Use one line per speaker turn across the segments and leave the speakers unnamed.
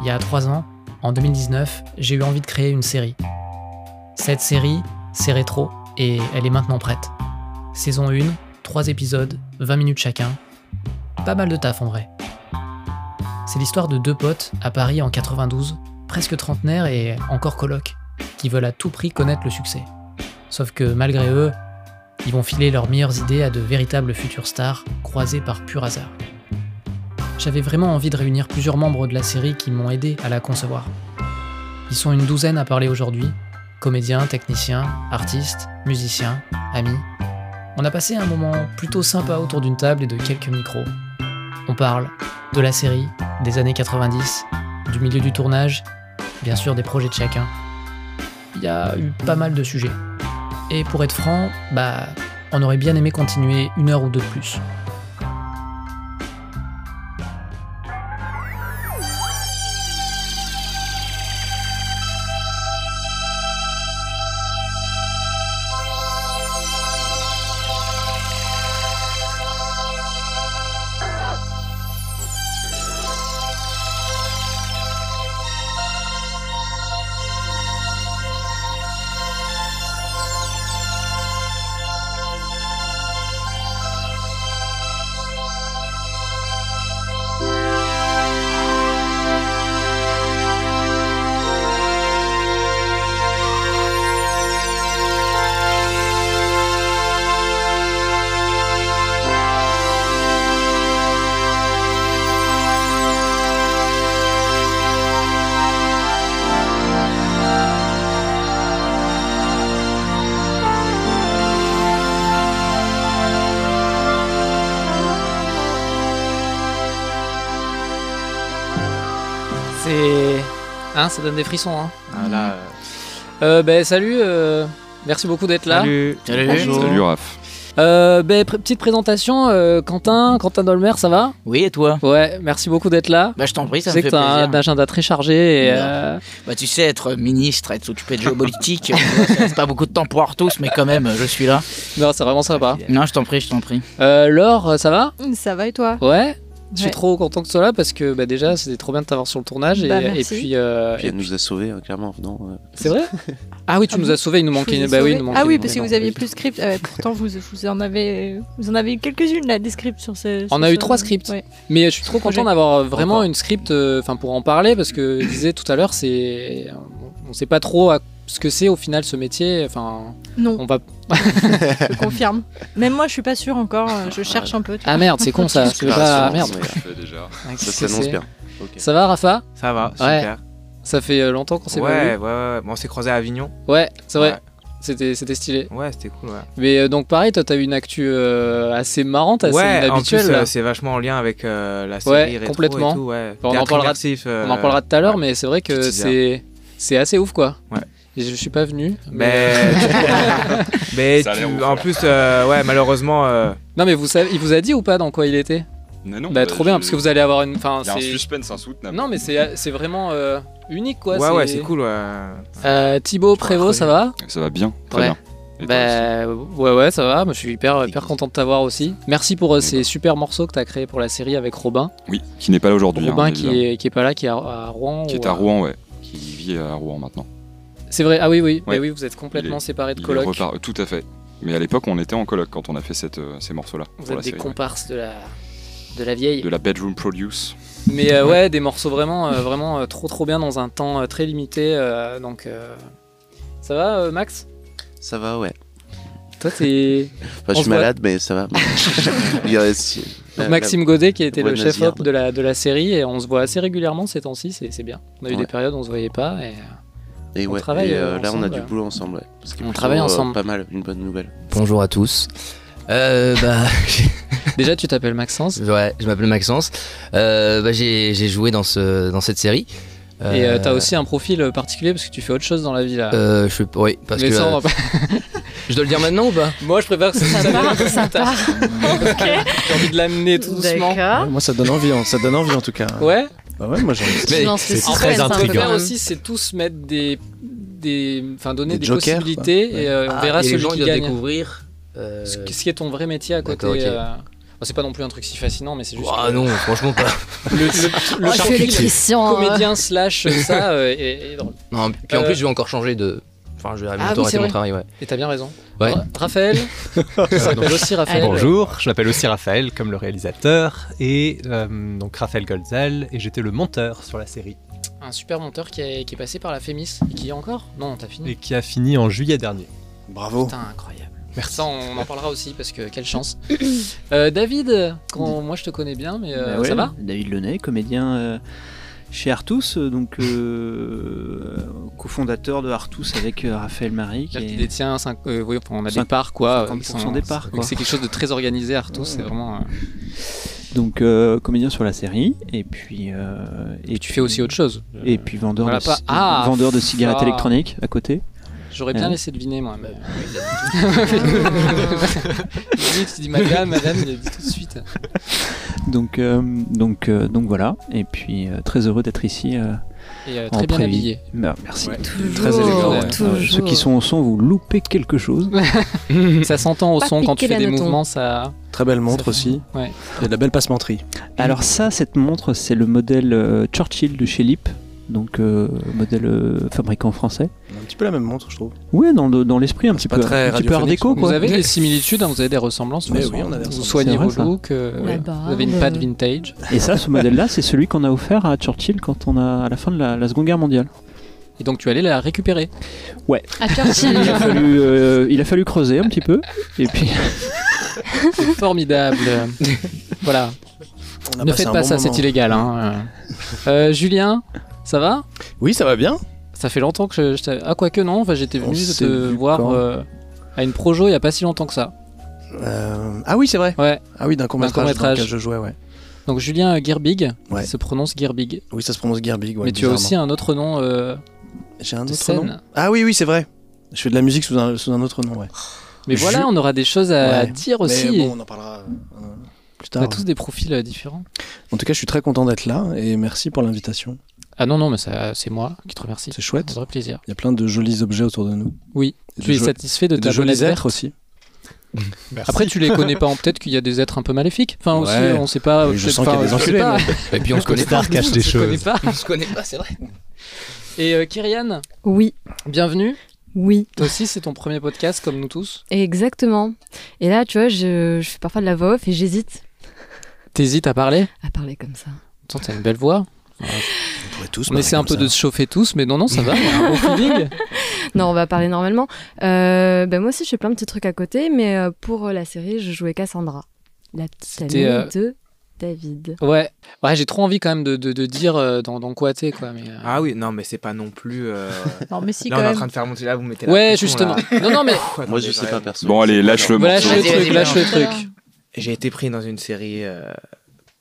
Il y a 3 ans, en 2019, j'ai eu envie de créer une série. Cette série, c'est rétro et elle est maintenant prête. Saison 1, 3 épisodes, 20 minutes chacun. Pas mal de taf en vrai. C'est l'histoire de deux potes à Paris en 92, presque trentenaires et encore colocs, qui veulent à tout prix connaître le succès. Sauf que malgré eux, ils vont filer leurs meilleures idées à de véritables futures stars croisées par pur hasard. J'avais vraiment envie de réunir plusieurs membres de la série qui m'ont aidé à la concevoir. Ils sont une douzaine à parler aujourd'hui, comédiens, techniciens, artistes, musiciens, amis. On a passé un moment plutôt sympa autour d'une table et de quelques micros. On parle de la série, des années 90, du milieu du tournage, bien sûr des projets de chacun. Il y a eu pas mal de sujets. Et pour être franc, bah, on aurait bien aimé continuer une heure ou deux de plus. C'est. Hein, ça donne des frissons, hein.
Ah, là, euh,
Euh, ben, salut, euh, merci beaucoup d'être là.
Salut. Bonjour.
Salut Raph.
Euh, ben, pr- petite présentation, euh, Quentin, Quentin Dolmer, ça va
Oui, et toi
Ouais, merci beaucoup d'être là.
Bah, je t'en prie,
Je
ça me
sais que
fait
t'as
plaisir.
un agenda très chargé et.
Non.
euh,
Bah, tu sais, être ministre, être occupé de géopolitique, euh, c'est pas beaucoup de temps pour avoir tous, mais quand même, je suis là.
Non, c'est vraiment sympa.
Non, je t'en prie, je t'en prie.
Euh, Laure, ça va
Hmm, Ça va et toi
Ouais je suis
Ouais.
trop content que tu sois là parce que bah, déjà c'était trop bien de t'avoir sur le tournage et,
Bah,
et
merci.
puis, euh,
Puis elle nous a sauvés, euh, clairement, en venant. euh.
c'est vrai Ah oui tu
Ah
nous
bon
as sauvés, il nous
Je
manquait
vous ai
bah oui,
sauvé.
il nous manquait
Ah oui,
une-
parce que
non,
vous aviez
oui.
plus de script. Ah ouais, pourtant, vous, vous en avez, vous en avez eu quelques-unes, là, des scripts sur ce.
On
sur
a eu
ce-
trois scripts.
ouais.
Mais je suis trop
Projet.
content d'avoir vraiment
D'accord.
une script, euh, enfin pour en parler, parce que je disais tout à l'heure, c'est, on- on sait pas trop à- ce que c'est au final ce métier. Enfin,
Non,
on va.
je confirme. Même moi, je suis pas sûre encore. euh, Je cherche un peu. tu
Ah merde, c'est con ça. tu veux pas-
Ah,
merde.
mais
déjà.
Ça
Qu'est-ce que
s'annonce
c'est
bien. Ok.
Ça va, Rafa
Ça va, super.
Ça fait euh, longtemps qu'on s'est
Ouais,
pas
ouais, ouais,
vu.
ouais. Bon, on s'est croisés à Avignon.
Ouais, c'est vrai.
Ouais.
C'était, c'était stylé.
Ouais, c'était cool, ouais.
Mais euh, donc pareil, toi t'as eu une actu euh, assez marrante, assez
ouais, en
inhabituelle.
plus,
là.
euh, c'est vachement en lien avec euh, la série rétro
complètement.
et tout, ouais.
on en
Théâtre
parlera-
immersif, euh,
on en parlera tout à l'heure,
ouais.
mais c'est vrai que
Petit
c'est, c'est assez ouf quoi.
Ouais.
Et je suis pas venu.
Mais, mais
Ça a l'air
tu-
ouf,
en
ouais.
plus, euh, ouais, malheureusement, euh,
Non mais vous savez, il vous a dit ou pas dans quoi il était
Mais non,
Bah trop bien parce que vous allez avoir une. Enfin,
Il y a un
c'est-
suspense insoutenable.
Non mais c'est c'est vraiment euh, unique quoi.
ouais, ouais, c'est cool, ouais.
Euh, Thibaut Prévost, ça va
Ça va bien, très
Ouais.
bien. Et toi aussi
Bah ouais ouais ça va. Moi je suis hyper hyper content de t'avoir aussi. Merci pour euh, ces
D'accord.
super morceaux que t'as créés pour la série avec Robin.
oui, qui n'est pas là aujourd'hui. hein,
Robin
déjà.
qui est qui est pas là, qui est à, à Rouen.
Qui
ou
est à Rouen, ouais. Qui vit à Rouen maintenant.
C'est vrai. Ah oui oui.
Ouais.
Bah oui vous êtes complètement
Il est-
séparés de
Il est
coloc.
repar- Tout à fait. Mais à l'époque, on était en coloc quand on a fait cette, euh, ces morceaux-là.
Vous
pour
êtes
la
des
série, ouais.
comparses de la de la vieille.
De la bedroom produce.
Mais euh, ouais, des morceaux vraiment, euh, vraiment euh, trop trop bien dans un temps euh, très limité. euh, donc euh, ça va, euh, Max
Ça va, ouais.
Toi t'es
Enfin,
On
je
se
suis malade, mais ça va. Il y a- si- la- la-
Maxime Godet qui était le
Buenos
chef op
Aires.
de la, de la série et on se voit assez régulièrement ces temps-ci, c'est c'est bien. On a eu
Ouais.
des périodes où on se voyait pas et
Et
on
ouais,
travaille,
et, euh,
euh,
là, on a
ensemble.
du boulot ensemble. Ouais. Ce qui est
On
plutôt,
travaille
euh,
ensemble.
pas mal, une bonne nouvelle.
Bonjour à tous. Euh, bah,
déjà tu t'appelles Maxence
ouais, je m'appelle Maxence. Euh, bah, j'ai j'ai joué dans, ce, dans cette série.
et euh, t'as aussi un profil euh, particulier parce que tu fais autre chose dans la vie là.
Euh, je, fais- oui, parce
Mais
que.
ça, on
euh,
va pas-
je dois le dire maintenant ou pas
moi je préfère que ça
Ça part, ça part.
J'ai envie de l'amener tout doucement.
D'accord.
Ouais, moi ça donne envie, hein, ça donne envie en tout cas.
Ouais.
Bah ouais, moi j'en ai.
Tu lances le
En
suspense,
fait,
hein,
ce qu'on peut
quand
faire
même.
aussi, c'est tous mettre des, des, enfin donner des,
Des jokers,
possibilités
quoi.
et euh, on
Ah,
verra
et les
celui
gens, ils
qui
doivent
gagne.
découvrir. euh,
Ce qui- ce qui est ton vrai métier à côté.
D'accord, ok.
euh, c'est pas non plus un truc si fascinant, mais c'est juste.
Ah
que
non, franchement pas.
Le, le, le
Oh, je suis
perfil
électricien. euh.
comédien slash ça euh, est, est drôle.
Non, puis en
Euh,
plus, je vais encore changer de. Enfin, je vais
Ah
bientôt
oui, c'est
arrêter mon
vrai.
travail, ouais.
Et t'as bien raison.
Ouais.
Ra- Raphaël, ça s'appelle aussi Raphaël.
Bonjour, je m'appelle aussi Raphaël, comme le réalisateur, et euh, donc Raphaël Goldzal, et j'étais le monteur sur la série,
Un super monteur qui est, qui est passé par la Fémis et qui est encore Non, t'as fini.
et qui a fini en juillet dernier.
Bravo.
Putain, incroyable.
Merci.
Ça, on en parlera aussi parce que quelle chance. Euh, David, quand, moi je te connais bien, mais euh,
Bah ouais,
ça va
David Lenay, comédien euh, chez Artus, euh, donc euh, cofondateur de Artus avec euh, Raphaël Marie. qui
Là, tu
est-
détiens cinq- euh, oui, enfin, on a des
Cinq-
parts quoi. euh,
50%
ils sont-
des parts, quoi.
C'est quelque chose de très organisé, Arthur. C'est vraiment. euh,
Donc euh, comédien sur la série, et puis euh, et
Tu fais aussi autre chose.
Et puis vendeur,
Voilà,
de,
pas-
ci-
Ah,
vendeur de cigarettes
ça.
électroniques à côté. Euh,
J'aurais bien
Ouais.
laissé deviner moi. Mais... Lui, tu dis madame, madame, il a dit tout de suite.
Donc euh, donc euh, donc voilà. Et puis euh, très heureux d'être ici. euh,
Et euh,
En
très bien
prévi-
habillé.
bah, merci.
Toujours,
Très élégant.
ouais.
Euh, ceux qui sont au son, vous loupez quelque chose.
Ça s'entend au
Pas
son quand tu
piquer
fais
la
des
noton.
mouvements, ça.
Très belle montre
Ça
aussi.
Ouais.
Il y a de la belle passementerie.
Alors ça, cette montre, c'est le modèle euh, Churchill de chez Lip, donc euh, modèle euh, fabricant français.
On a Un petit peu la même montre, je trouve.
Ouais, dans, le- dans l'esprit un petit
pas
peu,
très
un petit peu art
radiophonique,
déco
ce
Vous
quoi.
avez des similitudes, hein, vous avez des ressemblances. de
Mais
toute
oui,
façon.
on a des
vous
ressemblances.
soignez
C'est vrai,
vos
ça.
looks, euh,
La
vous avez une
barbe.
patte vintage.
Et ça, ce modèle-là, c'est celui qu'on a offert à Churchill quand on a à la fin de la, la Seconde Guerre mondiale.
Et donc tu allais la récupérer.
À
Il
Churchill.
a fallu, euh, il a fallu creuser un petit peu, et puis
C'est formidable. voilà.
On a
Ne
passé
faites
un
pas
bon
ça,
moment.
c'est illégal. hein. Euh, Julien, ça va
Oui, ça va bien.
Ça fait longtemps que je, je t'avais- Ah, quoique non, enfin, j'étais
On
venu te
s'est vu
voir
quand
euh, à une projo il n'y a pas si longtemps que ça.
Euh, Ah oui, c'est vrai.
Ouais.
Ah oui, d'un court métrage dans
court-métrage.
lequel je jouais, ouais.
Donc Julien Gerbig,
Ouais.
qui se prononce Gerbig.
Oui, ça se prononce Gearbig. Ouais,
mais tu as aussi un
bizarrement.
autre nom euh,
J'ai un
de
autre
scène.
nom. Ah oui, oui, c'est vrai. Je fais de la musique sous un, sous un autre nom, ouais.
Mais
Ju-
voilà, on aura des choses à
Ouais.
dire aussi.
Mais bon, on en parlera euh, euh, plus
on
tard.
a tous des profils euh, différents.
En tout cas, je suis très content d'être là et merci pour l'invitation.
Ah non, non, mais ça, c'est moi qui te remercie.
C'est
C'est un
chouette.
vrai plaisir.
Il y a plein de jolis objets autour de nous.
Oui.
Et de
Tu es
jo-
satisfait de
et de
ta
jolis
jeunesse
êtres aussi.
Après, tu les connais pas. en- Peut-être qu'il y a des êtres un peu maléfiques. Enfin, aussi,
Ouais.
on sait pas.
Oui, je
peut-être-
sens qu'il y a
enfin,
des
je sais
enculés,
pas.
Et puis on se connaît pas.
Star cache des
Je connais
choses.
pas.
On se connaît pas, c'est vrai.
Et euh, Kyrian,
Oui,
bienvenue.
oui,
Toi aussi, c'est ton premier podcast, comme nous tous.
exactement. Et là, tu vois, je, je fais parfois de la voix off et j'hésite
T'hésites à parler
à parler comme ça.
Attends, t'as une belle voix.
On pourrait tous
On
parler
essaie un
comme
peu
ça.
de se chauffer tous, mais non, non, ça va. on a un bon feeling.
Non, on va parler normalement. Euh, ben moi aussi, je fais plein de petits trucs à côté, mais euh, pour euh, la série, je jouais Cassandra, la petite amie
C'était, euh,
de David.
Ouais, ouais j'ai trop envie quand même de, de, de dire euh, dans, dans quoi t'es, quoi. Mais, euh,
Ah oui, non, mais c'est pas non plus. euh,
Non, mais si,
Là,
quand
on est en
même.
train de faire monter là, vous mettez la
ouais,
pression,
justement.
là.
Non, non, mais
Quoi,
Moi,
attendez,
je sais pas
vraiment.
perso.
Bon, allez, lâche le
lâche
morceau.
le
Vas-y, vas-y,
truc, lâche le truc.
J'ai été pris dans une série euh,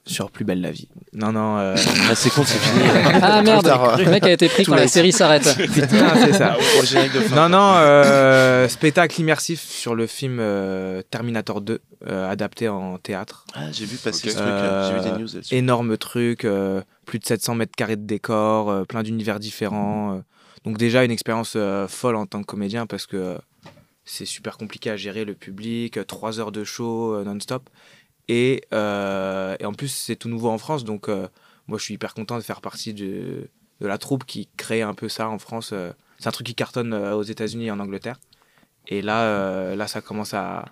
sur Plus belle la vie. Non, non. euh,
Ah, c'est con, c'est fini.
Ah merde,
tard.
le mec a été pris quand la série s'arrête.
putain, c'est ça.
Pour le générique de fin.
Non, non, euh, spectacle immersif sur le film euh, Terminator 2, euh, adapté en théâtre. Euh,
Ah, j'ai vu passer
Ok.
ce truc, là. j'ai vu des news là-dessus.
Énorme truc, euh, plus de 700 mètres carrés de décor, euh, plein d'univers différents. euh. donc déjà une expérience euh, folle en tant que comédien parce que euh, c'est super compliqué à gérer le public, euh, trois heures de show euh, non-stop. Et, euh, et en plus c'est tout nouveau en France, donc euh, moi je suis hyper content de faire partie de, de la troupe qui crée un peu ça en France. euh. c'est un truc qui cartonne euh, aux États-Unis et en Angleterre. Et là, euh, là ça commence à,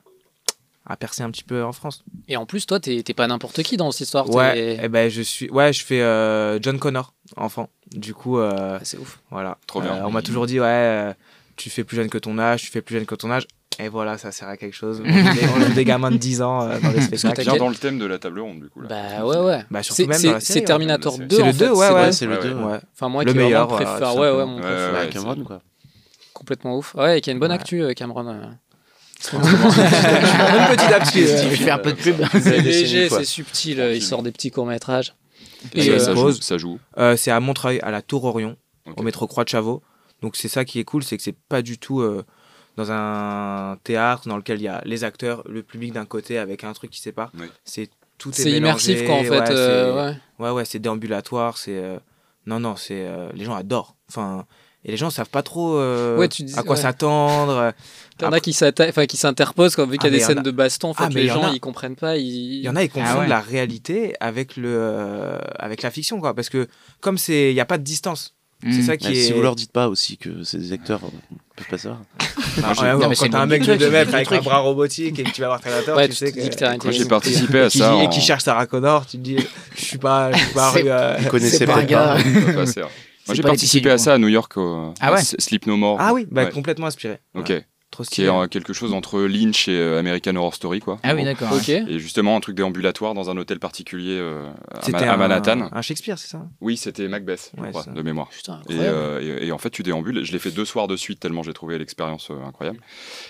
à percer un petit peu en France.
Et en plus, toi, t'es t'es pas n'importe qui dans cette histoire.
Ouais,
t'es-
eh ben, je suis, ouais, je fais euh, John Connor, enfant. Du coup, euh,
Ah, C'est ouf.
voilà.
Trop bien.
Euh, on m'a toujours dit, ouais, euh, tu fais plus jeune que ton âge, tu fais plus jeune que ton âge. Et voilà, ça sert à quelque chose. On joue des, on joue des gamins de 10 ans euh, dans les spectacles.
Bien dans le thème de la table ronde, du coup. Là.
Bah ouais, ouais.
Bah, surtout
C'est-
même dans
C'est
la série,
c'est
ouais,
Terminator
même
2.
dans
la série.
en
C'est le
fait,
2, ouais,
vrai.
Ouais, c'est le
Ouais,
deux,
Ouais.
ouais.
Enfin, moi
Le
qui meilleur,
meilleur,
vraiment préfère.
voilà, tout
ouais, ouais,
simplement.
mon
Ouais,
préféré.
ouais,
Bah,
c'est-
Cameron, quoi.
Complètement ouf. Ouais, et qui a une bonne
Ouais.
actu, euh, Cameron. euh.
Une petite lapsus.
Ouais.
Tu fais un peu de pub.
C'est
décennie,
léger,
quoi.
c'est subtil. euh, Il sort des petits courts-métrages.
Et
Et,
ça, ça
euh,
joue,
pause.
ça joue.
Euh, c'est à Montreuil, à la Tour Orion,
Ok.
au métro Croix de Chavaux. Donc c'est ça qui est cool, c'est que c'est pas du tout euh, dans un théâtre dans lequel il y a les acteurs, le public d'un côté avec un truc qui sépare.
Oui.
C'est tout est
C'est immersif,
mélangé,
quoi, en
ouais,
fait. euh, ouais.
c'est- Ouais, ouais, c'est déambulatoire, c'est. euh, Non, non, c'est. euh, Les gens adorent. Enfin, Et les gens savent pas trop euh,
Ouais, tu dis-
à quoi
ouais.
s'attendre.
Il y en a qui s'atta- enfin, qui s'interposent, comme vu qu'il y a
Ah, mais
des
y en
scènes
a-
de baston, en fait,
Ah, mais
les
y en
gens
a.
ils comprennent pas. Ils...
Il y en a, ils confondent
Ah ouais.
la réalité avec, le, euh, avec la fiction, quoi. Parce que comme c'est- il n'y a pas de distance,
Hmm.
c'est ça qui
Mais
est.
Si vous leur dites pas aussi que c'est des acteurs, ils peuvent pas savoir.
Ah, ouais, ouais, quand t'as un mec de 2 mètres avec un bras robotique et que tu vas voir Terminator,
Ouais, tu
tu sais
te
que.
dis que t'as
quand
j'ai participé
à
et qui-
ça
Et
en-
qui cherche Sarah Connor, tu te dis, je suis pas, je suis pas rue. euh,
Ouais, pas assez rare. Moi, j'ai participé à ça à New York, au
Ah
à
ouais
S- Sleep No More.
Ah oui, bah,
Ouais.
complètement inspiré.
Ok.
Trop
qui est euh, quelque chose entre Lynch et euh, American Horror Story, quoi.
Ah oui,
En gros.
d'accord, Ok. ouais.
Et justement, un truc déambulatoire dans un hôtel particulier euh, à,
C'était
Ma- à
un-
Manhattan.
un Shakespeare, c'est ça
Oui, c'était Macbeth, je
Ouais,
crois,
c'est ça.
de mémoire. et,
incroyable.
euh, et- et en fait, tu déambules. Je l'ai fait deux soirs de suite tellement j'ai trouvé l'expérience euh, incroyable.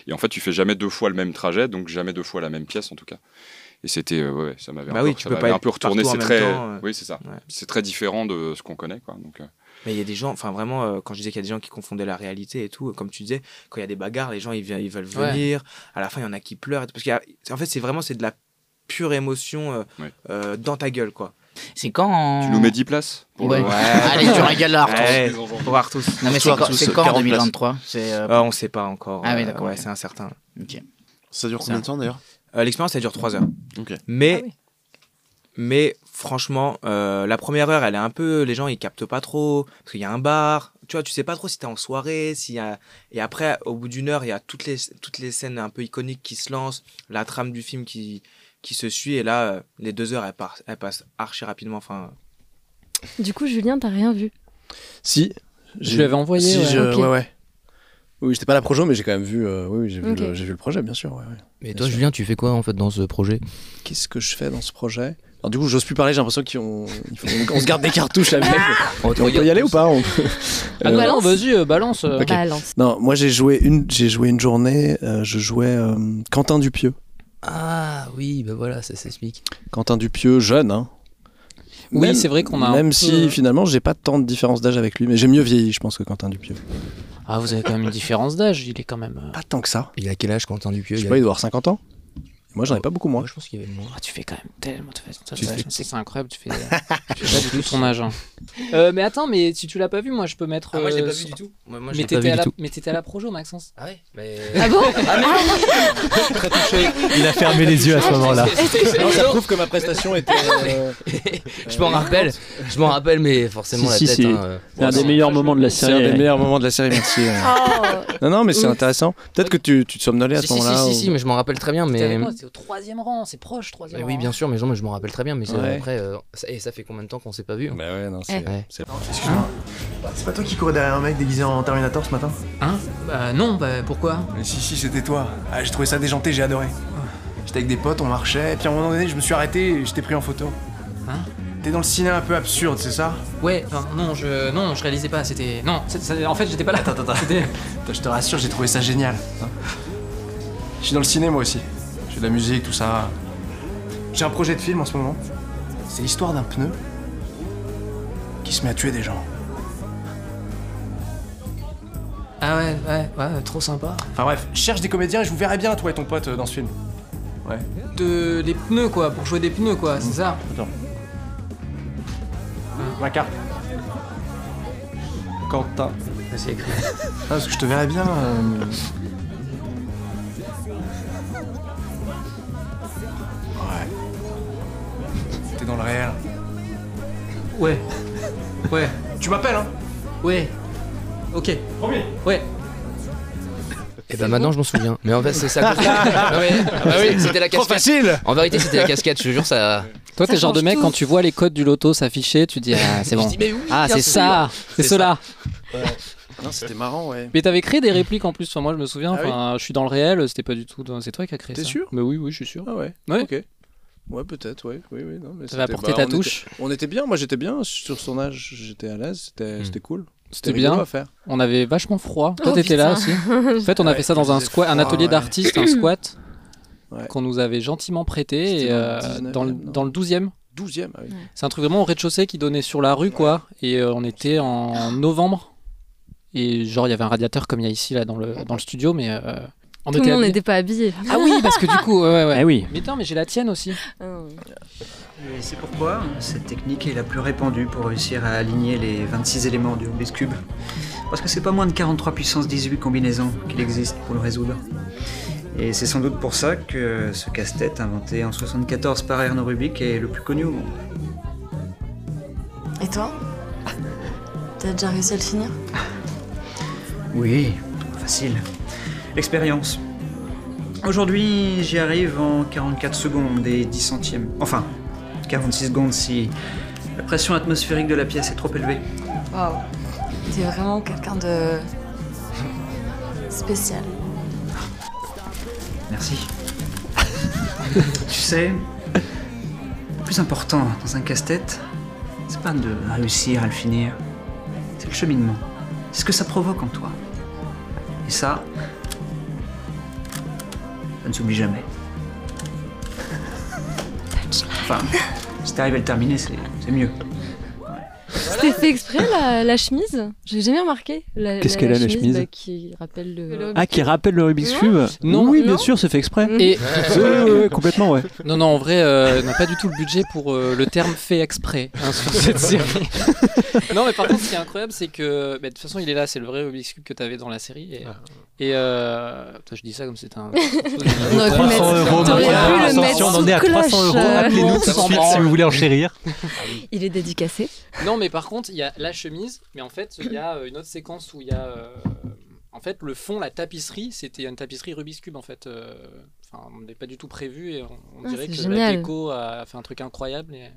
Et en fait, tu fais jamais deux fois le même trajet, donc jamais deux fois la même pièce, en tout cas. Et c'était, euh, ouais, ouais, ça m'avait
Bah
encore-
oui, tu
ça
peux
m'avait
pas
un peu
être
retourné.
partout
C'est
en même
très,
temps, euh.
oui, c'est ça. C'est très différent de ce qu'on connaît, quoi. Donc, euh,
Mais il y a des gens, enfin vraiment, euh, quand je disais qu'il y a des gens qui confondaient la réalité et tout, euh, comme tu disais, quand il y a des bagarres, les gens ils, vi- ils veulent
Ouais.
venir. À la fin, il y en a qui pleurent. et tout, Parce qu'il y a- en fait, c'est vraiment c'est de la pure émotion euh, euh, dans ta gueule, quoi.
C'est quand
tu nous mets 10 places pour
Ouais.
le-
Allez, tu régales là, Arthur.
Ouais,
Pour
pour Artus.
Non, mais c'est
Pour
quand-
Artus,
c'est quand,
40 places.
2023? C'est, euh,
Ah, On sait pas encore.
Ah oui,
euh,
d'accord,
Ouais,
ok.
c'est incertain.
Ça dure combien de temps d'ailleurs
Euh, L'expérience, elle dure 3 heures.
Ok.
Mais, mais franchement, euh, la première heure, elle est un peu. Les gens, ils captent pas trop. Parce qu'il y a un bar. Tu vois, tu sais pas trop si t'es en soirée. s'il y a... Et après, au bout d'une heure, il y a toutes les, toutes les scènes un peu iconiques qui se lancent. La trame du film qui, qui se suit. Et là, euh, les deux heures, elles, par- elles passent archi rapidement. Enfin,
Du coup, Julien, t'as rien vu.
Si.
Je
j'ai-
lui avais envoyé,
Si,
ouais.
je-
Ok.
ouais, ouais. Oui, j'étais pas à la projo, mais j'ai quand même vu. euh, oui, oui, j'ai vu,
Ok.
le- j'ai vu le projet, bien sûr. ouais, ouais.
Mais
Bien
toi,
sûr.
Julien, tu fais quoi en fait dans ce projet
Qu'est-ce que je fais dans ce projet Alors, du coup, j'ose plus parler, j'ai l'impression qu'on il faut- on se garde des cartouches avec.
On
on
te
peut
regarde
y aller ou pas on peut-
Ah
Euh,
bah non, vas-y, euh, balance. euh.
ok. Non, moi j'ai joué une, j'ai joué une journée. euh, je jouais euh, Quentin Dupieux.
Ah oui, bah voilà, ça s'explique.
Quentin Dupieux jeune, hein.
Oui,
Même-
c'est vrai qu'on a un
Même
peu- euh,
si finalement j'ai pas tant de différence d'âge avec lui, mais j'ai mieux vieilli, je pense, que Quentin Dupieux.
Ah, vous avez quand même une différence d'âge, il est quand même. euh,
Pas tant que ça.
Il a quel âge Quentin Dupieux
Je sais
Il
pas,
a-
il Oh. doit avoir 50 ans. Moi j'en ai pas beaucoup moins.
Moi, je pense qu'il y avait moins.
ah, tu fais quand même tellement. Tu fais, ça,
Tu
ça,
fais-
je sais que c'est incroyable, tu fais, tu fais pas du tout ton âge. hein. Euh, mais attends, mais si tu l'as pas vu, moi je peux mettre.
Ah, moi, je l'ai
euh,
pas vu
sur-
du tout. Moi, moi, je
Mais
l'ai pas
t'étais
vu
à
du
la-
tout.
mais t'étais à la projo, hein. Maxence
Ah ouais mais...
Ah bon
mais Ah,
Ah.
Très touché.
Il a fermé les yeux à ce moment-là.
Non, ça prouve que ma prestation était. euh, je m'en rappelle, je m'en rappelle, mais forcément
Si,
la
si, si.
tête. hein, euh,
C'est un
bon,
des meilleurs moments de la
C'est
série.
un des
ouais.
meilleurs moments de la série, merci. euh. non, non, mais c'est intéressant. Peut-être que tu, tu te somnolais à
Si,
ce
si, si,
moment-là.
si,
ou-
si, mais je m'en rappelle très bien.
T'étais
Mais...
avec moi, C'était au troisième rang, c'est proche, troisième
mais
rang.
oui, bien sûr, mais genre, je m'en rappelle très bien. Mais c'est-
Ouais.
après, euh, ça, et ça fait combien de temps qu'on s'est pas vu hein
ouais, non,
c'est- Ouais.
Excuse-moi. C'est pas toi qui courais derrière un mec déguisé en Terminator ce matin
Hein Bah non, bah pourquoi
Mais si, si, c'était toi. Ah, j'ai trouvé ça déjanté, j'ai adoré. J'étais avec des potes, on marchait, et puis à un moment donné, je me suis arrêté et je t'ai pris en photo.
Hein
T'es dans le ciné un peu absurde, c'est ça
Ouais, enfin, non, je, non, je réalisais pas, c'était, non, c'est- c'est- en fait, j'étais pas là.
Attends, attends, attends.
C'était-
Attends, Je te rassure, j'ai trouvé ça génial. hein. Je suis dans le ciné, moi aussi. Je fais de la musique, tout ça. J'ai un projet de film en ce moment. C'est l'histoire d'un pneu qui se met à tuer des gens.
Ah ouais, ouais, ouais, trop sympa.
Enfin bref, cherche des comédiens et je vous verrai bien, toi et ton pote, euh, dans ce film. Ouais. Mmh.
De, des pneus quoi, pour jouer des pneus quoi, c'est ça.
Attends. Ma carte. Quentin.
C'est écrit.
Ah, parce que je te verrais bien. euh, Ouais. T'es dans le réel.
Ouais, ouais,
Tu m'appelles, hein
ouais. Ok. Promis. Ouais.
Et bah maintenant je m'en souviens. Mais en fait c'est ça. non, mais, ah bah oui, c'était la casquette.
Trop facile
En vérité c'était la casquette. Je te jure ça.
Toi, t'es le genre de mec, quand tu vois les codes du loto s'afficher, tu dis Ah, c'est
Je
bon.
dis, mais oui,
ah,
bien
c'est
sûr.
ça C'est
C'est
cela
Non, c'était marrant, ouais.
Mais t'avais créé des répliques en plus, enfin, moi je me souviens,
Ah oui
enfin, je suis dans le réel, c'était pas du tout. dans- C'est toi qui as créé
T'es
ça.
sûr
Mais oui, oui, je suis sûr.
Ah ouais.
Ouais.
Ok. Ouais, peut-être, ouais. Oui, oui, non, mais
Ça va
c'était- bah,
apporter ta
on
touche.
était- on était bien, moi j'étais bien sur son âge, j'étais à l'aise, c'était c'était cool.
C'était
rigolo
bien.
à faire.
On avait vachement froid. Toi,
Oh,
t'étais là aussi.
putain.
En fait, on a
Ouais,
fait ça dans
il
un,
faisait
squat, un
froid,
atelier
ouais.
d'artistes, un squat,
Ouais.
qu'on nous avait gentiment prêté.
C'était
Et,
dans le
euh,
19e,
dans, le,
non
dans le 12e.
12ème, ah oui.
C'est un truc vraiment au rez-de-chaussée qui donnait sur la rue, quoi. Et euh, on était en novembre. Et genre, il y avait un radiateur comme il y a ici, là, dans le, dans le studio, mais. euh, on
Tout le monde
habillés-
n'était pas habillé.
Ah oui, parce que du coup, ouais, ouais, ouais.
Ah oui.
Mais attends, mais j'ai la tienne aussi.
Et c'est pourquoi cette technique est la plus répandue pour réussir à aligner les 26 éléments du Rubik's Cube. Parce que c'est pas moins de 43 puissance 18 combinaisons qu'il existe pour le résoudre. Et c'est sans doute pour ça que ce casse-tête inventé en 74 par Erno Rubik est le plus connu au monde.
Et toi T'as déjà réussi à le finir
Oui, facile. L'expérience. Aujourd'hui, j'y arrive en 44 secondes et 10 centièmes. Enfin, 46 secondes si la pression atmosphérique de la pièce est trop élevée.
Waouh T'es vraiment quelqu'un de. spécial.
Merci. tu sais, le plus important dans un casse-tête, c'est pas de réussir à le finir, c'est le cheminement. C'est ce que ça provoque en toi. Et ça, ça ne s'oublie jamais. Enfin, si t'arrives à le terminer, c'est c'est mieux.
C'était fait exprès la, la chemise J'ai jamais remarqué. La-
Qu'est-ce qu'elle a, la chemise
bah, Qui rappelle le.
Ah, qui rappelle le Rubik's Cube
Non,
oui,
non.
bien sûr, c'est fait exprès.
Et-
Oui, oui, oui, complètement, ouais.
Non, non, en vrai, euh, on n'a pas du tout le budget pour euh, le terme fait exprès hein, sur cette série. non, mais par contre, ce qui est incroyable, c'est que bah, de toute façon, il est là, c'est le vrai Rubik's Cube que tu avais dans la série. Et, et, euh, putain, je dis ça comme c'est un.
On aurait pu 300 mettre- euros, t'aurais
hein.
Maria. pu le Attention, mettre on en est à sous 300 cloche, euros. euh. Appelez-nous tout de suite si vous voulez enchérir.
Il est dédicacé.
Non, mais par contre, il y a la chemise, mais en fait, il y a euh, une autre séquence où il y a. euh, en fait, le fond, la tapisserie, c'était une tapisserie Rubik's Cube, en fait. euh, Enfin, on n'est pas du tout prévu et on, on
Ah,
dirait
c'est
que la
génial.
déco a fait un truc incroyable. et-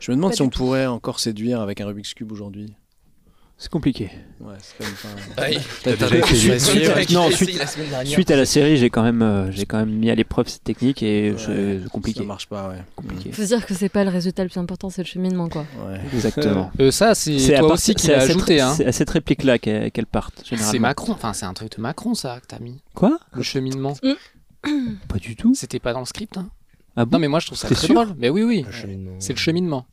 Je me demande
Pas
si on
du
pourrait encore séduire avec un Rubik's Cube aujourd'hui.
C'est compliqué.
Ouais, c'est quand même pas.
Bah oui.
T'as
T'as
déjà
déjà
essayé.
essayé. Non, suite,
la semaine dernière.
suite à la série, j'ai quand même, euh, j'ai quand même mis à l'épreuve cette technique et je- c'est compliqué. Ça
marche pas, ouais.
Compliqué.
Faut se dire que c'est pas le résultat le plus important, c'est le cheminement quoi.
Exactement.
Euh, ça, c'est
à
toi
part-
aussi qui
c'est à
l'as
cette-
ajouté, hein.
C'est à cette réplique-là qu'elle qu'elle parte, généralement.
C'est Macron, enfin, c'est un truc de Macron, ça, que t'as mis.
Quoi
Le cheminement.
Mm.
Pas du tout.
C'était pas dans le script, hein.
Ah bon
non, mais moi, je trouve ça
T'es
très
sûr
drôle. Mais oui, oui. C'est le cheminement.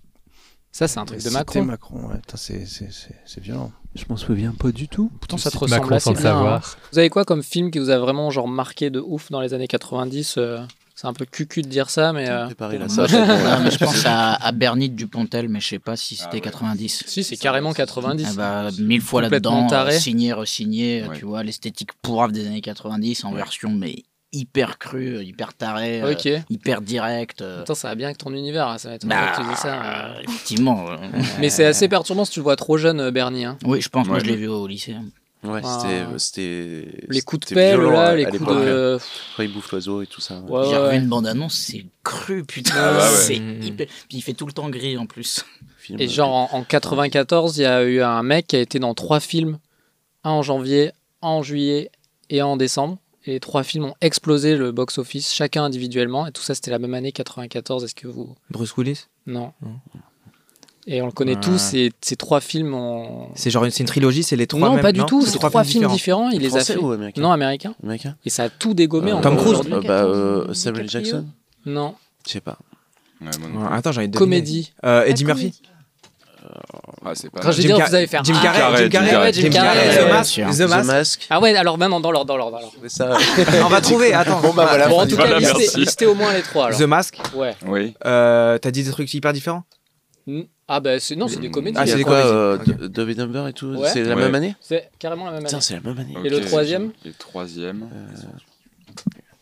Ça, c'est un truc de
C'était
Macron.
Macron, ouais. Putain, c'est- C'est c'est- c'est violent.
Je m'en souviens pas du tout.
Pourtant, ça te
Cite
ressemble
Macron
assez
sans le
bien,
savoir.
hein. Vous avez quoi comme film qui vous a vraiment genre marqué de ouf dans les années 90 euh, C'est un peu cucu de dire ça, mais. euh,
Préparez la
pour
salle.
moi-
Ouais, Ah, mais je pense à, à Bernard Dupontel, mais je sais pas si c'était 90.
Si, c'est carrément 90.
Ah bah, mille fois
Complètement
là-dedans,
taré.
euh, signé, re-signé, euh, tu vois, l'esthétique pourrave des années 90 en version mais hyper crue, hyper tarée, euh,
Ok.
hyper directe. euh,
Attends, ça va bien avec ton univers, hein, ça va être
Bah,
que tu dis ça. euh.
effectivement. euh,
Mais c'est assez perturbant si tu le vois trop jeune, euh, Bernie. hein.
Oui, je pense, moi
Ouais.
je l'ai vu au lycée.
Ouais,
Ah.
c'était- euh, c'était.
Les coups de
c'était
pelle,
violent,
là,
à
les coups
l'époque.
de-
Quand il bouffe l'oiseau et tout ça.
Ouais,
J'ai
ouais.
revu une bande-annonce, c'est cru, putain.
Ah bah ouais.
C'est
Mm.
hyper. Puis il fait tout le temps gris en plus.
Et genre en, en 94, il y a eu un mec qui a été dans trois films, un en janvier, un en juillet et un en décembre. Et les trois films ont explosé le box-office, chacun individuellement. Et tout ça, c'était la même année 94. Est-ce que vous
Bruce Willis
Non. Et on le connaît
Ouais.
tous. Et ces trois films ont.
C'est genre une, c'est une trilogie, c'est les trois
non,
mêmes-
pas du tout.
c'est
C'est trois, films différents. Il les a
Français
fait.
ou américains
non, américain.
Américain
Et ça a tout dégommé en
Tom Cruise
aujourd'hui.
Euh, bah, euh, Samuel
DiCaprio.
Jackson
Non.
Je sais pas.
Ouais, Attends, j'ai envie de deviner.
Comédie.
Euh, Eddie Murphy
Ah, c'est pas
Quand je
Jim
dis
Car-
vous allez faire
Jim
ah,
Carrey, Jim Carrey,
ouais,
Jim Carrey,
Carrey,
The
ouais.
Mask, The The Mask. Mask.
Ah ouais, alors maintenant dans l'ordre, dans l'ordre, dans l'ordre.
ça.
On va trouver, attends.
Bon, bah voilà. Bon, en tout cas,
Voilà,
listez-
merci.
listez au moins les trois, alors.
The Mask
Ouais.
Oui.
T'as dit des trucs hyper différents
Mm. Ah bah c'est non, c'est des comédies.
Ah, c'est
Il y
des
a quoi
comédies.
euh,
Ok.
D- David Humber et tout
Ouais.
C'est la
Ouais.
même année
C'est carrément la même année.
Putain, c'est la même année.
Et le
Ok.
troisième
Et le troisième.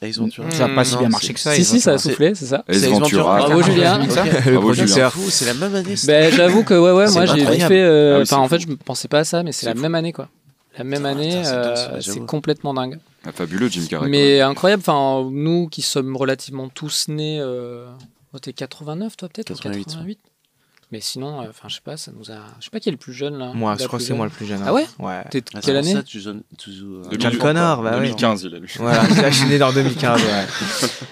Ace
Mmh.
Ventura.
Ça a pas si bien marché que ça, Si, Ace si, Ventura. ça a soufflé, c'est ça.
Ace
Ace Ventura.
Ah,
Bravo,
Putain,
Julien.
putain,
Ok.
putain,
Le producteur.
C'est fou, c'est la même année.
Ben j'avoue que ouais ouais,
C'est
moi j'ai vite
incroyable.
fait euh,
Ah oui, c'est
enfin en fait,
fou.
je pensais pas à ça mais c'est la même année quoi. La même année,
c'est dingue,
euh,
ça,
c'est
j'avoue.
complètement dingue.
Ah, fabuleux, Jim Carrey. quand
Mais incroyable, enfin nous qui sommes relativement tous nés euh, oh, t'es 89 toi peut-être ou
88, ouais.
88. Mais sinon euh, enfin je sais pas, ça nous a je sais pas qui est le plus jeune là.
Moi,
La
je crois
plus
que c'est moi
jeune.
le plus jeune, hein.
Ah ouais
Ouais.
T'es de
Ah, c'est
quelle
pour
année
ça,
tu zones- tu zoues, euh,
John Connor, bah oui.
2015, il a lu.
Voilà, je suis né en 2015, ouais.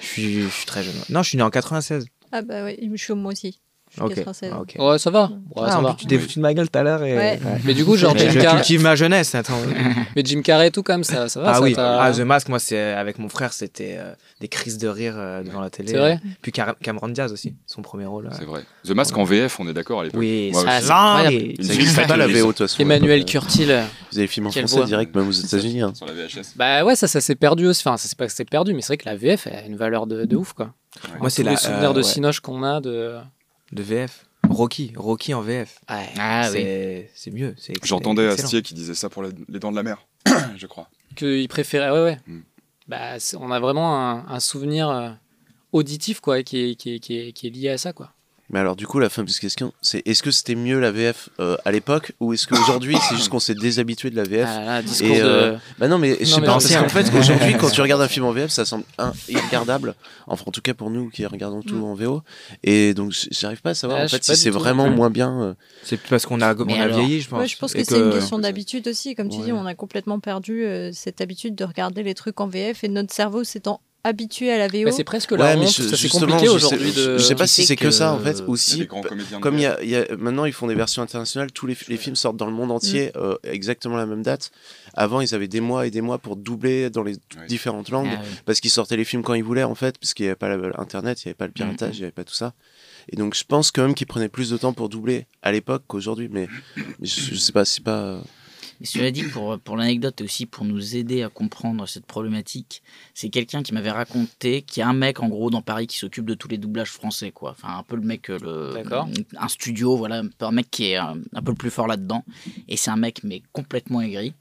je, suis, je suis très jeune. Non, je suis né en 96.
Ah bah ouais, je suis moi aussi. Je suis
Ok,
96.
ok.
Ouais, ça va.
Ah,
Ouais, ça
en
va.
plus, tu t'es foutu de ma gueule tout à l'heure. Et...
Ouais. Mais du coup, genre,
Mais
Jim
je
Carrey-
cultive ma jeunesse, attends.
Mais Jim Carrey et tout quand même ça ça va
ah
ça
oui,
t'a-
ah, The Mask, moi, c'est avec mon frère, c'était euh, des crises de rire euh, devant la télé.
C'est vrai
Puis Car- Cameron Diaz aussi, son premier rôle. euh,
C'est vrai. The Mask en VF, on est d'accord à l'époque.
Oui,
Moi
c'est
aussi. Une
dingue. Ça
ville
existe
faite
pas, la
de
VO,
lycée.
de toute façon.
Emmanuel Curtil. euh,
Vous avez filmé en
quelle
français
voix.
direct, même aux États-Unis. hein.
Sur la VHS.
Bah ouais, ça, ça s'est perdu aussi. Enfin, ça c'est pas que c'est perdu, mais c'est vrai que la VF elle a une valeur de, de ouf quoi.
Moi, c'est
Tous
la-
les souvenirs
euh,
de
ouais.
Cinoche qu'on a de
De VF. Rocky, Rocky en VF.
Ah
c'est, c'est mieux. c'est excellent.
J'entendais
Excellent.
Astier qui disait ça pour les les dents de la mer, je crois.
Qu'il préférait, ouais, ouais.
Mm.
Bah, c'est- on a vraiment un, un souvenir euh, auditif, quoi, qui est, qui, est, qui, est, qui est lié à ça, quoi.
Mais alors, du coup, la fameuse question, c'est est-ce que c'était mieux la VF euh, à l'époque ou est-ce qu'aujourd'hui, c'est juste qu'on s'est déshabitué de la VF
Ah là là, discours de-
Bah non, mais
Non,
je sais
mais
pas, parce
ancien.
qu'en fait, aujourd'hui, quand tu regardes un film en VF, ça semble un, irregardable. Enfin, en tout cas pour nous qui regardons tout en VO. Et donc, j- j'arrive pas à savoir
Ah,
en
Mm. je sais
fait si
pas du
c'est
tout.
vraiment moins bien. euh,
C'est parce qu'on a, on
Mais
a
alors
vieilli, je pense.
Ouais, je pense que,
Et
c'est une
que-
question d'habitude aussi. Comme tu dis,
Ouais.
on a complètement perdu euh, cette habitude de regarder les trucs en VF et notre cerveau s'étant habitué à la VO.
Bah, c'est presque la honte,
je-
ça c'est
justement,
compliqué
je sais-
aujourd'hui. de- euh,
Je sais pas
Tu
si
sais
c'est que,
que-
ça en fait,
Il
ou
y a
si
des grands comédiens de
comme il y a, il y a- maintenant ils font des versions internationales, tous les, les films sortent dans le
Mm.
monde entier euh, exactement à la même date. Avant, ils avaient des mois et des mois pour doubler dans les différentes langues
Ah oui.
parce qu'ils sortaient les films quand ils voulaient en fait, parce qu'il n'y avait pas la- l'internet, il n'y avait pas le
Mm-hmm.
piratage, il n'y avait pas tout ça. Et donc, je pense quand même qu'ils prenaient plus de temps pour doubler à l'époque qu'aujourd'hui, mais, mais je, je sais pas, c'est pas.
Mais cela dit, pour, pour l'anecdote et aussi pour nous aider à comprendre cette problématique, c'est quelqu'un qui m'avait raconté qu'il y a un mec en gros dans Paris qui s'occupe de tous les doublages français, quoi. Enfin, un peu le mec, euh,
D'accord.
le, un studio, voilà, un peu un mec qui est euh, un peu le plus fort là-dedans. Et c'est un mec, mais complètement aigri.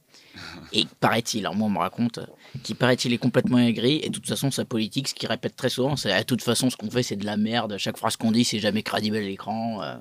Et paraît-il, alors moi on me raconte, euh, qui paraît-il est complètement aigri, et de toute façon sa politique, ce qu'il répète très souvent, c'est de toute façon ce qu'on fait c'est de la merde, chaque phrase qu'on dit c'est jamais crédible à l'écran. euh.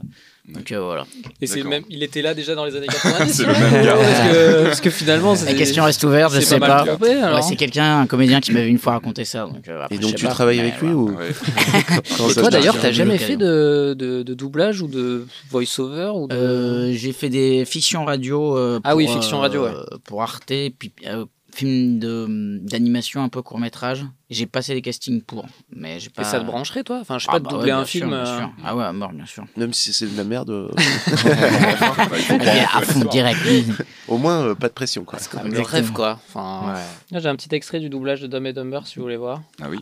donc euh, voilà.
Et c'est le même, il était là déjà dans les années 90.
C'est le même gars.
Parce que, parce que finalement,
La question reste ouverte, je sais pas.
Compris, alors.
Ouais, c'est quelqu'un, un comédien qui m'avait une fois raconté ça. Donc, euh, après,
Et
je
donc,
sais
tu
pas.
travailles
Mais
avec lui ou Comment
Et
ça
toi
se passe
d'ailleurs, t'as jamais fait de, de, de doublage ou de voice-over ou de...
Euh, J'ai fait des fictions radio. euh,
Ah oui,
pour,
fiction
euh,
radio, ouais.
Pour Arte, puis euh, film de- d'animation un peu court métrage. J'ai passé des castings pour, mais j'ai pas. Ah bah
ça te brancherait, toi Enfin, je sais pas, de doubler
bien
un
sûr,
film,
bien
euh,
sûr. Ah ouais, à mort, bien sûr.
Même si c'est de la merde. euh,
À fond, direct.
Au moins, euh, pas de pression quoi.
Ah, mais le rêve quoi. Enfin, Là j'ai un petit extrait du doublage de Dumb et Dumber si vous voulez voir.
Ah oui.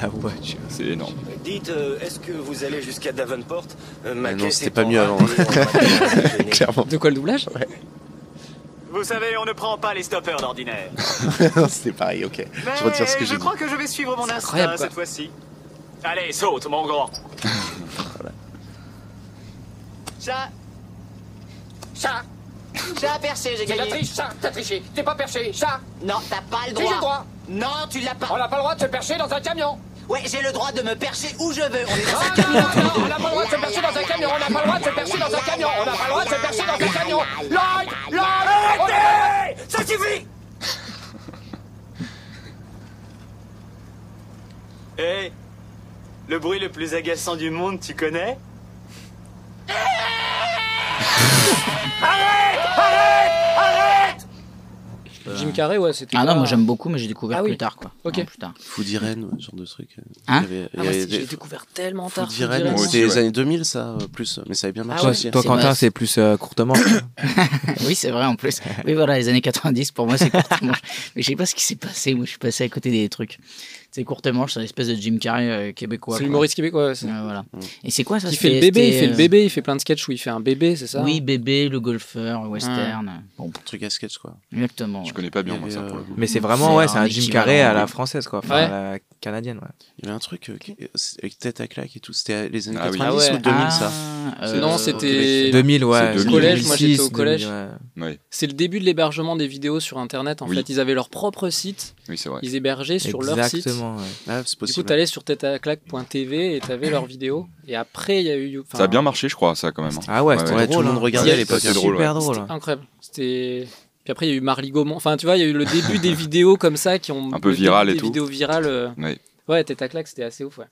La voiture.
C'est énorme.
Dites, euh, est-ce que vous allez jusqu'à Davenport Euh, ma
Ah non,
caisse
c'était
est
pas
en
mieux
rade
avant.
et on va pas la donner.
Clairement.
De quoi le doublage
Vous savez, on ne prend pas les stoppers d'ordinaire.
C'était pareil, ok.
Mais
Je retire ce que
je
j'ai dit.
crois que je vais suivre mon
incroyable,
instinct
quoi.
cette fois-ci. Allez, saute, mon grand.
Ça. Ça. J'ai un percé, j'ai gagné. T'as triché, ça, t'as triché. T'es pas perché, ça. Non, t'as pas le
Si,
droit.
j'ai le droit.
Non, tu l'as pas.
On n'a pas le droit de se percher dans un camion.
Ouais, j'ai le droit de me percher où je veux. On est dans un
Ah, Non, non, non, on n'a pas le droit de se percher dans un camion. On n'a pas le droit de se percher dans un camion. On n'a pas le droit de se percher dans un camion. Lloyd, Lloyd,
Arrêtez Ça suffit Hé Eh, Le bruit le plus agaçant du monde, tu connais
Euh, Jim Carrey, ouais, c'était.
Ah
pas-
non, moi j'aime beaucoup, mais j'ai découvert
Ah oui.
plus tard quoi.
Ok.
Non, plus tard.
Food Irene, ouais, ce genre de truc.
Hein
Il y avait-
Ah,
il y
moi,
avait
c'est-
des-
j'ai découvert tellement tard.
Food
Food
Irene,
Irene. Moi
c'était
aussi,
les
ouais.
années 2000, ça, euh, plus. Mais ça avait bien marché
toi,
aussi.
Ah toi, Quentin, c'est plus euh, courte manche.
oui, c'est vrai en plus. Oui, voilà, les années 90, pour moi, c'est courte manche. Mais je sais pas ce qui s'est passé. Moi, je suis passé à côté des trucs. C'est courte manche, c'est une espèce de Jim Carrey euh, québécois.
C'est
quoi.
l'humoriste québécois, ouais, c'est-
Ouais, voilà. Et c'est quoi ça
Qui
c'était-
fait le bébé, il
c'était,
fait le
euh,
bébé, il fait plein de sketchs où il fait un bébé, c'est ça hein Ah.
Oui, bébé, le golfeur, le western. Bon,
truc à sketch quoi.
Exactement.
Je connais pas bien moi ça.
euh,
pour le coup.
Mais c'est vraiment, ouais, c'est un Jim
équivalent,
Carrey à la
ouais.
française, quoi. Enfin,
Ouais.
à la canadienne, ouais.
Il y avait un truc euh, qui- euh, c'est- avec tête à claque et tout. C'était les années
Ah oui.
90
Ah
ou
ouais.
2000 ça
Ah,
C'est-
euh,
au
Non,
Québec.
c'était.
2000, ouais.
C'était Au
2000,
collège, moi j'étais au
2006,
collège.
2000, ouais. Ouais.
C'est le début de l'hébergement des vidéos sur internet en
Oui.
fait. Ils avaient leur propre site.
Oui, c'est vrai.
Ils hébergeaient sur leur site.
Exactement, ouais.
Ah, c'est
Du coup,
possible.
t'allais sur têteaclaque.tv et t'avais leurs vidéos. Et après, il y a eu. enfin,
Ça a bien marché, je crois, ça quand même. hein.
Ah ouais, c'était
drôle, tout le hein. monde regardait à l'époque.
C'était drôle. ouais.
C'était incroyable. C'était. Puis après, il y a eu Marly Gaumont. Enfin, tu vois, il y a eu le début des vidéos comme ça qui ont.
Un peu
le début
virales et
des
tout.
vidéos virales. euh,
Ouais.
Ouais, tête à claque, c'était assez ouf, ouais.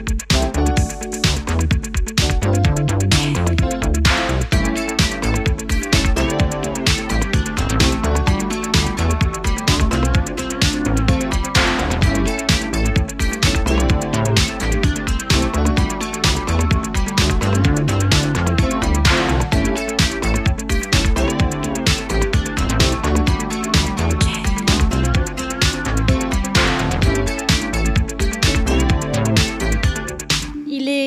K.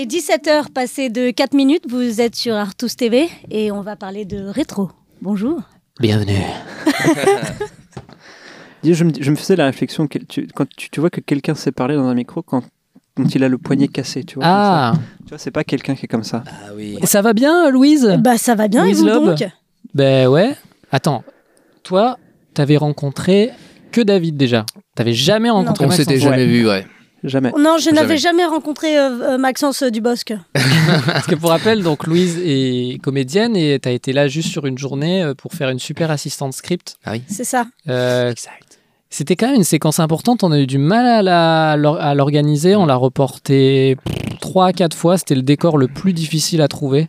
17h passées de 4 minutes, vous êtes sur Artus TV et on va parler de rétro. Bonjour.
Bienvenue.
Dis, Je me, je me faisais la réflexion que tu, quand tu, tu vois que quelqu'un sait parler dans un micro quand, quand il a le poignet cassé, tu vois. comme
Ah.
ça. Tu vois, c'est pas quelqu'un qui est comme ça. Ah
oui.
Ça va bien, Louise
Bah, ça va bien, et
Louise
vous
Loeb
donc
Ben ouais. Attends, toi, t'avais rencontré que David déjà. T'avais jamais rencontré
On
Maxence.
s'était jamais vu, ouais.
Jamais.
Non, je n'avais jamais rencontré euh, euh, Maxence euh, Dubosc.
Parce que pour rappel, donc Louise est comédienne et t'as été là juste sur une journée euh, pour faire une super assistante script.
Ah oui.
C'est ça.
Euh, C'était quand même une séquence importante. On a eu du mal à la- à l'or- à l'organiser. On l'a reporté 3 à 4 fois. C'était le décor le plus difficile à trouver.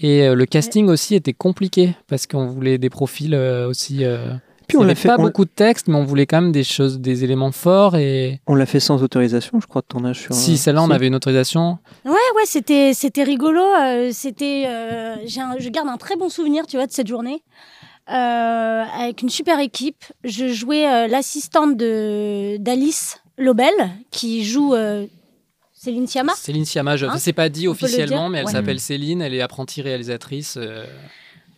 Et euh, le casting aussi était compliqué parce qu'on voulait des profils euh, aussi. euh, il
Puis on
y
l'a
avait
fait-
pas
on-
beaucoup de texte, mais on voulait quand même des choses, des éléments forts. Et
On l'a fait sans autorisation, je crois, de tournage sur.
si celle-là, on avait une autorisation.
Ouais, ouais, c'était, c'était rigolo. euh, c'était, euh, j'ai un- je garde un très bon souvenir, tu vois, de cette journée. euh, avec une super équipe. Je jouais euh, l'assistante de, d'Alice Lobel, qui joue euh, Céline Sciamma.
Céline Siama, je
Hein
c'est pas dit
On peut le
officiellement,
dire
mais elle
Ouais.
s'appelle Céline. Elle est apprentie réalisatrice. euh,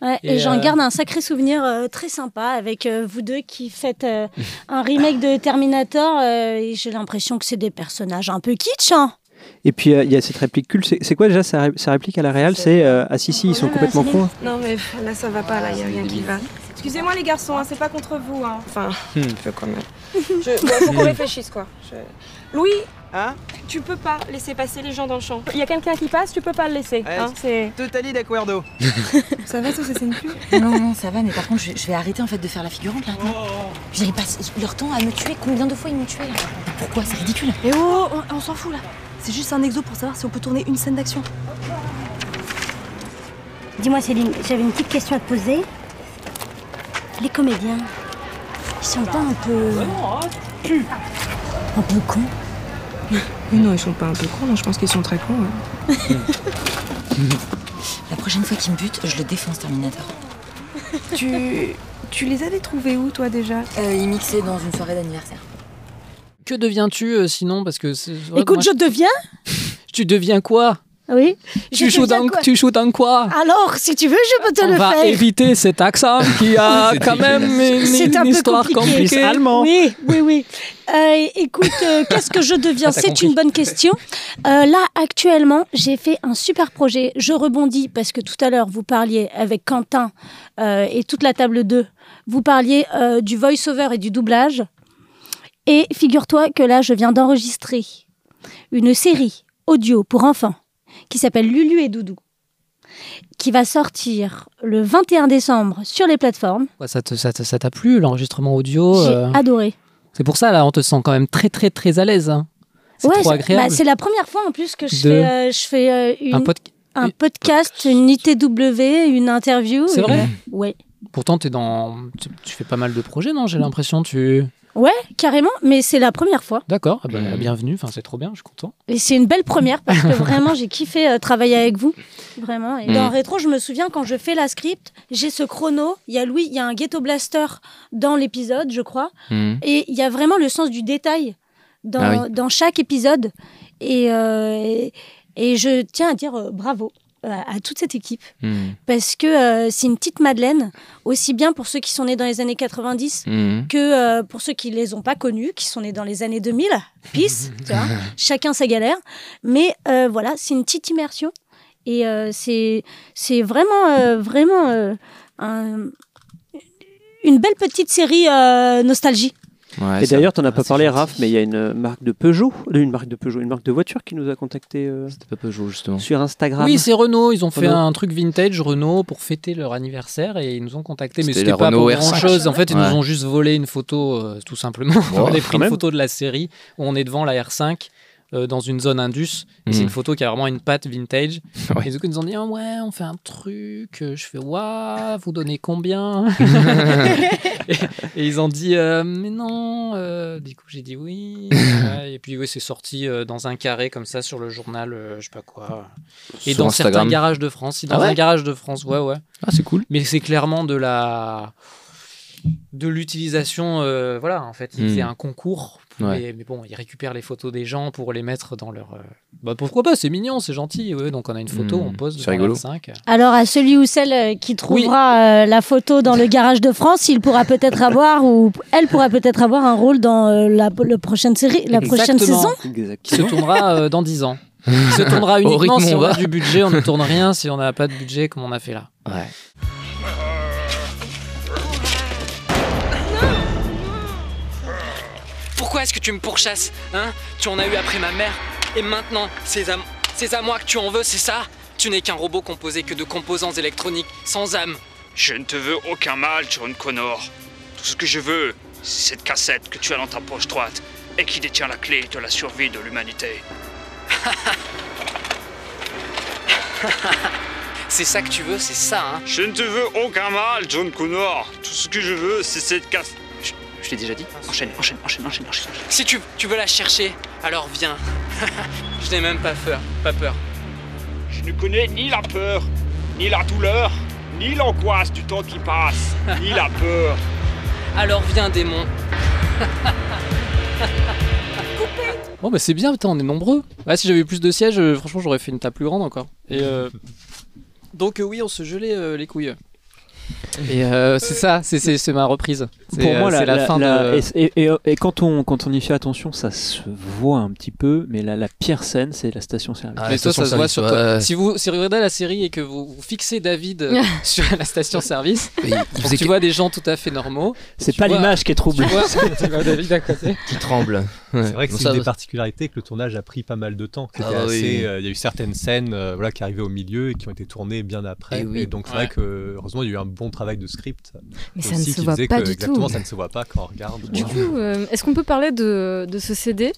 Ouais, et
Et,
j'en
euh,
garde un sacré souvenir euh, très sympa avec euh, vous deux qui faites euh, un remake de Terminator. euh, et j'ai l'impression que c'est des personnages un peu kitsch. hein.
Et puis euh, il y a cette réplique culte. C'est c'est quoi déjà sa, ré- sa réplique à la réal C'est euh, ah si si, ils sont complètement cons.
Non mais pff, là ça va pas, là y a rien qui va. Excusez-moi les garçons, hein, c'est pas contre vous. Hein. Enfin,
Hmm.
je, bon, faut qu'on réfléchisse quoi. Je- Louis,
Hein
tu peux pas laisser passer les gens dans le champ. Il y a quelqu'un qui passe, tu peux pas le laisser. hein, c'est
Totally d'Aquardo.
ça va, ça, ça saigne plus
Non, non, ça va, mais par contre, je, je vais arrêter en fait de faire la figurante là.
Oh.
Je dirais pas leur temps à me tuer. Combien de fois ils m'ont tué là Pourquoi C'est ridicule.
Eh
Mais oh, on, s'en fout là. C'est juste un exo pour savoir si on peut tourner une scène d'action.
Dis-moi Céline, j'avais une petite question à te poser. Les comédiens, ils sont pas un peu...
hein.
Un peu cons
Mais non, ils sont pas un peu cons, non, je pense qu'ils sont très cons. hein. ouais.
La prochaine fois qu'ils me butent, je le défonce Terminator.
tu, tu les avais trouvés où toi déjà
Euh, Ils mixaient dans une soirée d'anniversaire.
Que deviens-tu euh, sinon Parce que c'est- c'est vrai que
Écoute,
moi,
je deviens...
Tu deviens quoi
Ah Oui.
Tu
Je
joues
deviens
dans-
quoi
tu joues dans quoi
Alors, si tu veux, je peux te
On
le
va
faire.
éviter cet accent qui a quand même une,
C'est un
une
peu
histoire
compliqué.
compliquée.
Oui, oui, oui. Euh, écoute, euh, qu'est-ce que je deviens
Ah, t'as
C'est
compris.
une bonne question. Euh, là, actuellement, j'ai fait un super projet. Je rebondis parce que tout à l'heure, vous parliez avec Quentin euh, et toute la table 2. Vous parliez euh, du voice-over et du doublage. Et figure-toi que là, je viens d'enregistrer une série audio pour enfants qui s'appelle Lulu et Doudou, qui va sortir le 21 décembre sur les plateformes.
Ouais, Ça t'a ça te- ça t'a plu l'enregistrement audio
J'ai
euh,
adoré.
C'est pour ça là, on te sent quand même très très très à l'aise. hein. C'est
Ouais,
trop
ça-
agréable.
bah, c'est la première fois en plus que je
De-
fais, euh, je fais euh, une-
Un
un,
podca-
podcast, une ITW, une interview.
C'est
une-
vrai
Ouais.
Pourtant, es dans... tu, tu fais pas mal de projets, non J'ai l'impression tu.
Ouais, carrément, mais c'est la première fois.
D'accord, ah bah, bienvenue. Enfin, c'est trop bien, je suis content.
Et c'est une belle première parce que vraiment, j'ai kiffé euh, travailler avec vous. Vraiment. Et dans
Mm.
Rétro, je me souviens quand je fais la script, j'ai ce chrono. Il y a Louis, il y a un ghetto blaster dans l'épisode, je crois.
Mm.
Et il y a vraiment le sens du détail dans,
Ah oui.
dans chaque épisode. Et, euh, et, et je tiens à dire euh, bravo euh, à toute cette équipe.
Mm.
Parce que euh, c'est une petite Madeleine, aussi bien pour ceux qui sont nés dans les années 90
Mhm.
que euh, pour ceux qui les ont pas connus, qui sont nés dans les années 2000. Peace, tu vois. Chacun sa galère. Mais euh, voilà, c'est une petite immersion. Et euh, c'est c'est vraiment, euh, vraiment euh, un- une belle petite série euh, nostalgie.
et d'ailleurs, t'en as pas parlé, Raph, mais il y a une euh, marque de Peugeot, une marque de Peugeot, une marque de voiture qui nous a contacté. C'était
pas Peugeot justement.
Sur Instagram.
Oui, c'est Renault. Ils ont fait
Renault.
un truc vintage Renault pour fêter leur anniversaire et ils nous ont contactés. Mais
C'était
c'était
la
pas pour
Renault R5.
grand chose. En fait, ils
Ouais.
nous ont juste volé une photo, euh, tout simplement.
Oh,
on a
quand
pris une
même.
photo de la série où on est devant la R5 euh, dans une zone Indus. Et
Mhm.
c'est une photo qui a vraiment une patte vintage. Et du coup, ils nous ont dit Ah Ouais, on fait un truc. Euh, Je fais Waouh, vous donnez combien et, et ils ont dit Euh, Mais non. euh, du coup, j'ai dit Oui. Ouais, et puis, oui, c'est sorti euh, dans un carré comme ça sur le journal, euh, je sais pas quoi. Et
Sur
dans
Instagram.
certains garages de France. Dans
Ah ouais
un garage de France, ouais, ouais.
Ah, c'est cool.
Mais c'est clairement de la. de l'utilisation, euh, voilà, en fait, il
Mm.
faisait un concours. pour
Ouais.
les- mais bon, il récupère les photos des gens pour les mettre dans leur. euh, Bah pourquoi pas, c'est mignon, c'est gentil. ouais, donc on a une photo,
Mm.
on pose.
C'est
devant
rigolo.
la 5.
Alors à celui ou celle euh, qui trouvera euh, la photo dans le garage de France, il pourra peut-être avoir ou elle pourra peut-être avoir un rôle dans euh, la, le prochaine série, la prochaine
Exactement.
saison.
Qui se tournera euh, dans 10 ans. Qui se tournera
Au rythme
uniquement si
où on
on a
va.
du budget, on ne tourne rien. Si on n'a pas de budget, comme on a fait là.
Ouais.
Pourquoi est-ce que tu me pourchasses Hein Tu en as eu après ma mère, et maintenant, c'est à, c'est à moi que tu en veux, c'est ça Tu n'es qu'un robot composé que de composants électroniques, sans âme.
Je ne te veux aucun mal, John Connor. Tout ce que je veux, c'est cette cassette que tu as dans ta poche droite et qui détient la clé de la survie de l'humanité.
c'est ça que tu veux, c'est ça, hein
Je ne te veux aucun mal, John Connor. Tout ce que je veux, c'est cette cassette. Je, je t'ai déjà dit. Enchaîne, enchaîne, enchaîne, enchaîne, enchaîne.
Si tu, tu veux la chercher, alors viens. Je n'ai même pas peur, pas peur.
Je ne connais ni la peur, ni la douleur, ni l'angoisse du temps qui passe, ni la peur.
Alors viens, démon. Bon bah c'est bien, putain, on est nombreux. Ouais, si j'avais eu plus de sièges, euh, franchement j'aurais fait une table plus grande encore. Et euh, donc euh, oui, on se gelait euh, les couilles. Et euh, c'est ça, c'est- c'est c'est ma reprise. C'est,
Pour
euh,
moi, la,
c'est la,
la-
fin
la-
de.
Et, et- et- et quand, on, quand on y fait attention, ça se voit un petit peu, mais la, la pire scène, c'est Ah, la station-service.
Ah,
Mais toi, ça se voit sur toi. Si vous si vous regardez la série et que vous, vous fixez David euh, sur la station-service, donc
faisait
tu
que-
vois des gens tout à fait normaux.
C'est
tu
pas
vois-
l'image qui est trouble.
Tu vois, tu vois David à côté.
Qui tremble.
C'est vrai que
Bon,
c'est
ça,
une des
ça-
particularités que le tournage a pris pas mal de temps. que c'était
Ah oui.
assez, euh, Il y a eu certaines scènes euh, voilà, qui arrivaient au milieu et qui ont été tournées bien après.
Eh oui.
Et donc c'est
Ouais.
vrai que heureusement il y a eu un bon travail de script.
Mais ça ne
aussi
se
qui
voit
faisait
pas
que,
du tout.
exactement, ça ne se voit pas quand on regarde.
Du coup, euh, est-ce qu'on peut parler de, de ce CD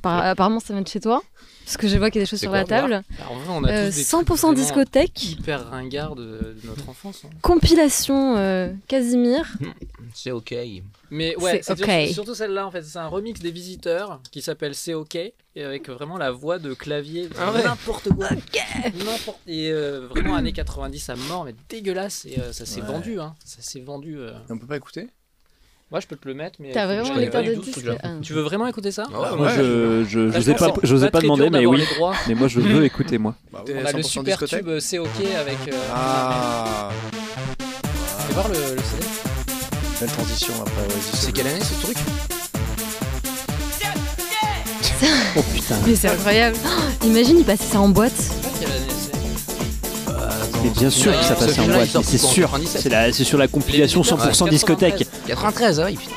Par- Apparemment, ça vient de chez toi. Parce que je vois qu'il y a des choses
C'est
sur
quoi
la table.
Bah, en vrai, on a
Euh,
tous des
100%
trucs vraiment
discothèque.
Hyper ringard de, de notre enfance. hein.
Compilation euh, Casimir.
C'est ok.
Mais ouais,
C'est
c'est
OK.
sur- surtout celle-là en fait, c'est un remix des visiteurs qui s'appelle C'est OK et avec vraiment la voix de clavier
Ah ouais.
n'importe quoi. N'importe et euh, vraiment années 90 à mort mais dégueulasse et euh, ça s'est
Ouais.
vendu hein. Ça s'est vendu euh.
On peut pas écouter
Moi je peux te le mettre mais
T'as
faut que
vraiment
je
un
connais
lecteur
pas
de
du tout ce
disque,
truc-là.
hein.
Tu veux vraiment écouter ça
Bah,
moi, je je-
Parce
j'osais
que
pas,
c'est
j'osais pas
très
demander,
dur
mais
d'avoir
oui.
les droits.
Mais moi, je veux écouter, moi.
Bah,
On a le super tube euh, C'est OK avec euh,
Ah
Fais voir le, le CD.
Belle transition après.
C'est quelle année ce truc
Oh putain.
Mais c'est incroyable. Oh, imagine, il passait ça en boîte.
Mmh.
Mais bien sûr que ça
Ouais,
passe
ce
en
film-là,
boîte,
il sort
c'est
en
sûr.
97.
C'est la- c'est sur la compilation 100% discothèque.
93, ah oui, putain.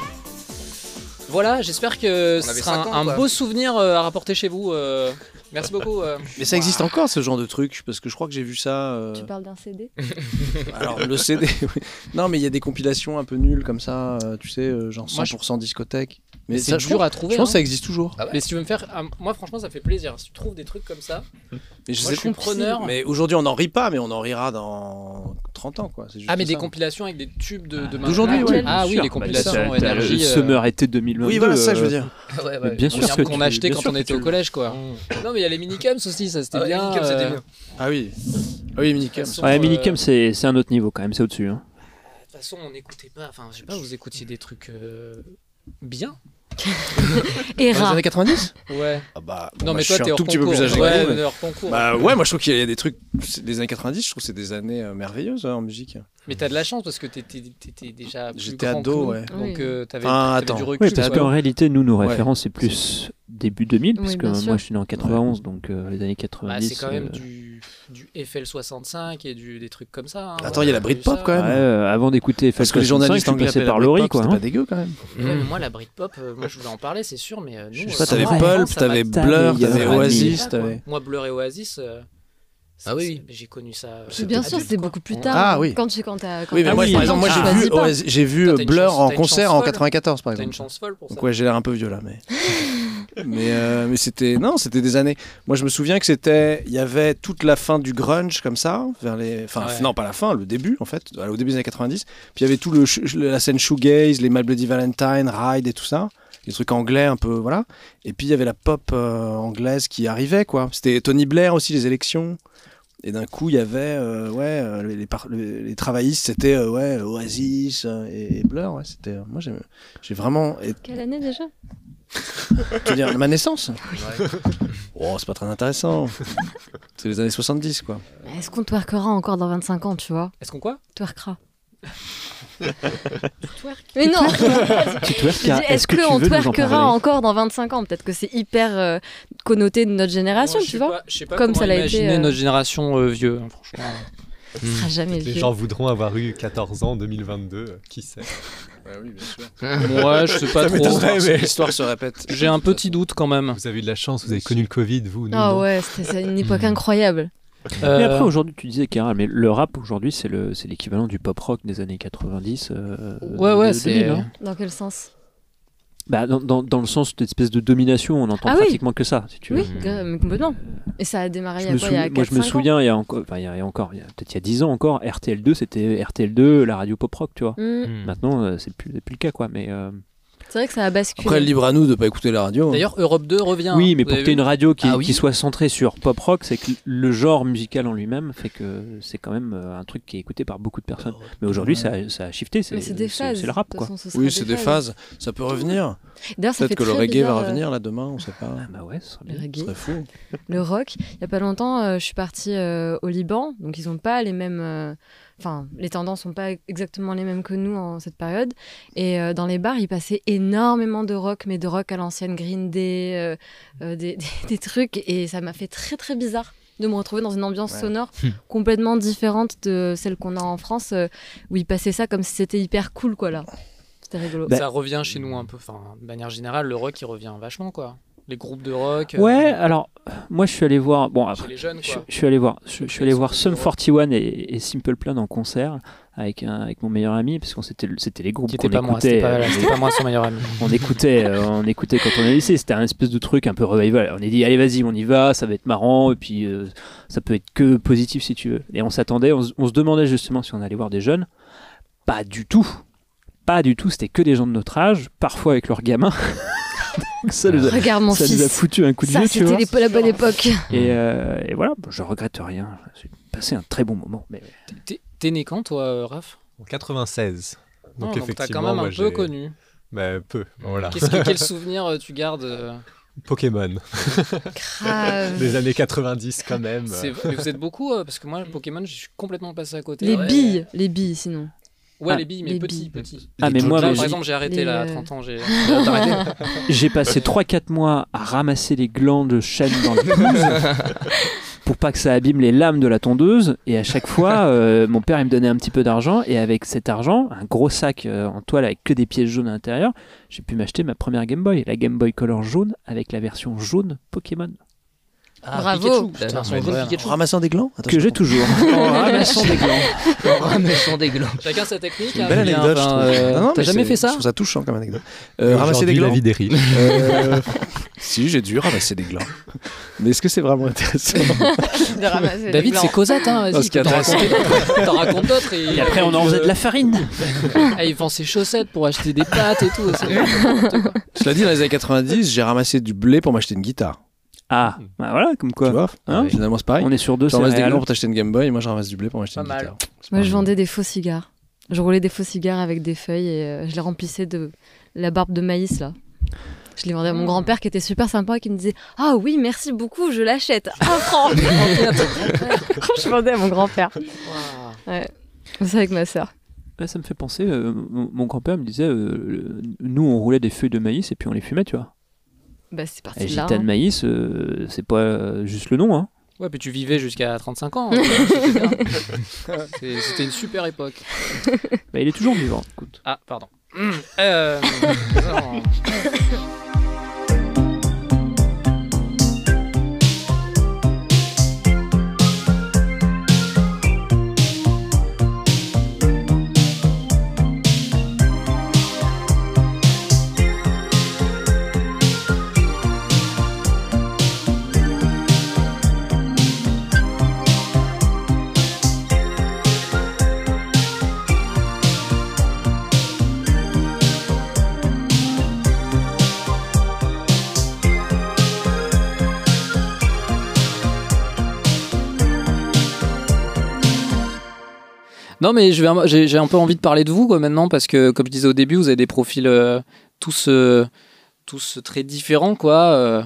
Voilà, j'espère que
On
ce
avait
sera
cinq ans,
un, un
quoi.
beau souvenir euh, à rapporter chez vous. euh. Merci beaucoup. euh.
Mais ça existe encore ce genre de truc parce que je crois que j'ai vu ça. euh,
Tu parles d'un CD
Alors le CD. oui. non mais il y a des compilations un peu nulles comme ça, euh, tu sais, euh, genre
Moi, je-
100% discothèque.
Mais c'est
je
dur
pense-
à trouver,
Je pense
hein.
que ça existe toujours.
Mais si tu veux me faire. ah, moi, franchement, ça fait plaisir. Si tu trouves des trucs comme ça,
Mais je
moi,
sais
suis
plus.
preneur.
Mais aujourd'hui on n'en rit pas, mais on en rira dans 30 ans quoi. c'est juste
Ah, mais des
ça.
compilations avec des tubes de. de
D'aujourd'hui,
maintenant.
ouais.
Ah oui,
Bien
les
sûr.
compilations
Bah, t'as- t'as
énergie.
le summer été 2022,
Oui, voilà, ça, je veux dire.
Ah ouais,
Mais
ouais.
bien
On
sûr
regarde
que
qu'on
tu-
achetait
bien
quand
sûr
on
que
était
tu
au
le-
collège, quoi. Non, mais il y a les minicums aussi, ça c'était
Ah, les
bien.
minicums, c'était
euh,
bien.
Ah oui. Ah oui, Minicam.
sont,
Ouais,
euh,
Minicum, c'est c'est un autre niveau quand même, c'est au-dessus. hein.
De toute façon, on n'écoutait pas. Enfin, je sais pas, vous écoutiez des trucs. euh, Bien.
Dans les
Et
rats.
années 90
Ouais.
Ah bah,
Non, mais
je
toi,
suis
t'es
un
hors
tout petit peu plus
concours.
âgé. que
Ouais,
vous,
mais hors concours.
Bah ouais, moi je trouve qu'il y a des trucs c'est des années 90, je trouve que c'est des années euh, merveilleuses hein, en musique.
Mais t'as de la chance parce que t'étais t'étais déjà. plus
J'étais
grand
ado,
que nous.
ouais.
Donc euh, t'avais
Ah,
t'avais
attends.
du recul.
Oui, parce
quoi.
qu'en réalité, nous, nos
Ouais.
références, c'est plus début 2000,
Oui,
puisque
bien
moi,
sûr.
je suis né en 91, donc euh, les années
Bah,
90.
c'est quand même
euh,
du, du FL65 et du, des trucs comme ça. hein.
Attends, il y a la Britpop,
ça.
quand même.
Ouais, euh, avant d'écouter
Parce que les
FL65,
journalistes
tu
anglais
passais
appellent
par
la
Laurie,
Britpop,
quoi.
c'était
hein.
pas dégueu, quand même.
Ouais, mais moi, la Britpop, euh, moi je voulais en parler, c'est sûr, mais euh, nous.
Je sais
euh,
pas, t'avais
ça va,
Pulp,
ça va
t'avais
pas.
Blur,
Il y a
t'avais
pas de
Oasis,
débat, quoi.
t'avais-
Moi, Blur et Oasis. ah oui. J'ai connu ça. euh,
Puis Bien sûr,
adulte,
c'est
quoi.
beaucoup plus tard.
Ah
hein.
oui.
Quand tu quand t'as- quand
Oui, mais
t'as
moi,
dix
par
ans,
exemple, moi
tu
j'ai
choisis
vu,
pas.
Oasis- j'ai vu
Toi,
euh,
t'as une
Blur
chance-
en
t'as une
concert
chance
en
folle.
94, par
T'as
exemple.
une chance folle pour ça.
Donc ouais, j'ai l'air un peu vieux là, mais mais, euh, mais c'était non, c'était des années. Moi, je me souviens que c'était, il y avait toute la fin du grunge comme ça, vers les, enfin
Ouais.
non pas la fin, le début en fait, au début des années 90. Puis il y avait tout le sh- la scène shoegaze, les My Bloody Valentine, Ride et tout ça, les trucs anglais un peu voilà. Et puis il y avait la pop euh, anglaise qui arrivait quoi. C'était Tony Blair aussi les élections. Et d'un coup, il y avait euh, ouais, euh, les, les, par- les- les travaillistes, c'était euh, ouais, Oasis euh, et, et Blur. Ouais, c'était, euh, moi, j'ai, j'ai vraiment. et-
Quelle année déjà
tu veux dire ma naissance Oh, c'est pas très intéressant. c'est les années 70, quoi.
Mais Est-ce qu'on twerkera encore dans 25 ans, tu vois
Est-ce qu'on quoi
Twerkera.
Mais
Mais
non.
non
Tu twerkeras. Tu twerkeras.
Je dis, Est-ce
Est-ce que tu
qu'on
veux nous en
twerkera
parler
encore dans 25 ans Peut-être que c'est hyper euh, connoté de notre génération, tu vois Comme ça l'a été.
Imaginez
euh,
notre génération euh, vieux, hein, franchement.
Ce sera
Hmm.
jamais
Les
vieux.
gens voudront avoir eu 14 ans en 2022, euh, qui sait
Bah oui, bien sûr.
Moi, je sais pas
Ça
trop.
m'étonnerait, mais-
L'histoire se répète.
J'ai un petit doute quand même.
Vous avez eu de la chance, vous avez connu le Covid, vous nous,
Ah
non
ouais, c'était c'est une
Hmm.
époque incroyable.
Mais après, aujourd'hui, tu disais, Kara, mais le rap aujourd'hui, c'est le- c'est l'équivalent du pop rock des années 90. euh,
Ouais, ouais,
de-
c'est.
2000, hein.
Dans quel sens
Bah, dans, dans- dans le sens de cette espèce de domination, on entend
Ah oui.
pratiquement que ça, si tu veux.
Oui, gra- mais complètement. Et ça a démarré
Je
il y
me
a quoi Il y a
souvi- moi, je me
4-5 ans
souviens, il y a encore, enfin, il y a- il y a encore, il y a peut-être il y a 10 ans encore, RTL2, c'était RTL2, la radio pop rock, tu vois.
Mm.
Maintenant, euh, c'est plus, c'est plus le cas, quoi. Mais, euh,
C'est vrai que ça a basculé.
Après, libre à nous de pas écouter la radio. hein.
D'ailleurs, Europe 2 revient.
oui,
hein,
mais
vous
pour
avez
que tu
vu
une radio qui,
Ah oui.
qui soit centrée sur pop rock, c'est que le genre musical en lui-même fait que c'est quand même euh, un truc qui est écouté par beaucoup de personnes.
Euh,
Mais aujourd'hui, ça, a- ça a shifté.
Mais c'est des phases,
C'est le rap,
de
quoi.
toute façon, ce sera
Oui, c'est des phases. Ça peut revenir.
D'ailleurs, ça
Peut-être
fait
que le
très
reggae
bizarre,
va
euh,
revenir là demain, on sait pas.
bah ouais, ce serait
Le reggae.
fou.
le rock. Il y a pas longtemps, euh, je suis partie euh, au Liban, donc ils n'ont pas les mêmes. euh, Enfin, les tendances sont pas exactement les mêmes que nous en cette période. Et euh, dans les bars, ils passaient énormément de rock, mais de rock à l'ancienne Green Day, euh, euh, des, des- des trucs. Et ça m'a fait très très bizarre de me retrouver dans une ambiance
Ouais.
sonore
Hmm.
complètement différente de celle qu'on a en France, euh, où ils passaient ça comme si c'était hyper cool, quoi là. C'était rigolo.
Bah,
Bah-
Ça revient chez nous un peu. Enfin, de manière générale, le rock, il revient vachement, quoi. Les groupes de rock. euh,
Ouais, alors moi je suis allé voir. Bon,
Chez
après,
les jeunes, quoi.
je, je suis allé voir. Je, je suis allé voir Sum 41 et, et Simple Plan en concert avec un- avec mon meilleur ami parce qu'on c'était le- c'était les groupes
Qui
qu'on
était pas moi,
écoutait.
c'était pas-
euh,
c'était pas moi, son meilleur ami.
On écoutait, euh, on écoutait quand on est lycée. C'était un espèce de truc un peu revival. On est dit allez vas-y on y va, ça va être marrant et puis euh, ça peut être que positif si tu veux. Et on s'attendait, on, se- on se demandait justement si on allait voir des jeunes. Pas du tout. Pas du tout, c'était que des gens de notre âge, parfois avec leurs gamins. Donc ça nous a,
Regarde mon
ça
fils.
nous a foutu un coup de
ça,
vieux, tu
c'était
vois.
les- la bonne époque.
Et, euh, et voilà, bon, je regrette rien. J'ai passé un très bon moment. Mais...
T'es- T'es né quand, toi, euh, Raph
En 96. Donc,
Ah, donc t'as
effectivement,
quand même un
moi,
peu
j'ai-
connu.
Bah, peu,
Mmh.
voilà.
Qu'est-ce que- Quel souvenir euh, tu gardes euh
Pokémon.
Grave.
Des années 90 quand Ah, même.
C'est- mais vous êtes beaucoup, euh, parce que moi, Pokémon, je suis complètement passé à côté.
Les
Ouais.
billes, les billes sinon.
Ouais,
Ah,
les billes, mais
les
petits,
billes.
petits.
Ah, mais moi,
Là,
mais
par
j'ai-
exemple, j'ai arrêté
Les,
là, à
euh,
30 ans. J'ai
T'as arrêté
J'ai passé 3-4 mois à ramasser les glands de chêne dans le pelouse pour pas que ça abîme les lames de la tondeuse. Et à chaque fois, euh, mon père il me donnait un petit peu d'argent. Et avec cet argent, un gros sac euh, en toile avec que des pièces jaunes à l'intérieur, j'ai pu m'acheter ma première Game Boy, la Game Boy Color jaune avec la version jaune Pokémon.
Bravo.
La version jaune Pikachu.
En ramassant des glands
que j'ai toujours. en ramassant des glands.
En ramassant des glands.
Chacun sa technique.
C'est une belle
hein,
anecdote,
ben,
bien,
je trouve.
enfin, euh,
Non, non,
T'as
mais
jamais
c'est-
fait ça
Je trouve ça touchant comme anecdote.
Et
Euh, ramasser des
aujourd'hui,
glands.
la vie des riches.
Euh, si, j'ai dû ramasser des glands. Mais est-ce que c'est vraiment intéressant
De ramasser les
David,
glands.
c'est Cosette, hein,
Non,
vas-y,
ce qui est
t'en
intéressant.
racontes d'autres. euh, T'en racontes d'autres. Et, euh,
Et après, on en faisait de la farine.
Ah, il vend ses chaussettes pour acheter des pâtes et tout. c'est-
Cela dit, dans les années 90, j'ai ramassé du blé pour m'acheter une guitare.
Ah, bah voilà, comme quoi.
Tu vois
Hein
Finalement, c'est pareil.
On est sur deux
Tu ramasses des
céréales.
glands pour t'acheter une Game Boy et moi, je ramasse du blé pour m'acheter
Pas
une
mal.
guitare.
Moi, je vendais des faux cigares. Je roulais des faux cigares avec des feuilles et euh, je les remplissais de la barbe de maïs, là. Je les
Mmh.
vendais à mon grand-père qui était super sympa et qui me disait Ah oui, merci beaucoup, je l'achète. Un franc Je vendais à mon grand-père. Ouais. C'est avec ma sœur.
Ouais, ça me fait penser, euh, mon mon grand-père me disait, euh, le- nous on roulait des feuilles de maïs et puis on les fumait, tu vois.
Bah, c'est parti
Et
de là.
gitane
hein.
maïs, euh, c'est pas euh, juste le nom, hein.
Ouais, puis tu vivais jusqu'à 35 ans. hein, c'est bien. C'est- C'était une super époque.
Bah, il est toujours vivant, écoute.
Ah, pardon. Hum, euh, non.
Thank
Non, mais je vais un- j'ai j'ai un peu envie de parler de vous quoi, maintenant parce que, comme je disais au début, vous avez des profils euh, tous, euh, tous très différents. Quoi. Euh,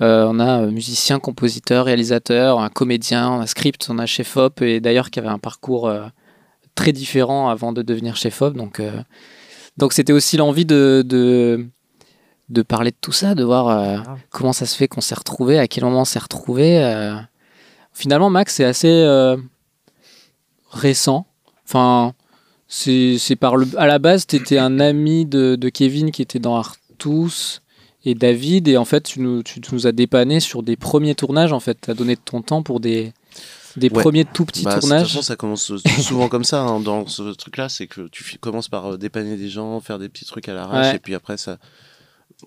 euh, on a euh, musicien, compositeur, réalisateur, un comédien, on a script, on a chef op et d'ailleurs qui avait un parcours euh, très différent avant de devenir chef op. Donc euh, donc c'était aussi l'envie de, de de parler de tout ça, de voir euh, comment ça se fait qu'on s'est retrouvé, à quel moment on s'est retrouvé. euh. Finalement, Max, c'est assez euh, récent. Enfin, c'est c'est par le. À la base, tu étais un ami de, de Kevin qui était dans Artus et David, et en fait, tu nous, tu, tu nous as dépanné sur des premiers tournages. En fait, tu as donné de ton temps pour des, des
Ouais.
premiers tout petits
Bah, De toute
tournages.
façon, ça commence souvent comme ça hein, dans ce truc-là, c'est que tu fi- commences par euh, dépanner des gens, faire des petits trucs à l'arrache,
Ouais.
et puis après ça.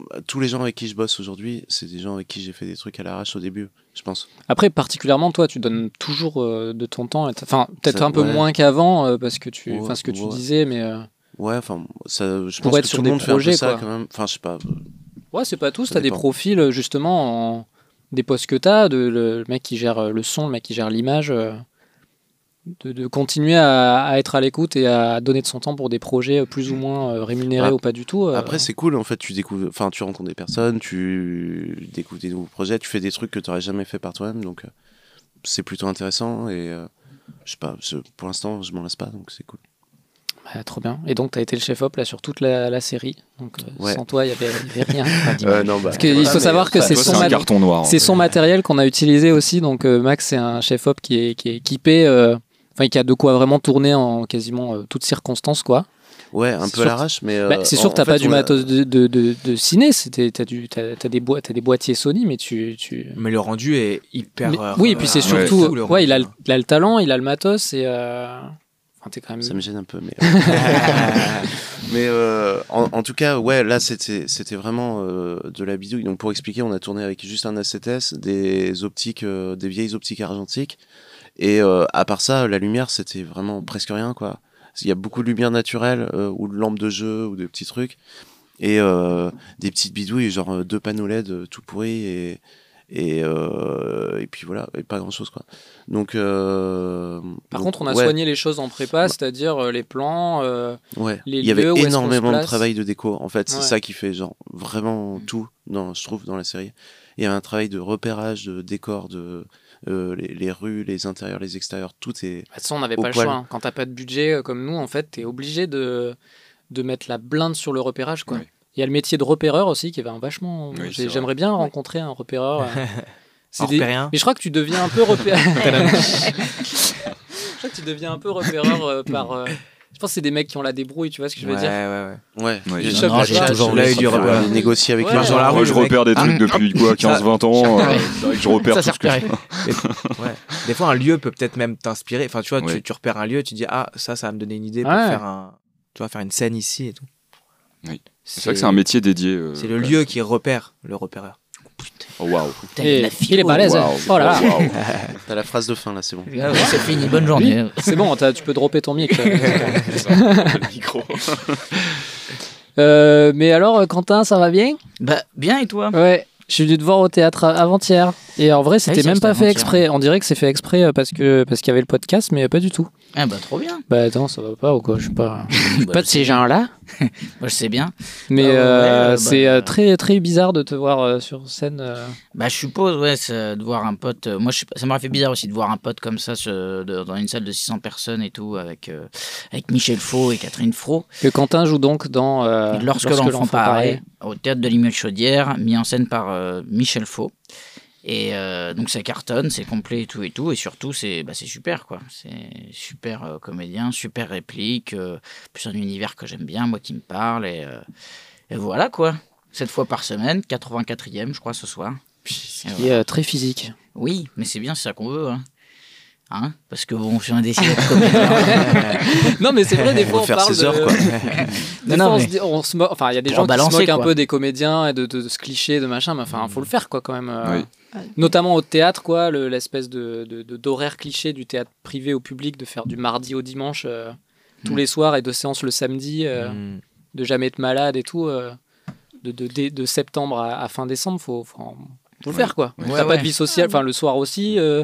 bah, Tous les gens avec qui je bosse aujourd'hui, c'est des gens avec qui j'ai fait des trucs à l'arrache au début, je pense.
Après, particulièrement, toi, tu donnes toujours euh, de ton temps. et t'- Enfin, peut-être
Ça-
un peu
ouais.
moins qu'avant, euh, parce que tu,
Ouais,
enfin, ce que tu
ouais.
disais, mais. euh,
Ouais, enfin, ça, je
Pour
pense
être
que
sur
tout
des
le monde
projets,
fait un peu
quoi.
ça quand même. Enfin, je sais pas.
Ouais, c'est pas tous.
Ça
T'as des
dépend.
profils, euh, justement, en- des postes que t'as, de, le, le mec qui gère euh, le son, le mec qui gère l'image, euh, de, de continuer à, à être à l'écoute et à donner de son temps pour des projets euh, plus ou moins euh, rémunérés
Ap-
ou pas du tout. euh.
Après, c'est cool, en fait, tu découvres, enfin, tu rencontres des personnes, tu découvres des nouveaux projets, tu fais des trucs que tu n'aurais jamais fait par toi-même, donc euh, c'est plutôt intéressant et euh, je sais pas, je- pour l'instant, je m'en lasse pas, donc c'est cool.
Bah, trop bien. Et donc, t'as été le chef-op là sur toute la, la série. Donc, euh,
Ouais.
sans toi, il n'y avait, y avait rien.
Euh, non, bah,
Parce qu'il
voilà,
faut
mais
savoir que
ça,
c'est
toi,
son,
c'est un
mat-
carton noir, en
c'est
fait.
son matériel qu'on a utilisé aussi. Donc, euh, Max, c'est un chef-op qui est, qui est équipé, euh, enfin, qui a de quoi vraiment tourner en quasiment euh, toutes circonstances, quoi.
Ouais, un
C'est
peu à
sûr-
l'arrache, mais, euh,
Bah, c'est sûr
en-
que t'as
en fait,
pas du
on l'a-
matos de, de, de, de ciné, c'était- t'as du- t'as- t'as des, boi- t'as des boîtiers Sony, mais tu. tu...
Mais le rendu est hyper.
Mais-
euh,
oui, et puis c'est
euh,
surtout.
fou, le hein.
ouais,
rendu.
il, a, le- il a le talent, il a le matos, et. euh, Enfin, t'es quand même.
Ça me gêne un peu, mais. mais euh, en, en tout cas, ouais, là, c'était c'était vraiment euh, de la bidouille. Donc, pour expliquer, on a tourné avec juste un ACTS, des optiques, euh, des vieilles optiques argentiques. Et euh, à part ça, la lumière, c'était vraiment presque rien, quoi. Il y a beaucoup de lumière naturelle, euh, ou de lampes de jeu, ou de petits trucs. Et euh, des petites bidouilles, genre euh, deux panneaux LED euh, tout pourris et. Et, euh, et puis voilà, et pas grand chose quoi. Donc, euh,
Par
donc,
contre, on a
ouais. Bah.
soigné les choses en prépa, c'est-à-dire euh, les plans, euh,
Ouais.
les
il y avait
lieux où est-ce qu'on se
énormément de
place.
travail de déco. En fait, c'est
Ouais. Mm.
ça qui fait genre vraiment tout, dans, je trouve, dans la série. Il y a un travail de repérage, de décor, de euh, les, les rues, les intérieurs, les extérieurs, tout est.
Bah, De toute façon, on n'avait
au
pas le
poil.
choix. hein. Quand t'as pas de budget euh, comme nous, en fait, t'es obligé de, de mettre la blinde sur le repérage. Quoi. Il y a le métier de repéreur aussi qui est un vachement.
Oui,
j'ai-
c'est vrai.
J'aimerais bien rencontrer un repéreur. euh,
Un repérien.
Mais je crois que tu deviens un peu repéreur.
Tadam.
je crois que tu deviens un peu repéreur euh, par. euh, Je pense que c'est des mecs qui ont la débrouille, tu vois ce que je veux
Ouais,
dire
ouais, ouais.
Ouais.
Ils
Ouais,
chopent
non,
la
j'ai
tâche,
toujours
euh,
voulu
ils
du
sont-
repéreur. Négocier avec les gens dans la
Moi,
rue,
je
le mec.
repère des
Ah,
trucs depuis quoi, 15-20 ans. euh, c'est vrai que je repère tout ce que je
Et- ouais. Des fois, un lieu peut peut-être même t'inspirer. Enfin, tu vois,
Ouais.
tu, tu repères un lieu, tu dis ah ça, ça va me donner une idée pour
Ouais.
faire un, tu vois, faire une scène ici et tout.
Oui. C'est vrai que c'est un métier dédié, euh,
c'est le
quand même.
lieu qui repère le repéreur.
Oh, waouh.
Et-
la
il est balèze, hein. Oh là là. Waouh.
T'as la phrase de fin là, c'est bon.
Ah ouais, c'est fini, bonne journée. Oui, c'est bon, t'as- tu peux dropper ton mic, là. Le micro. Euh, mais alors, euh, Quentin, ça va bien
Bah, bien et toi
Ouais, je suis venu te voir au théâtre euh, avant-hier. Et en vrai, c'était
c'est
même pas
avant-hier.
fait exprès. On dirait que c'est fait exprès euh, parce que parce qu'il y avait le podcast, mais euh, pas du tout.
Ah bah trop bien.
Bah attends, ça va pas ou quoi Je suis pas, je suis
Bah,
pas de
je
ces gens-là.
Moi je sais bien.
Mais
Bah, ouais,
euh,
bah,
c'est euh, très très bizarre de te voir euh, sur scène. euh.
Bah, je suppose, ouais, c'est de voir un pote. euh, Moi, je, suis pas- ça m'aurait fait bizarre aussi de voir un pote comme ça ce- de- dans une salle de 600 personnes et tout, avec, euh, avec Michel Faux et Catherine Fro.
Que Quentin joue donc dans euh,
lorsque, l'enfant paraît, au théâtre de l'immeuble Chaudière, mis en scène par euh, Michel Faux. Et euh, donc, ça cartonne, c'est complet et tout et tout. Et surtout, c'est bah, c'est super, quoi. C'est super euh, comédien, super réplique, euh, plus un univers que j'aime bien, moi qui me parle. Et, euh, et voilà, quoi. 7 fois par semaine, 84e, je crois, ce soir. Et
qui est euh, très physique.
oui, mais c'est bien, c'est ça qu'on veut. Hein. Hein Parce que bon, je suis indécis d'être comédien.
non, mais c'est vrai, des fois, on, parle de... Des fois,
non, non,
on
mais-
se dit- on se mo- Enfin, il y a des
Pour
gens qui se
balancer,
moquent un
quoi.
peu des comédiens et de, de- de ce cliché, de machin, mais enfin, faut le faire, quoi, quand même. euh,
Oui.
Notamment au théâtre, quoi, le- l'espèce de de- de- d'horaire cliché du théâtre privé au public, de faire du mardi au dimanche euh, tous
Mm.
les soirs et de séances le samedi, euh, de jamais être malade et tout. euh, de, de, dès- de septembre à, à fin décembre, faut, faut en- faut le faire quoi.
Ouais.
T'as
Ouais,
pas
ouais.
de vie sociale, enfin le soir aussi, euh,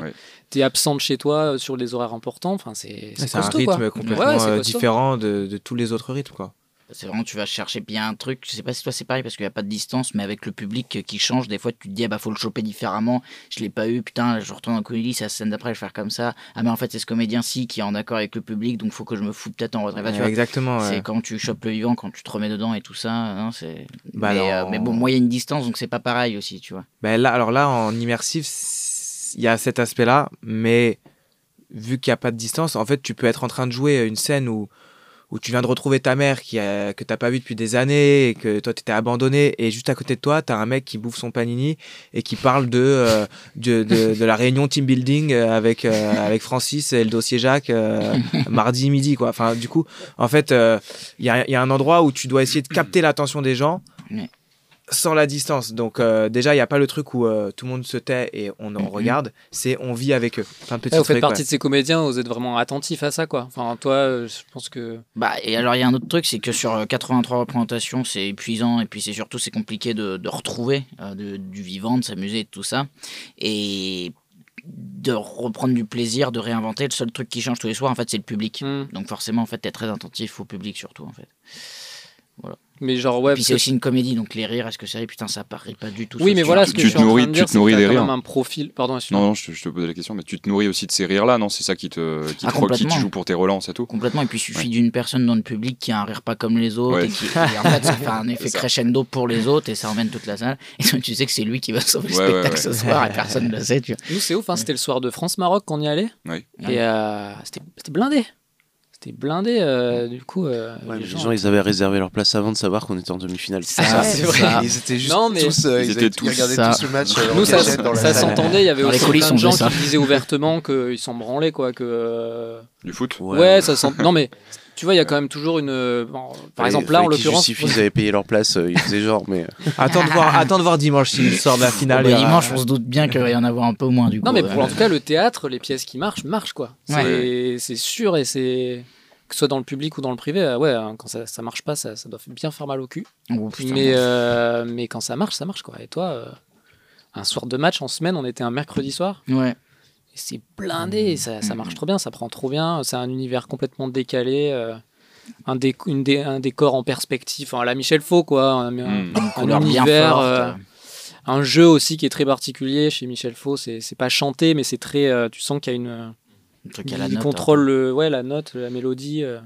t'es absent de chez toi euh, sur des horaires importants, enfin c'est
C'est un
costaud,
rythme
quoi.
complètement
Ouais, ouais, c'est
euh,
costaud.
différent de, de tous les autres rythmes, quoi.
C'est vraiment, tu vas chercher bien un truc. Je sais pas si toi c'est pareil parce qu'il n'y a pas de distance, mais avec le public euh, qui change, des fois tu te dis, ah bah faut le choper différemment. Je l'ai pas eu, putain, je retourne en coulisses, c'est la scène d'après, je vais faire comme ça. Ah, mais en fait, c'est ce comédien-ci qui est en accord avec le public, donc faut que je me fous peut-être en retrait. Bah, tu
Ouais,
vois,
exactement,
C'est
ouais.
quand tu chopes le vivant, quand tu te remets dedans et tout ça. euh, non, c'est...
Bah,
mais, euh,
non.
mais bon, moi il y a une distance, donc c'est pas pareil aussi, tu vois.
Ben là, alors là, en immersif, c- il y a cet aspect-là, mais vu qu'il n'y a pas de distance, en fait, tu peux être en train de jouer une scène où, où tu viens de retrouver ta mère qui a, que t'as pas vue depuis des années et que toi, tu étais abandonné, et juste à côté de toi, tu as un mec qui bouffe son panini et qui parle de, euh, de, de- de la réunion team building euh, avec, euh, avec Francis et le dossier Jacques euh, mardi midi, quoi. Enfin, du coup, en fait, euh, il y, a, il y a un endroit où tu dois essayer de capter l'attention des gens
Ouais.
sans la distance. Donc euh, déjà, il n'y a pas le truc où euh, tout le monde se tait et on en regarde. C'est on vit avec eux. Plein de petits
Ouais, vous
trucs,
faites partie
ouais.
de ces comédiens, vous êtes vraiment attentifs à ça quoi. Enfin toi, euh, je pense que
Bah, et alors, il y a un autre truc, c'est que sur euh, 83 représentations, c'est épuisant, et puis c'est surtout, c'est compliqué de, de retrouver euh, de- du vivant, de s'amuser, de tout ça. Et de reprendre du plaisir, de réinventer. Le seul truc qui change tous les soirs, en fait, c'est le public.
Hmm.
Donc, forcément, en fait, t'es très attentif au public, surtout, en fait. Voilà.
Mais genre, ouais.
Puis
parce
c'est
que-
aussi une comédie, donc les rires, est-ce que ça rit Putain, ça paraît pas du tout.
Oui,
ce
mais
soir.
voilà, ce que je suis en train de dire,
tu te
c'est que
nourris
t'as
des
quand
rires.
même un hein, profil. Pardon, excuse-moi.
Non, non, je te, je te posais la question, mais tu te nourris aussi de ces rires-là, non C'est ça qui te, qui te re- qui
Ah,
te
complètement.
joue pour tes relances et tout
Complètement, et puis il suffit d'une personne dans le public qui a un rire pas comme les autres,
Ouais.
et, qui, et en fait ça fait un
C'est
effet
ça.
crescendo pour les autres, et ça emmène toute la salle. Et toi, tu sais que c'est lui qui va sauver le
Ouais, ouais,
spectacle
ouais.
ce soir, et personne ne le sait, tu vois.
Nous, c'est ouf, hein, c'était le soir de France-Maroc qu'on y allait.
Oui.
Et euh, c'était c'était blindé. C'était blindé, euh, du coup. euh, les
Les
gens,
gens, ils avaient réservé leur place avant de savoir qu'on était en demi-finale.
Ah, c'est vrai.
Ils étaient juste
Non, mais-
tous. euh, ils, avaient- ils regardaient tous le match. euh, en
Nous, ça,
cachette dans la
ça
salle.
s'entendait. Il y avait
Dans les
aussi
coulisses,
plein de
on
gens
faisait ça.
qui disaient ouvertement qu'ils s'en branlaient, quoi. Que, euh,
Du foot
Ouais, ça s'ent- Non, mais tu vois, il y a quand même toujours une. euh, bon, par
Fallait-
exemple, là, en
fallait qu'ils
l'occurrence.
justifient, ils avaient payé leur place. euh, Ils faisaient genre, mais.
Attends de voir, attends de voir dimanche s'il sort de la finale.
Bon, bah,
il y aura-
dimanche, on se doute bien qu'il va y en avoir un peu moins, du coup.
Non, mais pour,
euh,
en tout cas, le théâtre, les pièces qui marchent, marchent, quoi. C'est
Ouais.
c'est sûr et c'est. Que ce soit dans le public ou dans le privé, euh, ouais, hein, quand ça, ça marche pas, ça, ça doit bien faire mal au cul.
Oh, putain.
mais, euh, mais quand ça marche, ça marche, quoi. Et toi, euh, un soir de match en semaine, on était un mercredi soir.
Ouais.
Et c'est blindé, et ça, ça marche trop bien, ça prend trop bien. C'est un univers complètement décalé. euh, un, déc- une dé- un décor en perspective, enfin, à la Michel Faux, quoi. Un, un-
Une
un
couleur bien
univers.
forte.
euh, un jeu aussi qui est très particulier chez Michel Faux. C'est c'est pas chanté, mais c'est très. euh, tu sens qu'il y a une. euh,
truc à la
il
note,
contrôle le, ouais, la note, la mélodie. euh.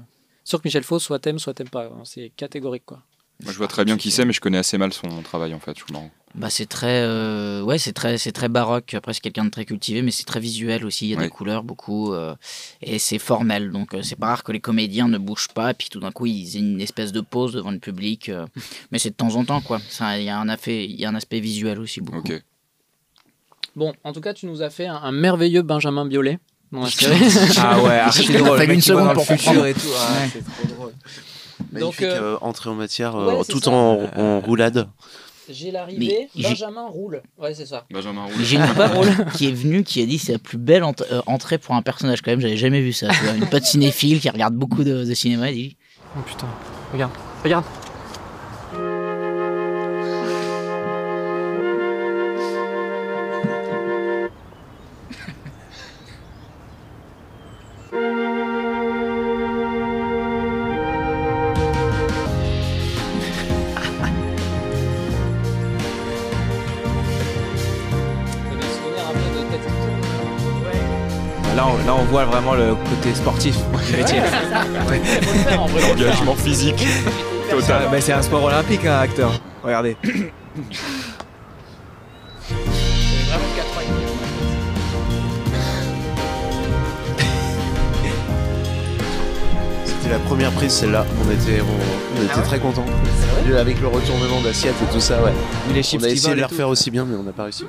Sûr que Michel Faux, soit t'aimes, soit t'aimes pas. hein, C'est catégorique, quoi.
Moi, je vois très bien qui c'est, mais je connais assez mal son travail, en fait. Je me rends-
Bah c'est très euh, ouais c'est très c'est très baroque après c'est quelqu'un de très cultivé mais c'est très visuel aussi il y a des couleurs beaucoup euh, et c'est formel donc euh, c'est pas rare que les comédiens ne bougent pas et puis tout d'un coup ils aient une espèce de pause devant le public euh, mais c'est de temps en temps quoi ça il y a un affect- il y a un aspect visuel aussi beaucoup
Bon, en tout cas, tu nous as fait un, un merveilleux Benjamin Biolay. dans la série.
Ah ouais, archi
Il a
drôle.
fallu
Le mec
une
qui voit
seconde
dans le
pour
futur
comprendre.
et tout. ah,
Ouais.
c'est trop drôle. hein.
Magnifique
Donc, euh,
euh, entrée en matière,
ouais,
euh,
c'est
tout
ça.
en, en roulade.
J'ai
Mais
l'arrivée,
j'ai-
Benjamin roule. Ouais, c'est ça.
Benjamin
Mais J'ai une pote qui est venue, qui a dit c'est la plus belle ent- euh, entrée pour un personnage quand même, j'avais jamais vu ça. tu vois. Une pote cinéphile qui regarde beaucoup de, de cinéma, elle dit
Oh putain, regarde, regarde.
Là, on, là, on voit vraiment le côté sportif du métier.
L'engagement physique total.
Ah, bah, c'est un sport olympique, hein, acteur. Regardez.
C'était la première prise, celle-là. On était, on, on était très contents. Avec le retournement d'assiette et tout ça, ouais.
les
on
chips
a
qui
essayé
volent
de
et
la
tout.
refaire aussi bien, mais on n'a pas réussi.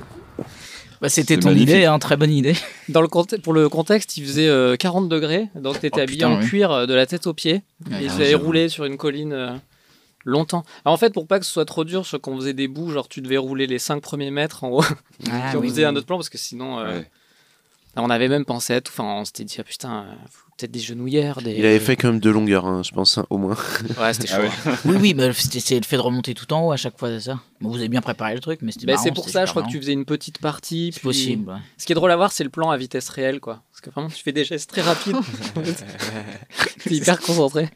Bah,
C'était ton idée, hein, très bonne idée.
Dans le contexte, pour le contexte, il faisait euh, 40 degrés, donc t'étais
Oh,
habillé
putain,
en
oui.
cuir euh, de la tête aux pieds.
Ouais,
et
ah,
tu avais
j'avoue.
roulé sur une colline euh, longtemps. Alors, en fait, pour pas que ce soit trop dur, je qu'on faisait des bouts, genre tu devais rouler les 5 premiers mètres en haut.
Ah,
Puis on
oui,
faisait
oui,
un
oui.
autre plan parce que sinon. euh, On avait même pensé à tout. Enfin, on s'était dit, ah, putain, euh, faut peut-être des genouillères. Des...
Il avait fait quand même deux longueurs, hein, je pense, hein, au moins.
Ouais, c'était chaud. hein.
oui, oui, mais c'était c'est le fait de remonter tout en haut à chaque fois, c'est ça. Bon, vous avez bien préparé le truc, mais c'était
Bah,
marrant,
c'est pour
c'était
ça, je
super
crois que tu
marrant.
faisais une petite partie.
C'est
puis-
possible, ouais.
Ce qui est drôle à voir, c'est le plan à vitesse réelle, quoi. Parce que vraiment, tu fais des gestes très rapides. T'es hyper concentré.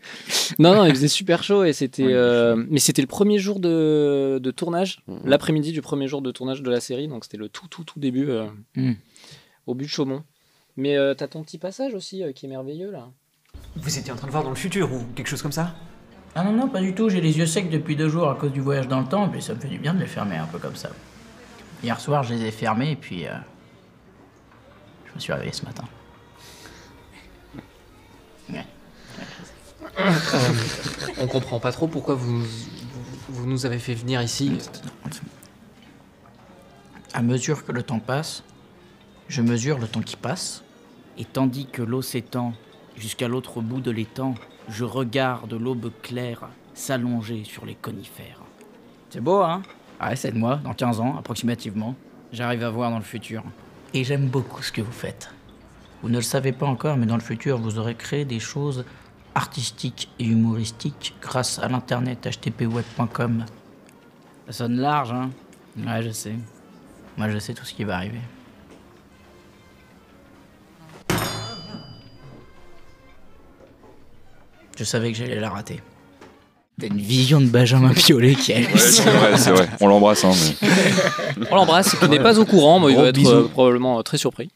Non, non, il faisait super chaud et c'était. euh, Mais c'était le premier jour de, de tournage, l'après-midi du premier jour de tournage de la série, donc c'était le tout, tout, tout début euh,
Mm.
au but de Chaumont. Mais euh, t'as ton petit passage aussi euh, qui est merveilleux là.
Vous étiez en train de voir dans le futur ou quelque chose comme ça
Ah non, non, pas du tout. J'ai les yeux secs depuis deux jours à cause du voyage dans le temps, et puis ça me fait du bien de les fermer un peu comme ça. Hier soir, je les ai fermés, et puis. euh, Je me suis réveillé ce matin. Ouais.
Euh, on comprend pas trop pourquoi vous, vous- vous nous avez fait venir ici.
À mesure que le temps passe, je mesure le temps qui passe. Et tandis que l'eau s'étend jusqu'à l'autre bout de l'étang, je regarde l'aube claire s'allonger sur les conifères. C'est beau, hein Ouais, c'est de moi, dans 15 ans, approximativement. J'arrive à voir dans le futur. Et j'aime beaucoup ce que vous faites. Vous ne le savez pas encore, mais dans le futur, vous aurez créé des choses artistiques et humoristiques grâce à l'internet htpweb.com. Ça sonne large, hein Ouais, je sais. Moi, je sais tout ce qui va arriver. Je savais que j'allais la rater. T'as une vision de Benjamin Piolé qui a
Ouais, c'est vrai, c'est vrai. On l'embrasse. Hein, mais-
On l'embrasse, qui n'est pas au courant, mais il
Gros
va être
bisous.
euh, probablement euh, très surpris.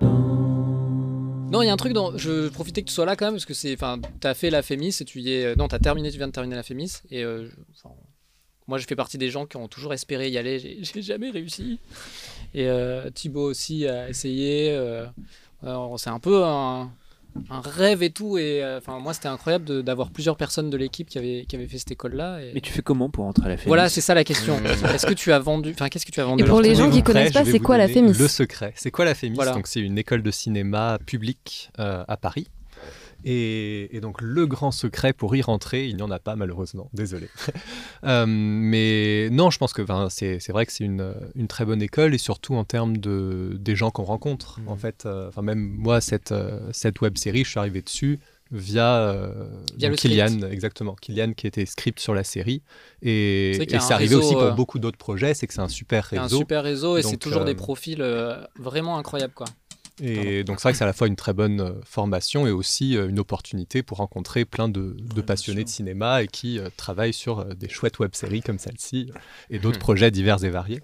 Non, il y a un truc dans. Je profitais que tu sois là quand même, parce que c'est. Enfin, t'as fait la Fémis et tu y es. euh, Non, t'as terminé, tu viens de terminer la Fémis. Et euh, je- enfin, moi, je fais partie des gens qui ont toujours espéré y aller. J'ai- J'ai jamais réussi. Et euh, Thibaut aussi a essayé. euh, alors, c'est un peu un, un rêve et tout. Et euh, enfin, moi, c'était incroyable de- d'avoir plusieurs personnes de l'équipe qui avaient, qui avaient fait cette école-là. et-
Mais tu fais comment pour rentrer à la Fémis
Voilà, c'est ça la question. Est-ce que tu as vendu. Enfin, qu'est-ce que tu as vendu
Et pour les gens qui
Prêt,
connaissent pas,
je vais
c'est
vous
quoi la
donner
Fémis
le
Le secret, c'est quoi la Fémis
Voilà.
Donc c'est une école de cinéma publique euh, à Paris. Et, et donc le grand secret pour y rentrer, il n'y en a pas malheureusement, désolé. Euh, mais non, je pense que ben, c'est c'est vrai que c'est une, une très bonne école et surtout en termes de, des gens qu'on
Mmh.
rencontre. En fait, euh, enfin même moi, cette, euh, cette web série, je suis arrivé dessus via, euh,
Via
donc
le
Kylian,
script.
exactement, Kylian qui était script sur la série. Et
C'est vrai qu'il y a
et
un
c'est arrivé aussi
réseau,
pour
euh,
beaucoup d'autres projets, c'est que c'est un super
Il y a
réseau.
un super réseau et c'est
Donc,
toujours
euh,
des profils euh, vraiment incroyables, quoi.
et donc c'est vrai que c'est à la fois une très bonne euh, formation et aussi euh, une opportunité pour rencontrer plein de, de passionnés de cinéma et qui euh, travaillent sur euh, des chouettes web-séries comme celle-ci euh, et d'autres
Hum.
Mhm.
projets divers et variés.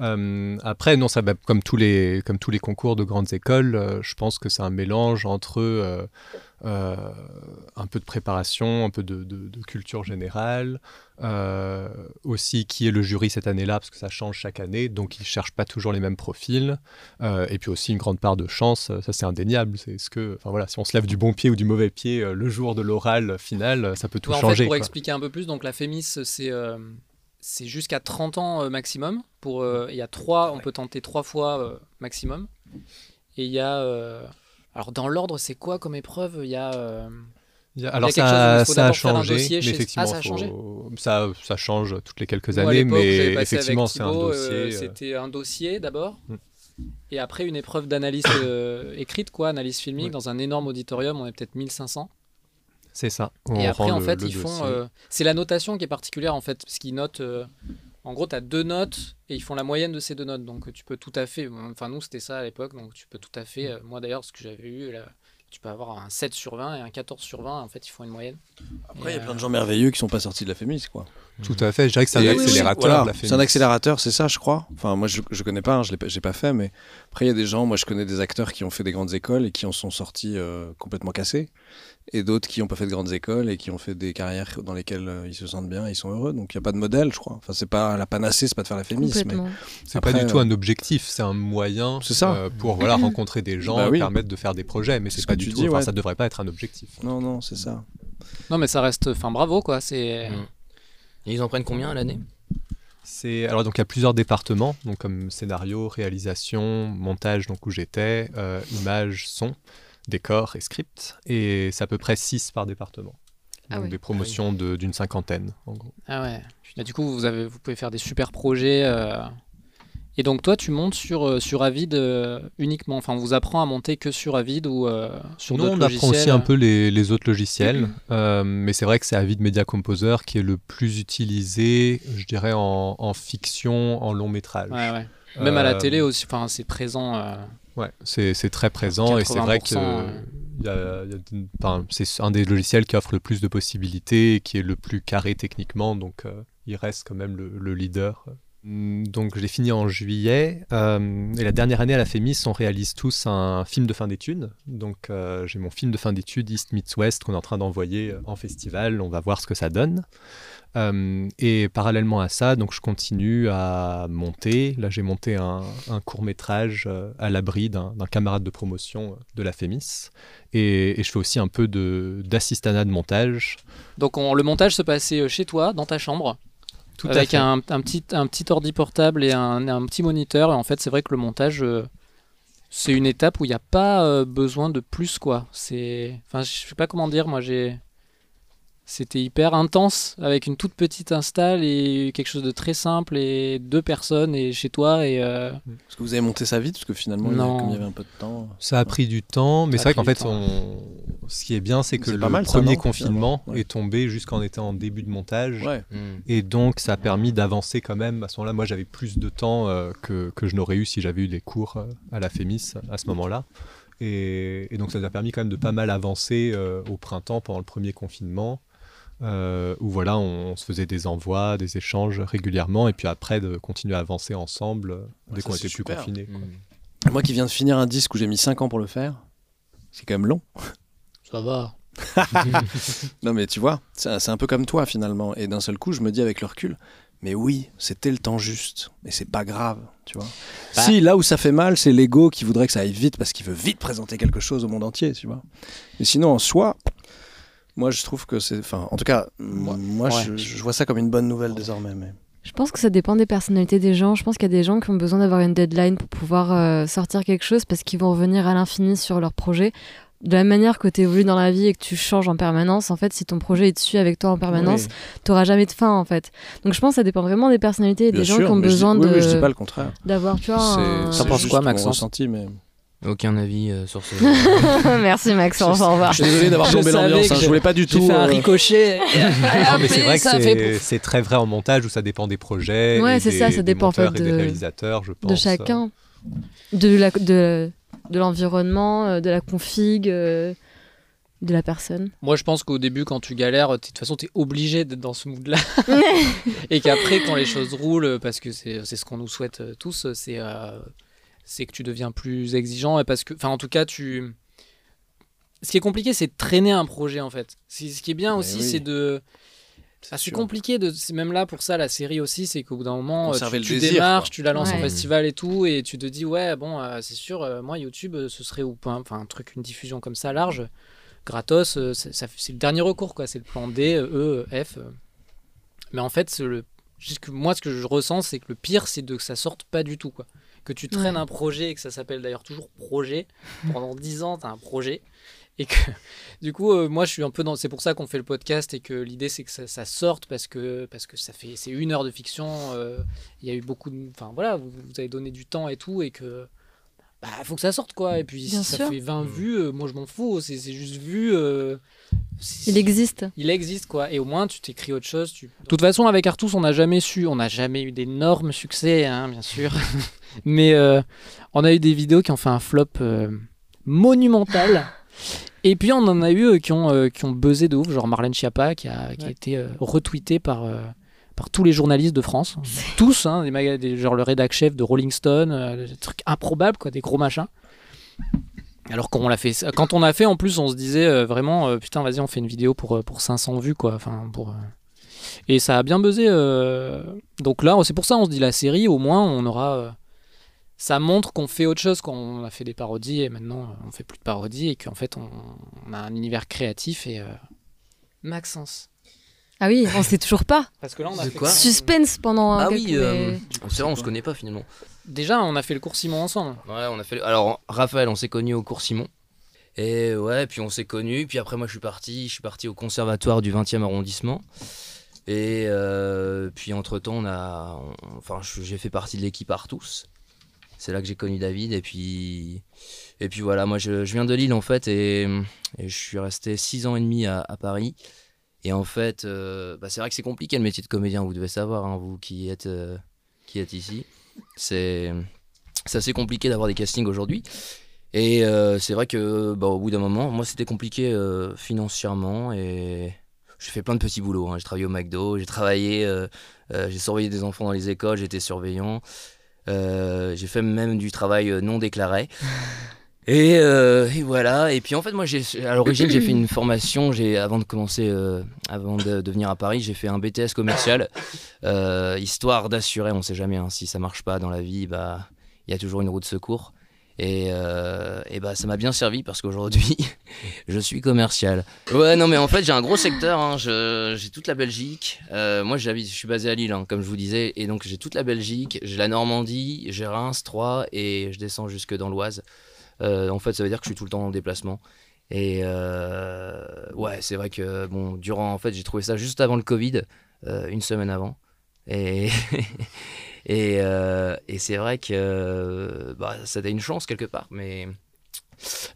Euh, après, non, ça, va- comme, tous les, comme tous les concours de grandes écoles, euh, je pense que c'est un mélange entre euh, euh, un peu de préparation, un peu de, de- de culture générale, euh, aussi qui est le jury cette année-là, parce que ça change chaque année, donc ils ne cherchent pas toujours les mêmes profils, euh, et puis aussi une grande part de chance, euh, ça c'est indéniable, c'est ce que, enfin voilà, si on se lève du bon pied ou du mauvais pied euh, le jour de l'oral final, euh, ça peut tout
Ouais, en fait,
changer.
pour
quoi.
expliquer un peu plus, donc la Fémis, c'est euh, c'est jusqu'à 30 ans euh, maximum. Pour, euh, il y a trois, on peut tenter trois fois euh, maximum. Et il y a. euh, alors, dans l'ordre, c'est quoi comme épreuve Il y a. euh,
Il
il y
y a-
a
alors
quelque chose où
ça,
il faut
ça a
d'abord faire un
changé,
dossier
mais
chez-
effectivement,
Ah, ça a changé
faut- ça, ça change toutes les quelques
Nous, à
années,
l'époque, j'avais
mais
passé avec
effectivement c'est un
Thibaut, euh,
dossier. euh, Mm.
C'était un dossier d'abord, et après une épreuve d'analyse euh, écrite, quoi, analyse filmique, dans un énorme auditorium, on est peut-être 1500.
euh, C'est ça.
et
On
après,
rend
en
le-
fait,
le
ils font.
dossier.
euh, c'est la notation qui est particulière, en fait, parce qu'ils notent. euh, en gros, tu as deux notes et ils font la moyenne de ces deux notes. Donc, tu peux tout à fait. Enfin, nous, c'était ça à l'époque. Donc, tu peux tout à fait. euh, moi, d'ailleurs, ce que j'avais eu, là, tu peux avoir un 7 sur 20 et un 14 sur 20. En fait, ils font une moyenne.
Après, il y
Et, euh,
a plein de gens merveilleux qui sont pas sortis de la Fémis, quoi.
Tout à fait, je dirais que c'est un
Et-
accélérateur,
voilà,
la
C'est
Fémis.
un accélérateur, c'est ça, je crois. Enfin, moi, je, je connais pas, hein, je l'ai pas- j'ai pas fait, mais après, il y a des gens, moi, je connais des acteurs qui ont fait des grandes écoles et qui en sont sortis euh, complètement cassés, et d'autres qui n'ont pas fait de grandes écoles et qui ont fait des carrières dans lesquelles euh, ils se sentent bien, et ils sont heureux. Donc, il y a pas de modèle, je crois. Enfin, c'est pas la panacée, c'est pas de faire la Fémis, mais
Complètement. C'est pas
après,
du tout
euh,
un objectif, c'est un moyen
C'est ça.
euh, pour voilà, rencontrer des gens,
Bah oui.
permettre de faire des projets, mais c'est
ce
pas
que
du
tu
tout,
dis,
enfin,
ouais.
ça devrait pas être un objectif.
Non, non, c'est ça.
Non, mais ça reste. Enfin, bravo, quoi. C'est.
Mm. Et ils en prennent combien à l'année
C'est alors donc il y a plusieurs départements, donc comme scénario, réalisation, montage, donc où j'étais, euh, images, son. décor et script. Et c'est à peu près 6 par département.
Ah
Donc
oui.
des promotions de- d'une cinquantaine, en gros.
Ah ouais. Bah, du coup, vous, avez, vous pouvez faire des super projets. euh, Et donc, toi, tu montes sur, euh, sur Avid euh, uniquement. Enfin, on vous apprend à monter que sur Avid ou euh, sur
Nous,
d'autres
on apprend aussi
logiciels. Mm-hmm.
un peu les, les autres logiciels, euh, mais c'est vrai que c'est Avid Media Composer qui est le plus utilisé, je dirais, en, en fiction, en long métrage.
Ouais, ouais. Même à la
Euh,
télé aussi. Enfin, c'est présent. euh,
Ouais, c'est c'est très présent et c'est vrai que
80%,
euh, y a- y a une- enfin, c'est un des logiciels qui offre le plus de possibilités et qui est le plus carré techniquement, donc euh, il reste quand même le, le leader. Mm, Donc je l'ai fini en juillet euh, et la dernière année à la FEMIS, on réalise tous un film de fin d'études. Donc euh, j'ai mon film de fin d'études East Meets West qu'on est en train d'envoyer euh, en festival. On va voir ce que ça donne. Euh, et parallèlement à ça, donc je continue à monter. Là, j'ai monté un, court métrage à l'abri d'un d'un camarade de promotion euh, de la Fémis, et, et je fais aussi un peu de d'assistanat de montage.
Donc, on- le montage se passait euh, chez toi, dans ta chambre.
Tout à
avec
fait.
un, un petit, un petit ordi portable et un, un petit moniteur. Et en fait, c'est vrai que le montage, euh, c'est une étape où il n'y a pas euh, besoin de plus, quoi. C'est... Enfin, je sais pas comment dire, moi, j'ai... C'était hyper intense, avec une toute petite install et quelque chose de très simple, et deux personnes, et chez toi, et... euh,
Parce que vous avez monté ça vite, parce que finalement, il y a-
Non.
comme il y avait un peu de temps. euh,
Ça a pris du temps, mais
Ça
c'est
a
vrai qu'en
pris
fait,
du temps.
on- ce qui est bien, c'est que
C'est
le
pas mal, ça,
premier
non,
confinement
finalement Ouais.
est tombé jusqu'en étant en début de montage,
Ouais.
Mm. et donc ça a permis d'avancer quand même. À ce moment-là, moi, j'avais plus de temps euh, que, que je n'aurais eu si j'avais eu des cours euh, à la Fémis à ce moment-là. Et, et donc ça nous a permis quand même de pas mal avancer euh, au printemps pendant le premier confinement, euh, où voilà, on, on se faisait des envois, des échanges régulièrement, et puis après de continuer à avancer ensemble euh, dès
Ouais, ça,
qu'on
c'est
était plus
super.
confinés. quoi.
Mm. Moi qui viens de finir un disque où j'ai mis 5 ans pour le faire, c'est quand même long.
Ça va.
non, mais tu vois, c'est c'est un peu comme toi finalement. Et d'un seul coup, je me dis avec le recul, mais oui, c'était le temps juste. Et c'est pas grave, tu vois.
Bah-
Si, là où ça fait mal, c'est l'ego qui voudrait que ça aille vite parce qu'il veut vite présenter quelque chose au monde entier, tu vois. Mais sinon, en soi, moi je trouve que c'est. Enfin, en tout cas, moi, moi,
Ouais.
je, je vois ça comme une bonne nouvelle désormais. mais-
Je pense que ça dépend des personnalités des gens. Je pense qu'il y a des gens qui ont besoin d'avoir une deadline pour pouvoir euh, sortir quelque chose parce qu'ils vont revenir à l'infini sur leur projet. De la manière que tu évolues dans la vie et que tu changes en permanence, en fait, si ton projet est dessus avec toi en permanence,
Oui.
t'auras jamais de fin, en fait. Donc je pense que ça dépend vraiment des personnalités et des
Bien
gens
sûr,
qui ont
mais je dis-
besoin
oui,
de.
oui, je dis pas le contraire.
D'avoir, tu vois. un-
T'en penses quoi, Maxence
mais...
Aucun avis euh, sur ce.
Merci Maxence, au revoir.
Je suis désolé d'avoir tombé
savais
l'ambiance,
que
hein, je
j'ai-
voulais pas du
j'ai
tout,
fait un
euh,
Ah,
ricochet. Non, mais
Après,
c'est vrai que
ça
c'est,
fait-
c'est très vrai en montage où ça dépend des projets.
Ouais,
et
c'est
des-
ça, ça
des
dépend en fait
monteurs et des
de-
réalisateurs, je pense.
de chacun, de la de, de l'environnement, euh, de la config, euh, de la personne.
Moi, je pense qu'au début, quand tu galères, t'es- de toute façon, tu es obligé d'être dans ce mood-là. et qu'après, quand les choses roulent, parce que c'est c'est ce qu'on nous souhaite euh, tous, c'est euh, c'est que tu deviens plus exigeant. Et parce que, enfin, en tout cas, tu. Ce qui est compliqué, c'est de traîner un projet, en fait. Ce qui- ce qui est bien
Mais
aussi,
Eh oui.
c'est de. Ah, c'est
sûr.
compliqué de. C'est même là pour ça la série aussi, c'est qu'au bout d'un moment, euh,
Conserver
tu,
le
tu
désir,
démarches,
quoi.
tu la lances en
Ouais.
festival et tout, et tu te dis ouais bon, euh, c'est sûr, euh, moi YouTube, euh, ce serait ou pas, enfin un truc, une diffusion comme ça large, gratos, euh, c'est ça- c'est le dernier recours quoi, c'est le plan D, euh, E, F. euh. Mais en fait, c'est le, juste que moi ce que je ressens, c'est que le pire, c'est de que ça sorte pas du tout quoi, que tu traînes
Ouais.
un projet et que ça s'appelle d'ailleurs toujours projet pendant 10 ans, t'as un projet. Et que du coup, euh, moi, je suis un peu dans. C'est pour ça qu'on fait le podcast et que l'idée, c'est que ça, ça sorte parce que, parce que ça fait. C'est une heure de fiction. euh, Il y a eu beaucoup de. Enfin, voilà, vous, vous avez donné du temps et tout. Et que. Bah, faut que ça sorte, quoi. Et puis,
Bien
si
sûr.
ça fait 20 vues, euh, moi, je m'en fous. C'est c'est juste vu. euh,
Il existe.
il existe quoi, et au moins tu t'écris autre chose. Tu... De toute façon, avec Artus, on n'a jamais su, on n'a jamais eu d'énormes succès, hein, bien sûr. Mais euh, on a eu des vidéos qui ont fait un flop euh, monumental. Et puis on en a eu euh, qui ont, euh, qui ont buzzé de ouf, genre Marlène Schiappa qui a, qui a
Ouais.
été euh, retweetée par, euh, par tous les journalistes de France. Tous, hein, des maga- des- genre le rédac chef de Rolling Stone, euh, des trucs improbables, quoi, des gros machins. Alors qu'on l'a fait, quand on a fait, en plus, on se disait euh, vraiment, euh, putain, vas-y, on fait une vidéo pour, euh, pour 500 vues, quoi. Enfin, pour. euh. Et ça a bien buzzé. euh. Donc là, c'est pour ça, on se dit la série, au moins, on aura. euh, Ça montre qu'on fait autre chose, qu'on a fait des parodies et maintenant euh, on fait plus de parodies et qu'en fait on, on a un univers créatif et. euh, Maxence.
Ah oui, on sait toujours pas.
Parce que là, on a
De
fait
quoi
Suspense pendant.
Ah
quelques-
oui, euh,
mais-
c'est vrai, on se connaît pas finalement.
Déjà, on a fait le cours Simon ensemble.
Ouais, on a fait. Alors, Raphaël, on s'est connu au cours Simon. Et ouais, puis on s'est connus. Puis après, moi, je suis parti. Je suis parti au conservatoire du 20e arrondissement. Et euh, puis entre-temps, on a, on- enfin, je- j'ai fait partie de l'équipe Artous. C'est là que j'ai connu David. Et puis, et puis voilà, moi, je, je viens de Lille, en fait. Et, et je suis resté six ans et demi à, à Paris. Et en fait, euh, bah, c'est vrai que c'est compliqué le métier de comédien, vous devez savoir, hein, vous qui êtes, euh, qui êtes ici. C'est c'est assez compliqué d'avoir des castings aujourd'hui. Et euh, c'est vrai que bah, au bout d'un moment, moi c'était compliqué euh, financièrement et j'ai fait plein de petits boulots. hein. J'ai travaillé au McDo, j'ai travaillé, euh, euh, j'ai surveillé des enfants dans les écoles, j'étais surveillant. Euh, j'ai fait même du travail euh, non déclaré. Et, euh, et voilà. Et puis en fait, moi, j'ai, à l'origine, j'ai fait une formation. J'ai, avant de commencer, euh, avant de, de venir à Paris, j'ai fait un BTS commercial, euh, histoire d'assurer. On sait jamais hein, si ça marche pas dans la vie, bah, il y a toujours une roue de secours. Et, euh, et bah, ça m'a bien servi parce qu'aujourd'hui, je suis commercial. Ouais, non, mais en fait, j'ai un gros secteur. hein. Je- j'ai toute la Belgique. Euh, moi, j'habite, je suis basé à Lille, hein, comme je vous disais. Et donc, j'ai toute la Belgique, j'ai la Normandie, j'ai Reims, Troyes, et je descends jusque dans l'Oise. Euh, en fait, ça veut dire que je suis tout le temps en déplacement. Et euh, ouais, c'est vrai que bon, durant, en fait, j'ai trouvé ça juste avant le Covid, euh, une semaine avant. Et, et, euh, et c'est vrai que euh, bah, ça a une chance quelque part, mais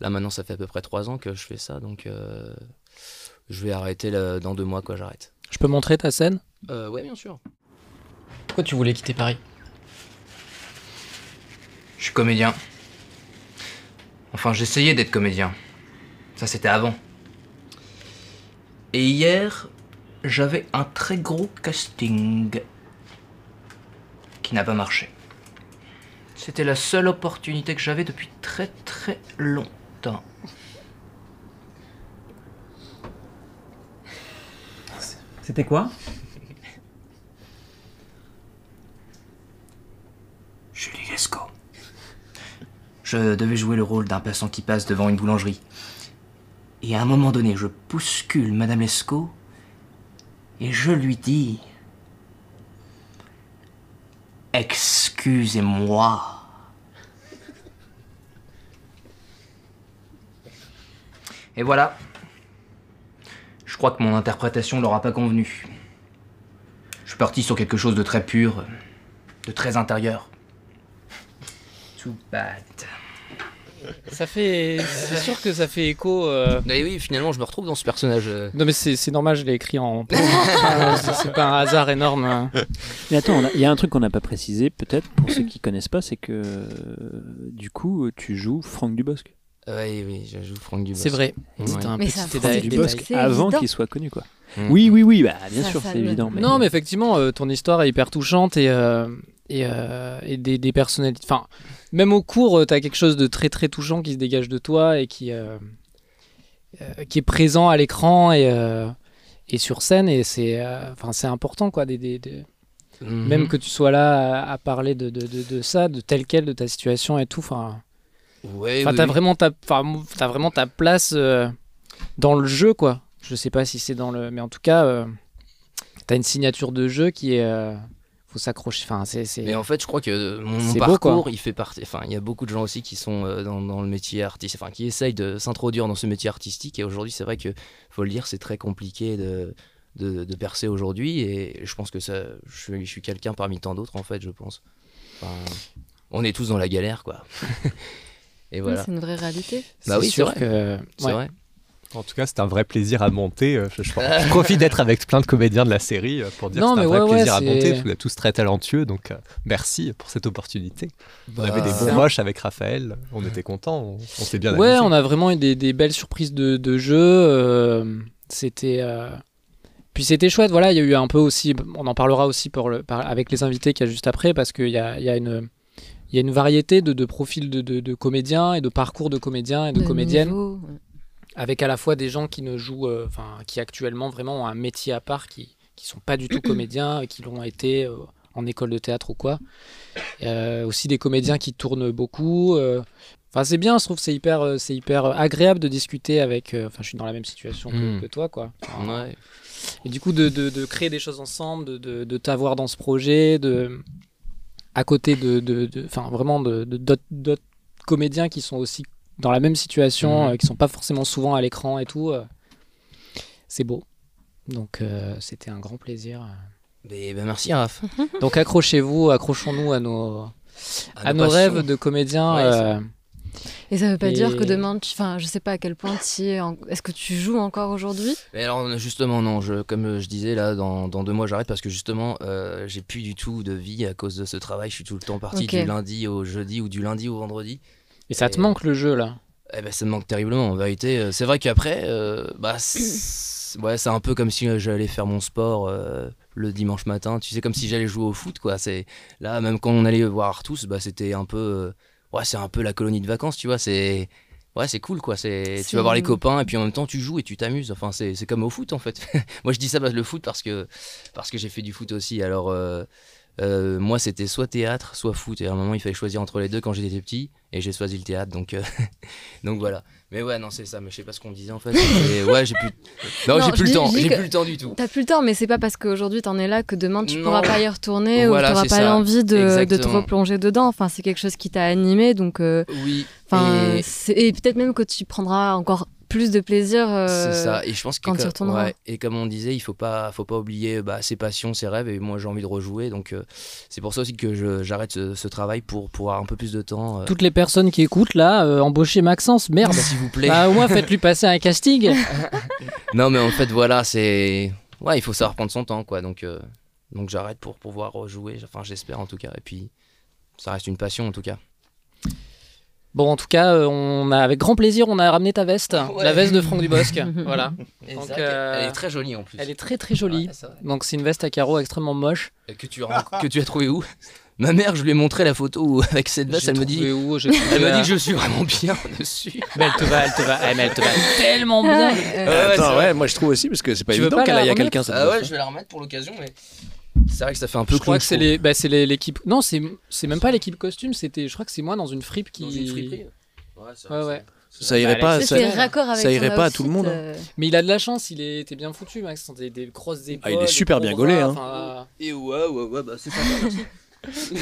là maintenant, ça fait à peu près trois ans que je fais ça, donc euh, je vais arrêter là, dans deux mois, quoi, j'arrête.
Je peux montrer ta scène
Euh, ouais, bien sûr.
Pourquoi tu voulais quitter Paris
Je suis comédien. Enfin, j'essayais d'être comédien. Ça, c'était avant. Et hier, j'avais un très gros casting qui n'a pas marché. C'était la seule opportunité que j'avais depuis très très longtemps.
C'était quoi
Julie Lescaut. Je devais jouer le rôle d'un passant qui passe devant une boulangerie. Et à un moment donné, je bouscule Madame Lescaut et je lui dis Excusez-moi. Et voilà. Je crois que mon interprétation leur a pas convenu. Je suis parti sur quelque chose de très pur, de très intérieur. Too bad.
Ça fait. Bah, C'est sûr que ça fait écho. euh,
Et oui, finalement, je me retrouve dans ce personnage. euh.
Non, mais c'est c'est normal, je l'ai écrit en. Euh, c'est- c'est pas un hasard énorme. hein.
Mais attends, on a- il y a un truc qu'on n'a pas précisé, peut-être, pour ceux qui connaissent pas, c'est que euh, du coup, tu joues Franck Dubosc.
Oui, oui, je joue Franck Dubosc.
C'est vrai. C'est un
Mais
petit
ça,
détail.
Franck Dubosc,
C'est
avant
évident.
qu'il soit connu, quoi.
Mm.
Oui, oui, oui, bah, bien
Ça,
sûr,
ça
c'est
le-
évident. mais-
Non, mais effectivement, euh, ton histoire est hyper touchante et, euh, et, euh, et des, des personnalités. Enfin, même au cours, euh, t'as quelque chose de très très touchant qui se dégage de toi et qui, euh, euh, qui est présent à l'écran et, euh, et sur scène. Et c'est euh, enfin, c'est important, quoi. Des, des- des-
Mhm.
Même que tu sois là à, à parler de, de, de- de ça, de tel quel, de ta situation et tout. Enfin,
Ouais,
enfin,
oui,
t'as
oui.
vraiment, ta- enfin, t'as vraiment ta place euh, dans le jeu, quoi. Je sais pas si c'est dans le. Mais en tout cas, euh, t'as une signature de jeu qui est. euh, faut s'accrocher. Enfin, c'est. c'est-
Mais en fait, je crois que euh, mon, mon
C'est beau,
parcours,
quoi.
il fait partie. Enfin, il y a beaucoup de gens aussi qui sont euh, dans, dans le métier artistique, enfin, qui essayent de s'introduire dans ce métier artistique. Et aujourd'hui, c'est vrai que, faut le dire, c'est très compliqué de, de, de percer aujourd'hui. Et je pense que ça, je suis, je suis quelqu'un parmi tant d'autres, en fait, je pense. Enfin, on est tous dans la galère, quoi. et
Oui,
voilà.
c'est une vraie réalité.
Bah
C'est
oui, c'est
sûr
vrai.
que-
C'est
ouais.
vrai.
En tout cas, c'est un vrai plaisir à monter. Euh, Je, je- je profite d'être avec plein de comédiens de la série euh, pour dire
Non,
que c'est
mais
un vrai
ouais, ouais,
plaisir à
c'est-
monter. parce que Vous êtes tous très talentueux, donc euh, merci pour cette opportunité. on
Bah,
avait des
c'est
bons
ça.
moches avec Raphaël, on était contents, on, on s'est bien
ouais,
amusés.
on a vraiment eu des, des belles surprises de, de jeu. euh, c'était. euh, Puis c'était chouette, voilà, il y a eu un peu aussi, on en parlera aussi pour le, par- avec les invités qu'il y a juste après, parce qu'il y a, il y, a une- il y a une variété de, de profils de, de- de comédiens et de parcours de comédiens et de,
De
comédiennes,
niveau, ouais.
avec à la fois des gens qui ne jouent, euh, enfin, qui actuellement vraiment ont un métier à part, qui qui sont pas du tout comédiens, et qui l'ont été euh, en école de théâtre ou quoi. Euh, aussi des comédiens qui tournent beaucoup. euh, Enfin, c'est bien, je trouve, c'est hyper, euh, c'est hyper agréable de discuter avec. euh, Enfin, je suis dans la même situation que,
Mm.
que toi, quoi.
Ouais.
Et du coup, de, de- de créer des choses ensemble, de, de- de t'avoir dans ce projet, de à côté de, de- de- enfin, vraiment de de- d'autres d'autres comédiens qui sont aussi dans la même situation,
Mhm.
euh, qui sont pas forcément souvent à l'écran et tout. euh, c'est beau. Donc euh, c'était un grand plaisir.
Mais, ben, merci, Raph.
Mhm.
Donc accrochez-vous, accrochons-nous à nos, à nos rêves de comédiens.
Ouais,
euh,
Et ça veut pas dire que
et-
demain, tu- enfin, je sais pas à quel point tu es. en- Est-ce que tu joues encore aujourd'hui
Mais alors justement non, je, comme euh, je disais là, dans, dans deux mois j'arrête parce que justement euh, j'ai plus du tout de vie à cause de ce travail. Je suis tout le temps parti
Ok.
du lundi au jeudi ou du lundi au vendredi.
Et ça te manque le jeu là
Eh ben ça me manque terriblement en vérité. Euh, C'est vrai qu'après, euh, bah c'est- ouais c'est un peu comme si euh, j'allais faire mon sport euh, le dimanche matin. Tu sais comme si j'allais jouer au foot quoi. C'est là même quand on allait voir tous, bah c'était un peu euh, ouais c'est un peu la colonie de vacances tu vois. C'est ouais c'est cool quoi. C'est
C'est-
tu vas voir les copains et puis en même temps tu joues et tu t'amuses. Enfin c'est c'est comme au foot en fait. moi je dis ça parce le foot parce que parce que j'ai fait du foot aussi. Alors euh, euh, moi, c'était soit théâtre, soit foot. Et à un moment, il fallait choisir entre les deux quand j'étais petit. Et j'ai choisi le théâtre, donc, euh, donc voilà. Mais ouais, non, c'est ça. Mais je sais pas ce qu'on disait en fait. Mais ouais, j'ai plus. Non, j'ai
je
plus le
dis-
temps.
je dis
J'ai
que
plus le temps du tout.
T'as plus le temps, mais c'est pas parce qu'aujourd'hui t'en es là que demain tu
Non.
pourras pas y retourner
Voilà,
ou t'auras
c'est
pas
ça.
l'envie de, de te
Exactement.
replonger dedans. Enfin, c'est quelque chose qui t'a animé, donc. euh,
Oui.
Enfin,
et-
c'est- et, peut-être même que tu prendras encore plus de plaisir. euh,
C'est ça. Et je pense que
quand tu y
comme-
retourneras.
ouais. Et comme on disait, il faut pas, faut pas oublier bah, ses passions, ses rêves. Et moi, j'ai envie de rejouer. Donc euh, c'est pour ça aussi que je- j'arrête ce, ce travail pour pour avoir un peu plus de temps. euh.
Toutes les personnes qui écoutent là, euh, embauchez Maxence, merde.
S'il vous plaît.
Bah, au moins faites-lui passer un casting.
Non, mais en fait, voilà, c'est. Ouais, il faut savoir prendre son temps, quoi. Donc, euh, donc j'arrête pour pouvoir rejouer. Enfin, j'espère en tout cas. Et puis, ça reste une passion en tout cas.
Bon, en tout cas, euh, on a, avec grand plaisir, on a ramené ta veste,
Ouais.
la veste de Franck Dubosc. voilà.
Exact.
Donc, euh,
Elle est très jolie en plus.
Elle est très très jolie. Donc c'est une veste à carreaux extrêmement moche.
Et Que tu, as- que tu as trouvé où Ma mère, je lui ai montré la photo où- avec cette veste.
J'ai
Elle me dit.
trouvé où, j'ai
elle
trouvé
me
à-
dit que je suis vraiment bien dessus.
Mais elle te va, elle te va, elle, mais elle te va tellement bien.
ouais, c'est
Attends,
vrai.
ouais, moi je trouve aussi parce que c'est pas
Tu veux
évident
pas
qu'elle
la
aille à
remettre
quelqu'un. cette
Ah ouais,
meuf.
je vais la remettre pour l'occasion, mais. C'est vrai que ça fait un peu
Je crois
clown,
que c'est
je trouve.
les- bah, c'est les- l'équipe. Non, c'est c'est même pas l'équipe costume. C'était, je crois que c'est moi dans une fripe qui.
Ouais, ça,
ouais, ouais.
Ça
Bah,
irait pas. Ça, ça irait pas à tout le monde. hein.
euh.
Mais il a de la chance, il est, t'es bien foutu, Max. T'as des, des grosses épaules.
Ah, il est super
des gros
bien gaulé,
bras,
hein.
enfin,
Et ouais, ouais, ouais, bah c'est sympa, merci.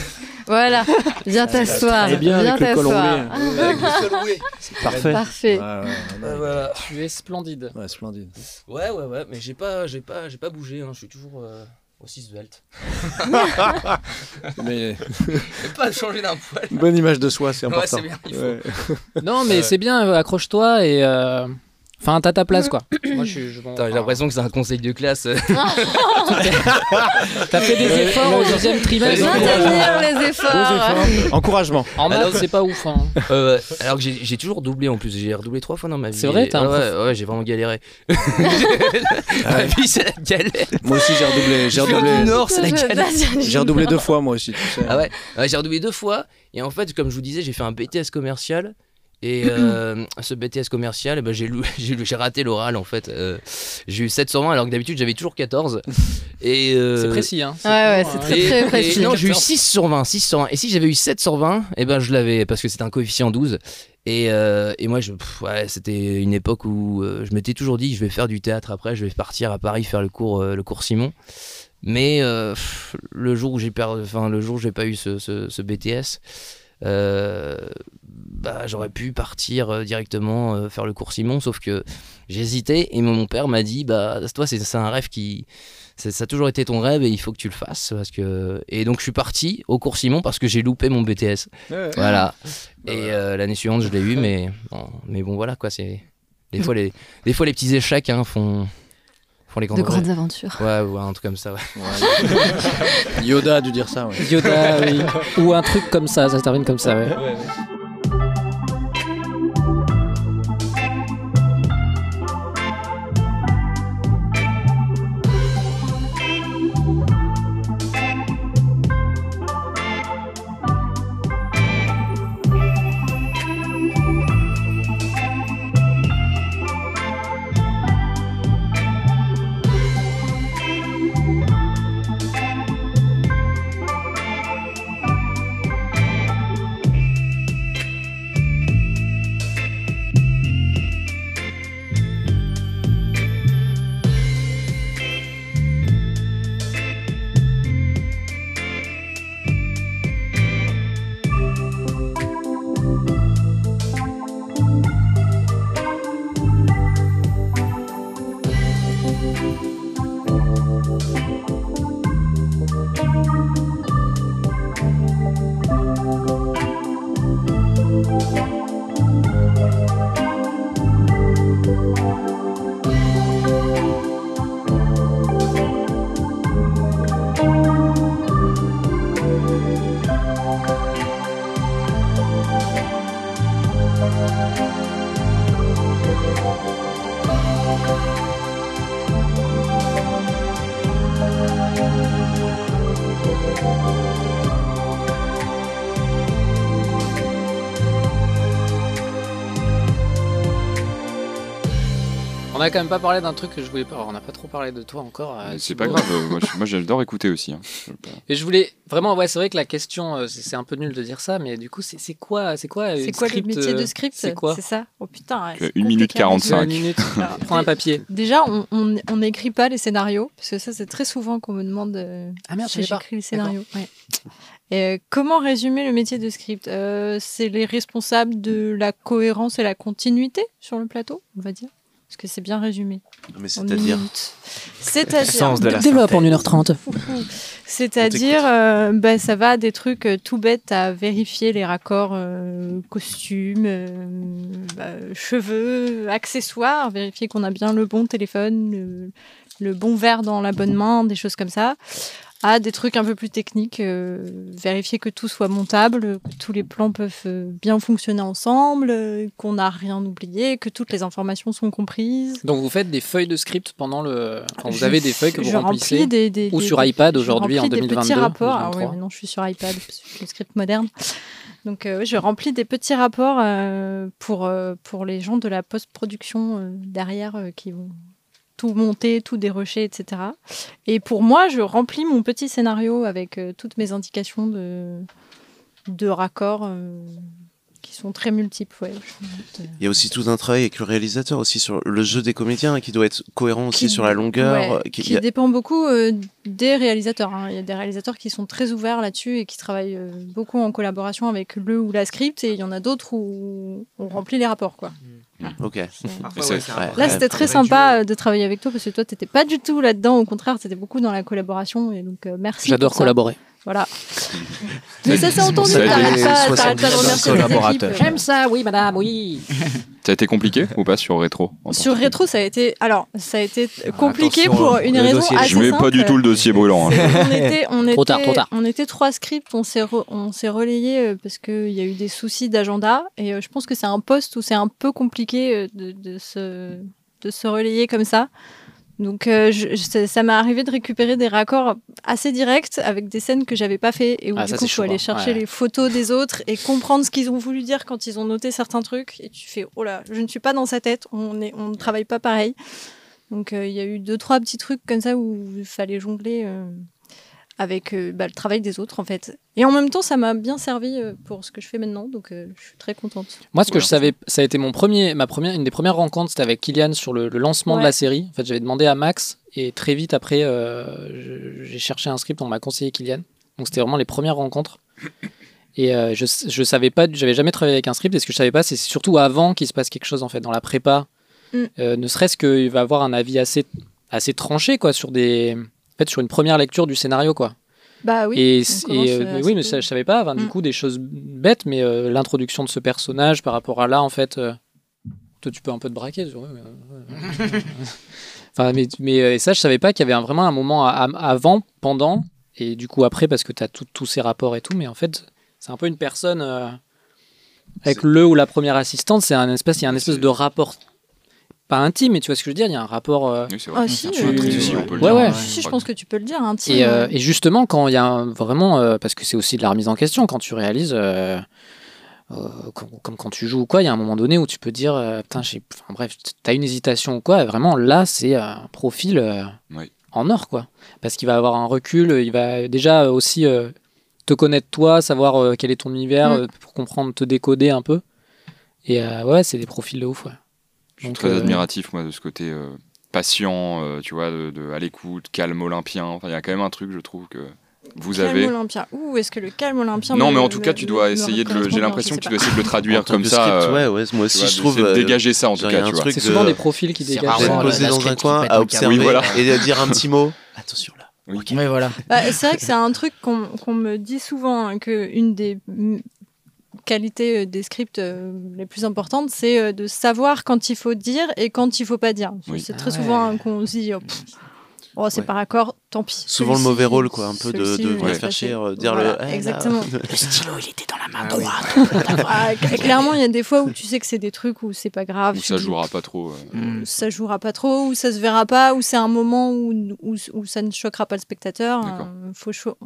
Voilà, viens
Ça va
t'asseoir.
très bien avec le col
t'asseoir.
roulé. Avec le col roulé.
C'est parfait.
Parfait.
Tu es splendide.
Ouais, splendide.
Ouais, ouais, ouais, mais j'ai pas, j'ai pas, j'ai pas bougé, hein, je suis toujours euh, aussi svelte.
Mais-
J'ai pas changé d'un poil.
Une bonne image de soi, c'est
Ouais,
important.
c'est bien, il faut.
Non, mais
Ouais.
c'est bien. euh, Accroche-toi et. euh, Enfin, t'as ta place, quoi. Moi, je suis. je- bon,
Attends, j'ai l'impression que c'est un conseil de classe.
T'as fait des efforts au deuxième trimestre.
les
efforts.
hein. Encouragement.
En maths, c'est pas ouf. hein.
Euh, alors que j'ai j'ai toujours doublé en plus, j'ai redoublé trois fois dans ma vie.
C'est vrai,
Et-
t'as un
ouais,
prof- Ah
ouais, ouais, j'ai vraiment galéré. ma vie, c'est la galère.
Moi aussi j'ai redoublé. J'ai
Je viens
redoublé.
du Nord, c'est la galère.
J'ai redoublé deux fois moi aussi. tu sais.
Ah ouais, Ouais, j'ai redoublé deux fois. Et en fait, comme je vous disais, j'ai fait un BTS commercial. Et euh, ce BTS commercial, eh ben, j'ai lou- j'ai lou- j'ai raté l'oral en fait. Euh, j'ai eu 720 alors que d'habitude j'avais toujours 14. Et euh,
C'est précis, hein. C'est
Ouais, ouais,
toujours,
c'est
hein.
très très précis.
et non, j'ai eu 6 sur 20, 6 sur 20. Et si j'avais eu 7 sur 20, eh ben je l'avais parce que c'était un coefficient 12. Et, euh, et moi, je, pff, ouais, c'était une époque où euh, je m'étais toujours dit, je vais faire du théâtre après, je vais partir à Paris faire le cours, euh, le cours Simon. Mais euh, pff, le jour où j'ai perdu, enfin le jour où j'ai pas eu ce, ce- ce BTS, euh, bah, j'aurais pu partir euh, directement euh, faire le cours Simon, sauf que j'hésitais et mon mon père m'a dit bah toi c'est c'est un rêve qui c'est- ça a toujours été ton rêve et il faut que tu le fasses parce que et donc je suis parti au cours Simon parce que j'ai loupé mon BTS.
Ouais. Ah
Voilà. Et euh, l'année suivante je l'ai eu mais bon, mais bon voilà quoi c'est des fois les des fois les petits échecs hein, font font les grandes
De grandes
rêves.
aventures.
Ouais ouais un truc comme ça ouais.
Yoda a dû dire ça. Ouais.
Yoda, oui. Ou un truc comme ça, ça se termine comme ça, ouais. On a quand même pas parlé d'un truc que je voulais pas. alors, on n'a pas trop parlé de toi encore. euh,
Mais C'est
Thibaut.
pas grave, euh, moi, je- moi j'adore écouter aussi. hein. Je-
Et je voulais vraiment, ouais, c'est vrai que la question, euh, c'est c'est un peu nul de dire ça, mais du coup, c'est c'est quoi, c'est quoi, euh,
C'est quoi le
script,
métier de
euh,
script
C'est quoi
ça Oh putain.
Tu as une minute 45.
Une minute. Prends un papier.
Déjà, on- on on n'écrit pas les scénarios, parce que ça, c'est très souvent qu'on me demande euh,
Ah,
je
si
savais pas.
j'écris les scénarios. Ouais. Et, euh, comment résumer le métier de script Euh, C'est les responsables de la cohérence et la continuité sur le plateau, on va dire. Parce que c'est bien résumé.
Mais
En une
c'est-à-dire
minute. C'est-à-dire.
sens de la
Développe en 1h30.
C'est-à-dire, euh, bah, ça va des trucs euh, tout bêtes à vérifier les raccords euh, costumes, euh, bah, cheveux, accessoires, vérifier qu'on a bien le bon téléphone, le, le bon verre dans la bonne main, des choses comme ça, à des trucs un peu plus techniques, euh, vérifier que tout soit montable, que tous les plans peuvent euh, bien fonctionner ensemble, euh, qu'on n'a rien oublié, que toutes les informations sont comprises.
Donc vous faites des feuilles de script pendant le quand vous
Je
avez des feuilles que
fais-
vous
je
remplissez
remplis des- des-
ou
des-
sur iPad
je
aujourd'hui en
remplis
2022.
Des petits rapports. Ah oui,
2023.
mais non, je suis sur iPad, parce que je suis script moderne. Donc euh, oui, je remplis des petits rapports euh, pour, euh, pour les gens de la post-production euh, derrière euh, qui vont tout monter, tout dérocher, etc. Et pour moi, je remplis mon petit scénario avec euh, toutes mes indications de, de raccords euh, qui sont très multiples. ouais. Je-
Il y a aussi tout un travail avec le réalisateur aussi sur le jeu des comédiens hein, qui doit être cohérent aussi sur la
euh,
longueur. euh,
Ouais,
qui-
qui,
il y a-
dépend beaucoup euh, des réalisateurs. hein. Il y a des réalisateurs qui sont très ouverts là-dessus et qui travaillent euh, beaucoup en collaboration avec le ou la script, et il y en a d'autres où on remplit les rapports. Quoi.
Ok.
Et c'est- ouais.
Là, c'était très sympa euh, de travailler avec toi parce que toi, t'étais pas du tout là-dedans. Au contraire, t'étais beaucoup dans la collaboration. Et donc, euh, merci.
J'adore
pour ça.
collaborer.
Voilà. Mais ça s'est entendu.
Ça a été
T'arrêtes pas, t'arrêtes pas de
70
remercier les équipes.
collaborateurs.
J'aime ça, oui, madame, oui.
Ça a été compliqué ou pas sur rétro en
Sur rétro, ça a été, alors, ça a été compliqué
Attention,
pour
hein,
une
le
raison
dossier.
assez
Je mets
simple.
pas du tout le dossier brûlant. hein.
on était, on
Trop
était-
tard, trop tard.
On était trois scripts, on s'est re- on s'est relayé euh, parce qu'il y a eu des soucis d'agenda et euh, je pense que c'est un poste où c'est un peu compliqué euh, de, de se de se relayer comme ça. Donc euh, je- je- ça, ça m'est arrivé de récupérer des raccords assez directs avec des scènes que j'avais pas fait et où
Ah,
du
ça,
coup
c'est
faut
chaud, hein.
aller chercher
Ouais.
les photos des autres et comprendre ce qu'ils ont voulu dire quand ils ont noté certains trucs et tu fais oh là je ne suis pas dans sa tête on est on ne travaille pas pareil donc euh, il y a eu deux trois petits trucs comme ça où il fallait jongler euh, avec euh, bah, le travail des autres en fait et en même temps ça m'a bien servi euh, pour ce que je fais maintenant donc euh, je suis très contente
Moi, ce que je savais, ça a été mon premier, ma première, une des premières rencontres, c'était avec Kylian sur le, le lancement de
Ouais.
la série. En fait, j'avais demandé à Max et très vite après, euh, je- j'ai cherché un script, on m'a conseillé Kylian. Donc, c'était vraiment les premières rencontres. Et euh, je, je savais pas, j'avais jamais travaillé avec un script. Et ce que je savais pas, c'est surtout avant qu'il se passe quelque chose en fait dans la prépa.
Mm.
Euh, ne serait-ce qu'il va avoir un avis assez, assez tranché quoi sur des, en fait, sur une première lecture du scénario quoi.
bah oui
Et,
on
c-
commence,
et, euh,
euh,
mais
assez
oui, mais
tôt.
ça, je savais pas.
Mm.
Enfin, Du coup, des choses bêtes, mais euh, l'introduction de ce personnage par rapport à là, en fait, euh, toi, tu peux un peu te braquer. tu vois, mais, euh, ouais. enfin, mais, mais, euh, et ça, je savais pas qu'il y avait un- vraiment un moment à- à- avant, pendant, et du coup après, parce que tu as tous ces rapports et tout. Mais en fait, c'est un peu une personne euh, avec le ou la première assistante. C'est un espèce, il y a un espèce de rapport. Pas intime, mais tu vois ce que je veux dire, il y a un rapport. euh,
ah si,
tu-
euh,
Ouais,
hein.
ouais.
Si, je pense que tu peux le dire hein, Tim.
Et, euh, et justement, quand il y a un- vraiment, euh, parce que c'est aussi de la remise en question, quand tu réalises, euh, euh, com- comme, quand tu joues ou quoi, il y a un moment donné où tu peux dire, euh, putain, j'ai- enfin, bref, t'as une hésitation ou quoi, et vraiment là, c'est un profil euh, en or, quoi. Parce qu'il va avoir un recul, il va déjà euh, aussi euh, te connaître toi, savoir euh, quel est ton univers,
Mm.
euh, pour comprendre, te décoder un peu. Et euh, ouais, c'est des profils de ouf, ouais.
Je suis
Donc,
très
euh,
admiratif, moi, de ce côté euh, patient, euh, tu vois, de, de- à l'écoute, calme olympien. Enfin, il y a quand même un truc, je trouve, que vous
calme
avez.
olympien Ouh, est-ce que le calme olympien
Non,
me-
mais en tout
me-
cas, tu
me-
dois
me
essayer de le. J'ai
correspond
l'impression
bien,
que tu
je
dois
sais
essayer de le traduire
En tant
comme
que
ça.
script,
euh,
ouais, ouais, moi aussi,
tu vois,
je
de-
trouve,
c'est de
euh,
dégager ça, en tout
genre, il y
cas,
a un
tu vois.
truc C'est souvent de- des
profils qui
Vous
dégagent.
êtes posé dans un coin à observer
Oui, voilà.
et à dire un petit mot. Attention là.
Mais voilà.
pas. Bah, c'est vrai que c'est un truc qu'on qu'on me dit souvent, hein, que une des mm, qualités euh, des scripts euh, les plus importantes, c'est euh, de savoir quand il faut dire et quand il faut pas dire.
Oui.
C'est
Ah
très
ouais.
souvent hein, qu'on se dit, oh, pff, Oh, c'est par accord, tant pis.
Souvent le
Celui-ci-
mauvais rôle, quoi, un peu de,
celui-ci,
de
il va
venir
se
faire
passer.
chier, euh, dire
Voilà,
le. Eh, là.
Exactement.
il était dans la main droite.
Ah, cl- clairement, il y a des fois où tu sais que c'est des trucs où c'est pas grave.
Ou
tu
ça
dis,
jouera pas trop. euh.
ça jouera pas trop, ou ça se verra pas, ou c'est un moment où, où, où ça ne choquera pas le spectateur. Euh, faut, cho-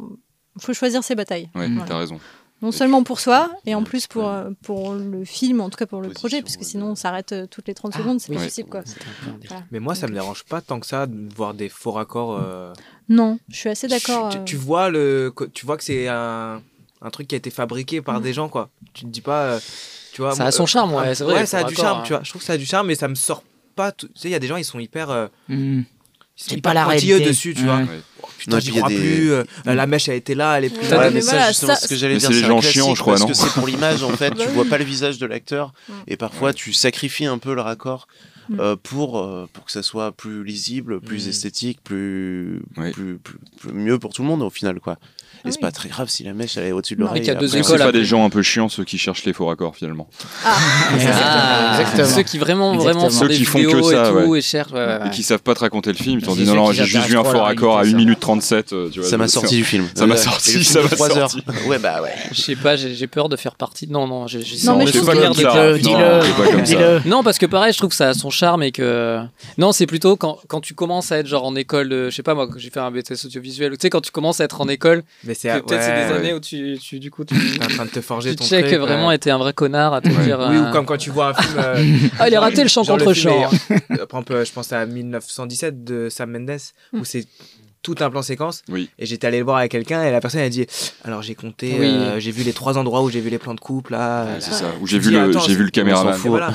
faut choisir ses batailles.
Ouais,
Voilà.
t'as raison.
Non seulement pour soi, et en plus pour, euh, pour le film, en tout cas pour le projet, parce que sinon on s'arrête euh, toutes les 30 secondes, c'est
oui.
pas possible. Quoi. Voilà.
Mais moi, ça me dérange pas tant que ça de voir des faux raccords. euh,
Non, je suis assez d'accord.
tu, tu
euh,
vois le, co- tu vois que c'est un, un truc qui a été fabriqué par des gens, quoi. Tu te dis pas, euh, tu vois.
Ça a
moi,
son charme, ouais,
ah,
c'est vrai,
ça a
pour
du
accord,
charme,
hein.
tu vois. Je trouve que ça a du charme, mais ça me sort pas. tout- Tu sais, il y a des gens, ils sont hyper. euh,
Mhm.
ils
sont
C'est
hyper
pas la
pointilleux
réalité.
dessus, tu
Ouais.
vois.
Ouais.
Oh,
Non,
putain,
et
j'y
puis il y a
crois
des-
plus. euh, La mèche a été là, elle est plus. là.
Ouais, mais ça, justement, c'est ce que j'allais
Mais
dire.
c'est les
c'est un
gens
classique,
chiants, je crois,
Parce
non
que c'est pour l'image, en fait.
Bah
tu
oui.
vois pas le visage de l'acteur. Et parfois, tu sacrifies un peu le raccord
Mm.
euh, pour, euh, pour que ça soit plus lisible, plus
Mm.
esthétique, plus, plus, plus- plus- mieux pour tout le monde, au final, quoi.
Ah
Et c'est pas très grave si la mèche, elle est au-dessus de l'oreille.
Est-ce que C'est pas des gens un peu chiants ceux qui cherchent les faux raccords finalement.
Ah, exactement. Ceux qui vraiment, vraiment font
Ceux
des
qui font
vidéos
que ça,
et tout,
ouais.
et cherchent, ouais, ouais, ouais.
Et qui savent pas te raconter le film, ils t'ont
C'est
dit non,
ceux
non,
qui
j'ai juste
s'intéressent
vu un
trop à
faux
la
raccord à 1 minute 37. euh, tu vois,
Ça m'a
donc,
sorti
c'est-
du film.
Ça m'a
Ouais. Et
sorti,
le
ça
film
m'a
de trois heures.
sorti.
Ouais, bah ouais.
Je sais pas, j'ai j'ai peur de faire partie. Non, non, j'ai j'ai-
Non, mais
j'ai
je
des
trouve
souvenirs
que- Dis-le, dis-le,
hein.
Non, c'est pas comme ça. dis-le.
Non, parce que pareil, je trouve que ça a son charme et que. Non, c'est plutôt quand, quand tu commences à être genre en école, de- je sais pas moi, quand j'ai fait un BTS audiovisuel, tu sais, quand tu commences à être en école,
Mais c'est-
que peut-être c'est des
ouais,
années
ouais.
où tu, tu- du coup, tu.
T'es en train de te forger
tu
ton
check
truc,
vraiment
ouais.
était un vrai connard à te
Ouais.
dire.
Oui,
euh,
ou comme quand tu vois un film. euh,
Ah, il a
genre-
raté le champ
genre
contre
film
champ.
est- euh, Par exemple, euh, je pense à 1917 de Sam Mendes, où c'est tout un plan séquence.
Oui.
Et j'étais allé le voir avec quelqu'un et la personne a dit Alors j'ai compté,
Oui.
euh, j'ai vu les trois endroits où j'ai vu les plans de couple. Là,
Ouais, c'est
là.
ça, où j'ai
Tu
vu
dis,
le-
Attends,
j'ai vu le
on s'en
caméraman.
fout. Voilà.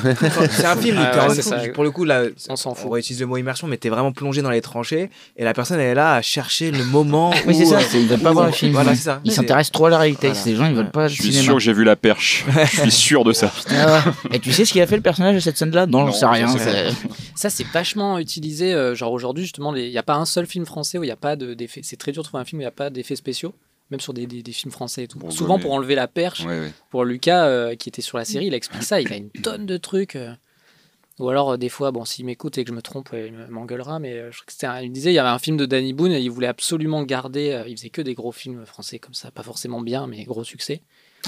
C'est un film où
Ouais,
t'es
ouais,
en-
c'est ça.
pour le coup, là,
on s'en
fout. On réutilise le mot immersion, mais t'es vraiment plongé dans les tranchées et la personne elle est là à chercher le moment.
Oui, c'est
où,
ça,
euh,
c'est- ils veulent pas
où-
voir le film.
Voilà, c'est ça.
Ils
C'est-
s'intéressent trop à la réalité. Ces gens, ils veulent pas.
Je suis sûr que j'ai vu la perche. Je suis sûr de ça.
Ah, Et tu sais ce qu'il a fait le personnage de cette scène-là Non, j'en sais rien.
je sais pas.
c'est-
Ça, c'est vachement utilisé. euh, genre aujourd'hui, justement, les- il n'y a pas un seul film français où il n'y a pas de- d'effets. C'est très dur de trouver un film où il n'y a pas d'effets spéciaux, même sur des, des- des films français et tout.
Pour
Souvent
gommer.
pour enlever la perche.
Ouais, ouais.
Pour Lucas, euh, qui était sur la série, il explique ça. Il a une tonne de trucs. euh. Ou alors, euh, des fois, bon, s'il m'écoute et que je me trompe, euh, il me- m'engueulera. Mais euh, je crois que c'était un- il me disait, il y avait un film de Danny Boone et il voulait absolument garder. euh, il faisait que des gros films français comme ça, pas forcément bien, mais gros succès.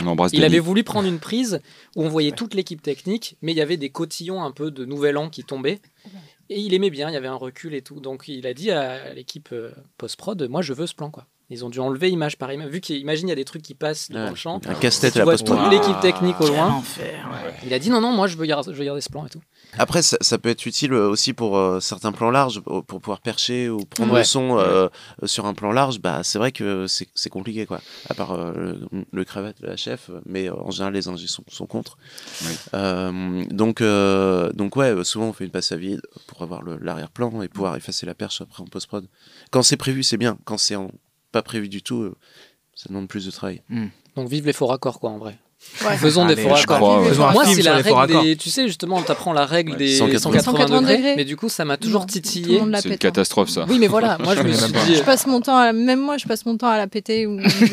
On embrasse
Il
Denis.
avait voulu prendre une prise où on voyait toute l'équipe technique, mais il y avait des cotillons un peu de Nouvel An qui tombaient. Et il aimait bien, il y avait un recul et tout. Donc il a dit à l'équipe euh, post-prod Moi, je veux ce plan. quoi. Ils ont dû enlever image par image. Vu qu'imagine, il y a des trucs qui passent dans le champ.
un casse-tête
Tu
à la
vois
post-prod.
toute l'équipe technique au
Quel
loin.
enfer, ouais.
Il a dit Non, non, moi, je veux garder, je veux garder ce plan et tout.
Après, ça, ça peut être utile euh, aussi pour euh, certains plans larges, pour pour pouvoir percher ou prendre
Ouais.
le son euh, euh, sur un plan large. Bah, c'est vrai que c'est c'est compliqué, quoi. À part euh, le, le cravate de la chef, mais euh, en général, les ingés sont, sont contre. Euh, donc, euh, donc ouais, euh, souvent on fait une passe à vide pour avoir le- l'arrière-plan et pouvoir effacer la perche après en post-prod. Quand c'est prévu, c'est bien. Quand c'est en- pas prévu du tout, euh, ça demande plus de travail.
Donc vive les faux raccords, quoi, en vrai.
Ouais.
Faisons des
Allez,
faux
je
raccords.
crois, ouais. Faisons un
Moi,
film
c'est
sur
la
les faux
règle des.
raccords.
Tu sais, justement, on t'apprend la règle des
180.
180,
180
degrés,
degrés.
Mais du coup, ça m'a toujours titillé.
monde la
C'est une catastrophe ça.
Oui, mais voilà, moi, je me suis dit-
euh, Je passe mon temps à la- Même moi, je passe mon temps à la péter. Ou... Là,
Faut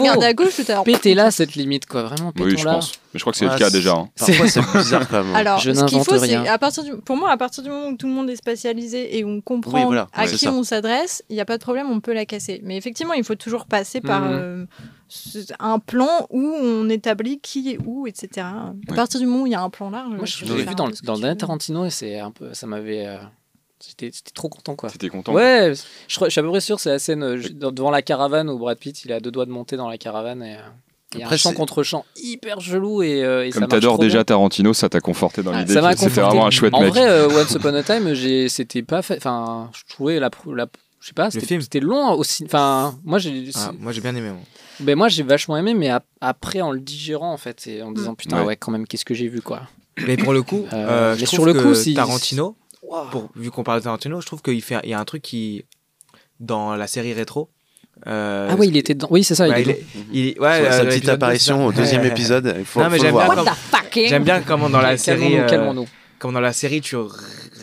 regarde à gauche tout à l'heure.
euh, Pétez-la, cette limite, quoi. Vraiment,
Oui, je
pétons-la.
pense. Mais je crois que c'est
Ah,
le cas
c'est-
déjà. hein.
parfois, c'est bizarre, quand même.
Alors,
Je
ce qu'il
n'invente
faut, c'est
rien.
à partir du, pour moi, à partir du moment où tout le monde est spatialisé et où on comprend
Oui, voilà,
à
ouais, c'est
qui
ça.
on s'adresse, il n'y a pas de problème, on peut la casser. Mais effectivement, il faut toujours passer par
Mhm.
euh, ce- un plan où on établit qui est où, etc. À
Ouais.
partir du moment où il y a un plan large,
Moi, je
tu peux
l'ai vu
faire un
dans,
peu
le- dans Daniel Tarantino et c'est un peu, ça m'avait. euh, J'étais j'étais trop content quoi.
T'étais content.
Ouais, je, crois- je suis à peu près sûr, c'est la scène euh, je- dans- devant la caravane où Brad Pitt il a deux doigts de monter dans la caravane et euh, il y a
Après,
un chant
c'est-
contre chant hyper gelou et, euh, et ça
Comme
marche
t'adores
trop
déjà
bien. Ah,
Tarantino, ça t'a conforté dans l'idée.
Ça m'a
que C'était
conforté.
vraiment un chouette
en
mec.
vrai, euh, Once Upon a Time, j'ai- c'était pas fait. Enfin, je trouvais la, pro- la je sais pas, c'était c'était long aussi. Enfin, moi j'ai.
Ah,
c'est-
moi j'ai bien aimé. moi.
Ben moi j'ai vachement aimé, mais ap- après en le digérant en fait et en me disant putain
Ouais.
ouais, quand même qu'est-ce que j'ai vu quoi.
Mm. Mais pour le coup, euh,
Euh,
je
mais
trouve
sur le
que
coup, si-
Tarantino, pour- vu qu'on parle de Tarantino, je trouve qu'il fait, il y a un truc qui, dans la série rétro. euh,
Ah oui, il était dedans. Oui, c'est ça, il
Ouais,
est
il est-
dedans.
il est- ouais,
Sur sa petite
euh, l'épisode deux, c'est
apparition
ça.
au deuxième
Ouais.
épisode, il faut-
non, mais
faut
j'aime
le
bien,
voir.
comme-
What the fuck, hein
j'aime bien comment dans la
Calmons-nous,
série, euh,
calmons-nous.
comment dans la série, tu r-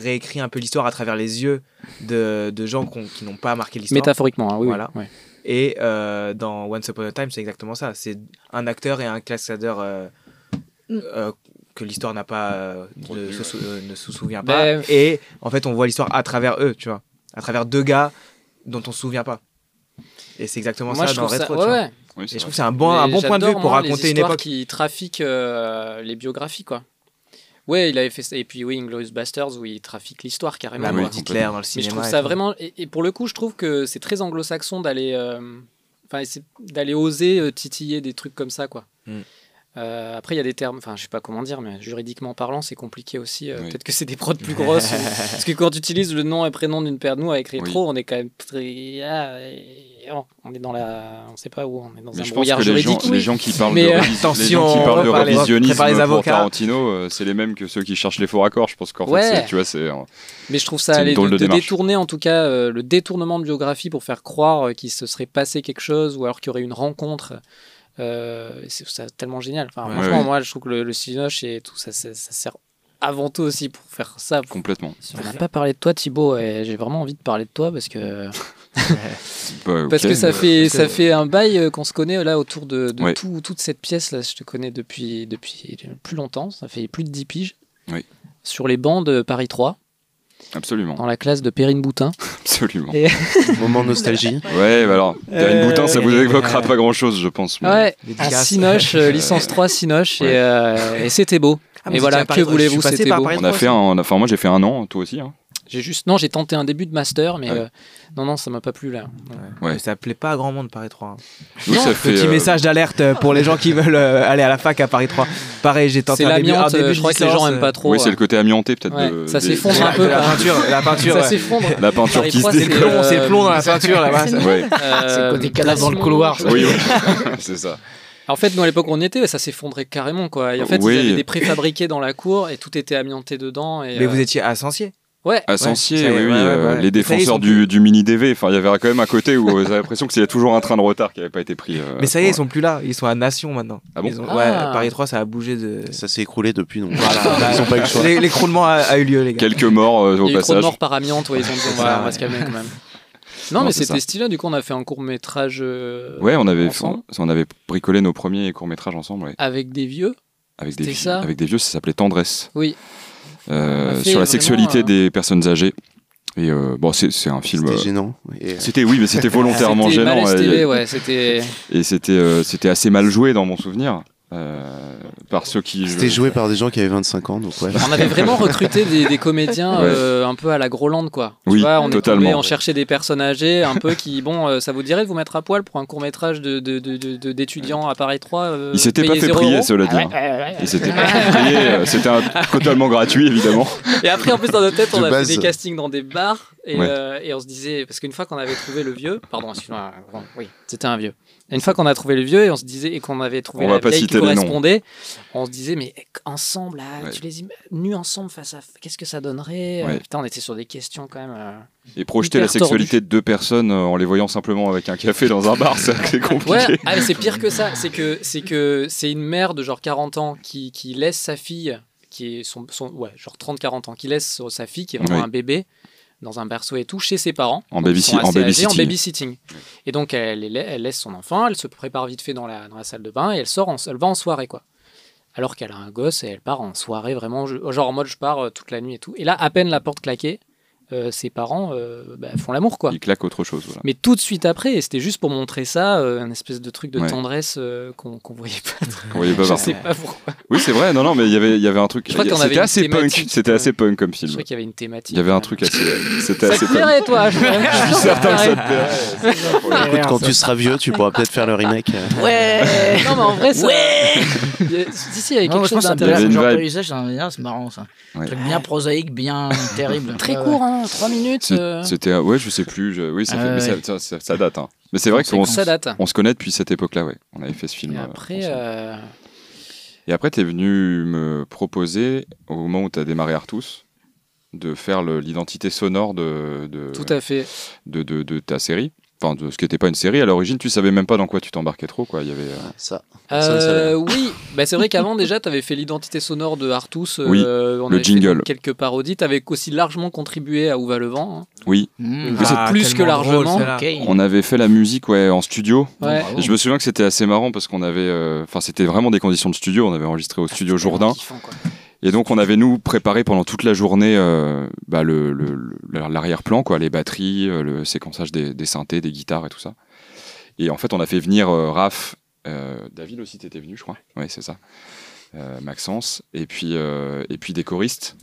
réécris un peu l'histoire à travers les yeux de, de gens qu'on- qui n'ont pas marqué l'histoire.
Métaphoriquement, hein, oui, oui,
Voilà.
ouais.
Et euh, dans Once Upon a Time, c'est exactement ça. C'est un acteur et un cascadeur euh,
Mm.
euh, que l'histoire n'a pas euh, ne, se sou- euh, ne se souvient
Ben,
pas. Et en fait, on voit l'histoire à travers eux, tu vois. à travers deux gars dont on se souvient pas. Et c'est exactement
Moi,
ça
je
dans
trouve ça-
Retro.
ouais,
tu vois.
ouais.
Et je trouve que c'est un bon, un
Mais
bon point de vue
j'adore,
pour
moi, les
raconter une
histoires
époque.
qui trafique euh, les biographies, quoi. Ouais, il avait fait ça. Et puis, oui, Inglourious Basterds, où il trafique l'histoire carrément.
Bah oui,
quoi.
Hitler dans le
Mais
cinéma
je trouve
et
ça
tout.
vraiment. Et, et pour le coup, je trouve que c'est très anglo-saxon d'aller. euh, Enfin, c'est- d'aller oser euh, titiller des trucs comme ça, quoi.
Mm.
Euh, après, il y a des termes, enfin, je sais pas comment dire, mais juridiquement parlant, c'est compliqué aussi. euh,
Oui.
Peut-être que c'est des prods plus grosses. ou- parce que quand tu utilises le nom et prénom d'une paire de nous avec rétro, on est quand même très. ah, et- oh, on est dans la. On sait pas où, on est dans
Mais
un
je pense
brouillard
que les gens,
juridique.
les gens qui parlent
Mais,
de,
euh,
révis- les gens qui parlent de révisionnisme
prépare les
pour
avocats.
Tarantino, euh, c'est les mêmes que ceux qui cherchent les faux raccords. Je pense qu'en
Ouais.
fait, c'est- tu vois, c'est. euh,
Mais je trouve ça
c'est une
aller de,
drôle de
de
démarche.
détourner en tout cas euh, le détournement de biographie pour faire croire euh, qu'il se serait passé quelque chose ou alors qu'il y aurait une rencontre. Euh, c'est ça tellement génial. Enfin,
Ouais,
franchement,
ouais.
moi, je trouve que le, le cinoche et tout ça, ça, ça sert avant tout aussi pour faire ça.
Complètement.
On n'a pas parlé de toi, Thibaut, et j'ai vraiment envie de parler de toi parce que.
Bah,
Parce
ok.
que ça fait,
Ouais.
ça fait un bail euh, qu'on se connaît euh, là autour de, de
Ouais.
tout- toute cette pièce. Là, je te connais depuis, depuis plus longtemps, ça fait plus de 10 piges.
Oui.
Sur les bancs de Paris 3,
Absolument.
dans la classe de Perrine Boutin.
Absolument.
Et-
Moment nostalgie.
Ouais, bah alors, Perrine
Euh,
Boutin, ça vous
euh,
évoquera pas grand chose, je pense. mais-
Ouais, en Cinoche, euh, licence 3 Cinoche, et, euh, et c'était beau.
Ah, mais
et
c'était à
voilà,
Paris
que
trois, je suis
voulez-vous,
passé
c'était
par
beau.
Paris
On a fait un, on a- enfin, moi j'ai fait un an, toi aussi. hein.
J'ai juste, non, j'ai tenté un début de master, mais euh, non, non, ça m'a pas plu là.
Ouais.
Mais ça plaît pas à grand monde Paris 3. hein.
Nous, ça fait,
Petit
euh,
message d'alerte euh, pour les gens qui veulent euh, aller à la fac à Paris 3. Pareil, j'ai tenté
C'est
un début, un
l'amiante,
début
euh,
de
je crois que les
licence,
gens aiment
euh,
pas trop.
oui, c'est le côté amianté peut-être.
Ouais,
de-
ça
des-
s'effondre
des-
un peu,
de La
hein.
peinture, la peinture.
Ça
ouais.
s'effondre.
La peinture
Paris
qui se
trois, c'est le plomb, c'est le plomb dans la peinture, là-bas, ça.
Ouais.
Euh, C'est le côté cadavre dans le couloir, ça.
Oui, oui. c'est ça.
En fait, nous à l'époque où on y était, ça s'effondrait carrément quoi. Et en fait,
Oui.
ils avaient des préfabriqués dans la cour et tout était amianté dedans. Et,
Mais
euh,
vous étiez à Sancier
Ouais.
À Sancier,
Ouais, ça y est,
oui, oui,
ouais, ouais,
euh, les
ouais. Ça y est, ils
défenseurs
sont
du, du mini DV. Enfin, il y avait quand même un côté où euh, j'avais l'impression que s'il y a toujours un train de retard qui n'avait pas été pris. euh,
Mais ça y est,
ouais.
ils sont plus là, ils sont à Nation maintenant.
Ah bon
Ils ont-
Ah.
Ouais, Paris 3, ça a bougé de.
Ça s'est écroulé depuis, donc.
Voilà.
Ils ont pas eu le choix.
L'é- L'écroulement a, a eu lieu, les gars.
Quelques morts euh,
Il
au
y a eu trop de
passage.
morts par amiante, ouais, ils ont dit on
C'est ça,
va, on va
ouais.
se calmer quand même. Non,
Non,
mais
c'est
c'était
ça.
stylé, du coup on a fait un court métrage.
Ouais, on avait,
euh, ensemble,
on, on avait bricolé nos premiers courts métrages ensemble. ouais.
avec des vieux.
Avec des,
C'était
vieux-
ça
avec des vieux, ça s'appelait Tendresse.
Oui.
Euh,
On a fait
sur la
vraiment,
sexualité
euh,
des personnes âgées. Et euh, bon, c'est c'est un film.
C'était
euh,
gênant, et, euh,
C'était oui, mais c'était volontairement
C'était
gênant.
Malaise
ouais,
TV,
et-
ouais, c'était.
Et c'était euh, c'était assez mal joué dans mon souvenir euh, par ceux qui. je-
C'était joué par des gens qui avaient 25 ans, donc ouais.
On avait vraiment recruté des, des comédiens
Ouais.
euh, un peu à la Groland, quoi.
Oui,
tu vois, on
totalement,
est tombé, on
ouais.
cherchait des personnes âgées, un peu qui, bon, euh, ça vous dirait de vous mettre à poil pour un court métrage d'étudiants de, de, de, de- d'étudiants à Paris 3 euh,
Ils s'étaient pas
payés
fait
zéro
prier,
euro
cela dit.
Ah ouais,
hein.
ouais, ouais, ouais.
Ils s'étaient pas fait prier. euh, C'était un- totalement gratuit, évidemment.
Et après, en plus, dans notre tête, on
De
a
base.
fait des castings dans des bars et,
Ouais.
euh, et on se disait, parce qu'une fois qu'on avait trouvé le vieux, pardon, excuse-moi, bon, oui, c'était un vieux. Et une fois qu'on a trouvé le vieux et on se disait, et qu'on avait trouvé
On
la
va pas
vieille qui
citer les noms.
correspondait, on se disait, mais ensemble, là,
Ouais.
tu les im- nus ensemble face à. Qu'est-ce que ça donnerait Euh,
Ouais.
Putain, on était sur des questions quand même. euh,
Et projeter la
hyper tordues.
sexualité de deux personnes euh, en les voyant simplement avec un café dans un bar, c'est c'est compliqué.
Ouais, ah, mais c'est pire que ça. C'est que c'est que c'est une mère de genre 40 ans qui, qui laisse sa fille, qui est son, son- ouais, genre 30-40 ans, qui laisse sa fille, qui est vraiment
Oui.
un bébé, dans un berceau et tout, chez ses parents.
En
Donc, ils sont
babysi-
assez
en
âgés, En babysitting.
babysitting.
Et donc, elle, est- elle laisse son enfant, elle se prépare vite fait dans la, dans la salle de bain et elle sort, en- elle va en soirée, quoi. Alors qu'elle a un gosse et elle part en soirée, vraiment, je- genre en mode je pars euh, toute la nuit et tout. Et là, à peine la porte claquée, euh, ses parents euh, bah, font l'amour, quoi.
Ils claquent autre chose. Voilà.
Mais tout de suite après, et c'était juste pour montrer ça, euh, un espèce de truc de
Ouais.
tendresse euh, qu'on qu'on voyait pas.
Qu'on voyait pas
je
partout.
sais pas pourquoi.
Oui, c'est vrai. Non, non, mais il y avait, il y avait un truc.
Je crois qu'on avait
C'était
une
assez punk.
thématique,
C'était
euh,
assez punk comme
Je
film.
crois qu'il y avait une thématique. euh.
Il y avait un truc assez. C'était
Ça
assez
te
punk.
plairait, toi Je
Je suis certain que ça te plairait.
Écoute, quand tu seras vieux, tu pourras peut-être faire le remake. euh.
Ouais Non, mais en vrai, ça.
Ouais
Il y a- Si, si, il y avait quelque
Non, moi,
chose
je pense que ça me
d'intéressant.
plaît.
Il y
Genre
avait une
paysage, c'est un- c'est marrant ça.
Ouais.
Truc bien prosaïque, bien terrible.
Très
Ouais,
court,
ouais.
hein, 3 minutes. euh.
C'est- C'était, ouais, je sais plus. je- oui, ça, fait-
Ah
mais ça-
ouais.
ça, ça- ça date. hein. Mais c'est vrai
C'est
qu'on
que ça
s-
date.
on se connaît depuis cette époque-là, ouais. On avait fait ce film.
Et
euh,
après,
ensemble.
euh,
Et après, tu es venu me proposer, au moment où tu as démarré Artus, de faire le- l'identité sonore de, de-
tout à fait.
de, de- de ta série. Enfin, de ce qui n'était pas une série. À l'origine, tu savais même pas dans quoi tu t'embarquais trop. Quoi. Il y avait, euh,
Ah,
ça.
Euh, oui, bah, c'est vrai qu'avant déjà, tu avais fait l'identité sonore de Artus. euh,
Oui,
on
le
avait fait
jingle.
quelques parodies. Tu avais aussi largement contribué à Où va le vent. hein.
Oui.
Mais
Mais
c'est
c'est-
plus que largement.
On avait fait la musique ouais, en studio.
Ouais.
Et je me souviens que c'était assez marrant parce qu'on avait. euh, Enfin, c'était vraiment des conditions de studio. On avait enregistré au studio Jourdain. Et donc, on avait, nous, préparé pendant toute la journée euh, bah, le- le- le- l'arrière-plan, quoi, les batteries, euh, le séquençage des, des synthés, des guitares et tout ça. Et en fait, on a fait venir euh, Raph, euh, David aussi, t'étais venu, je crois. Oui, c'est ça. Euh, Maxence, et puis, euh, et puis des choristes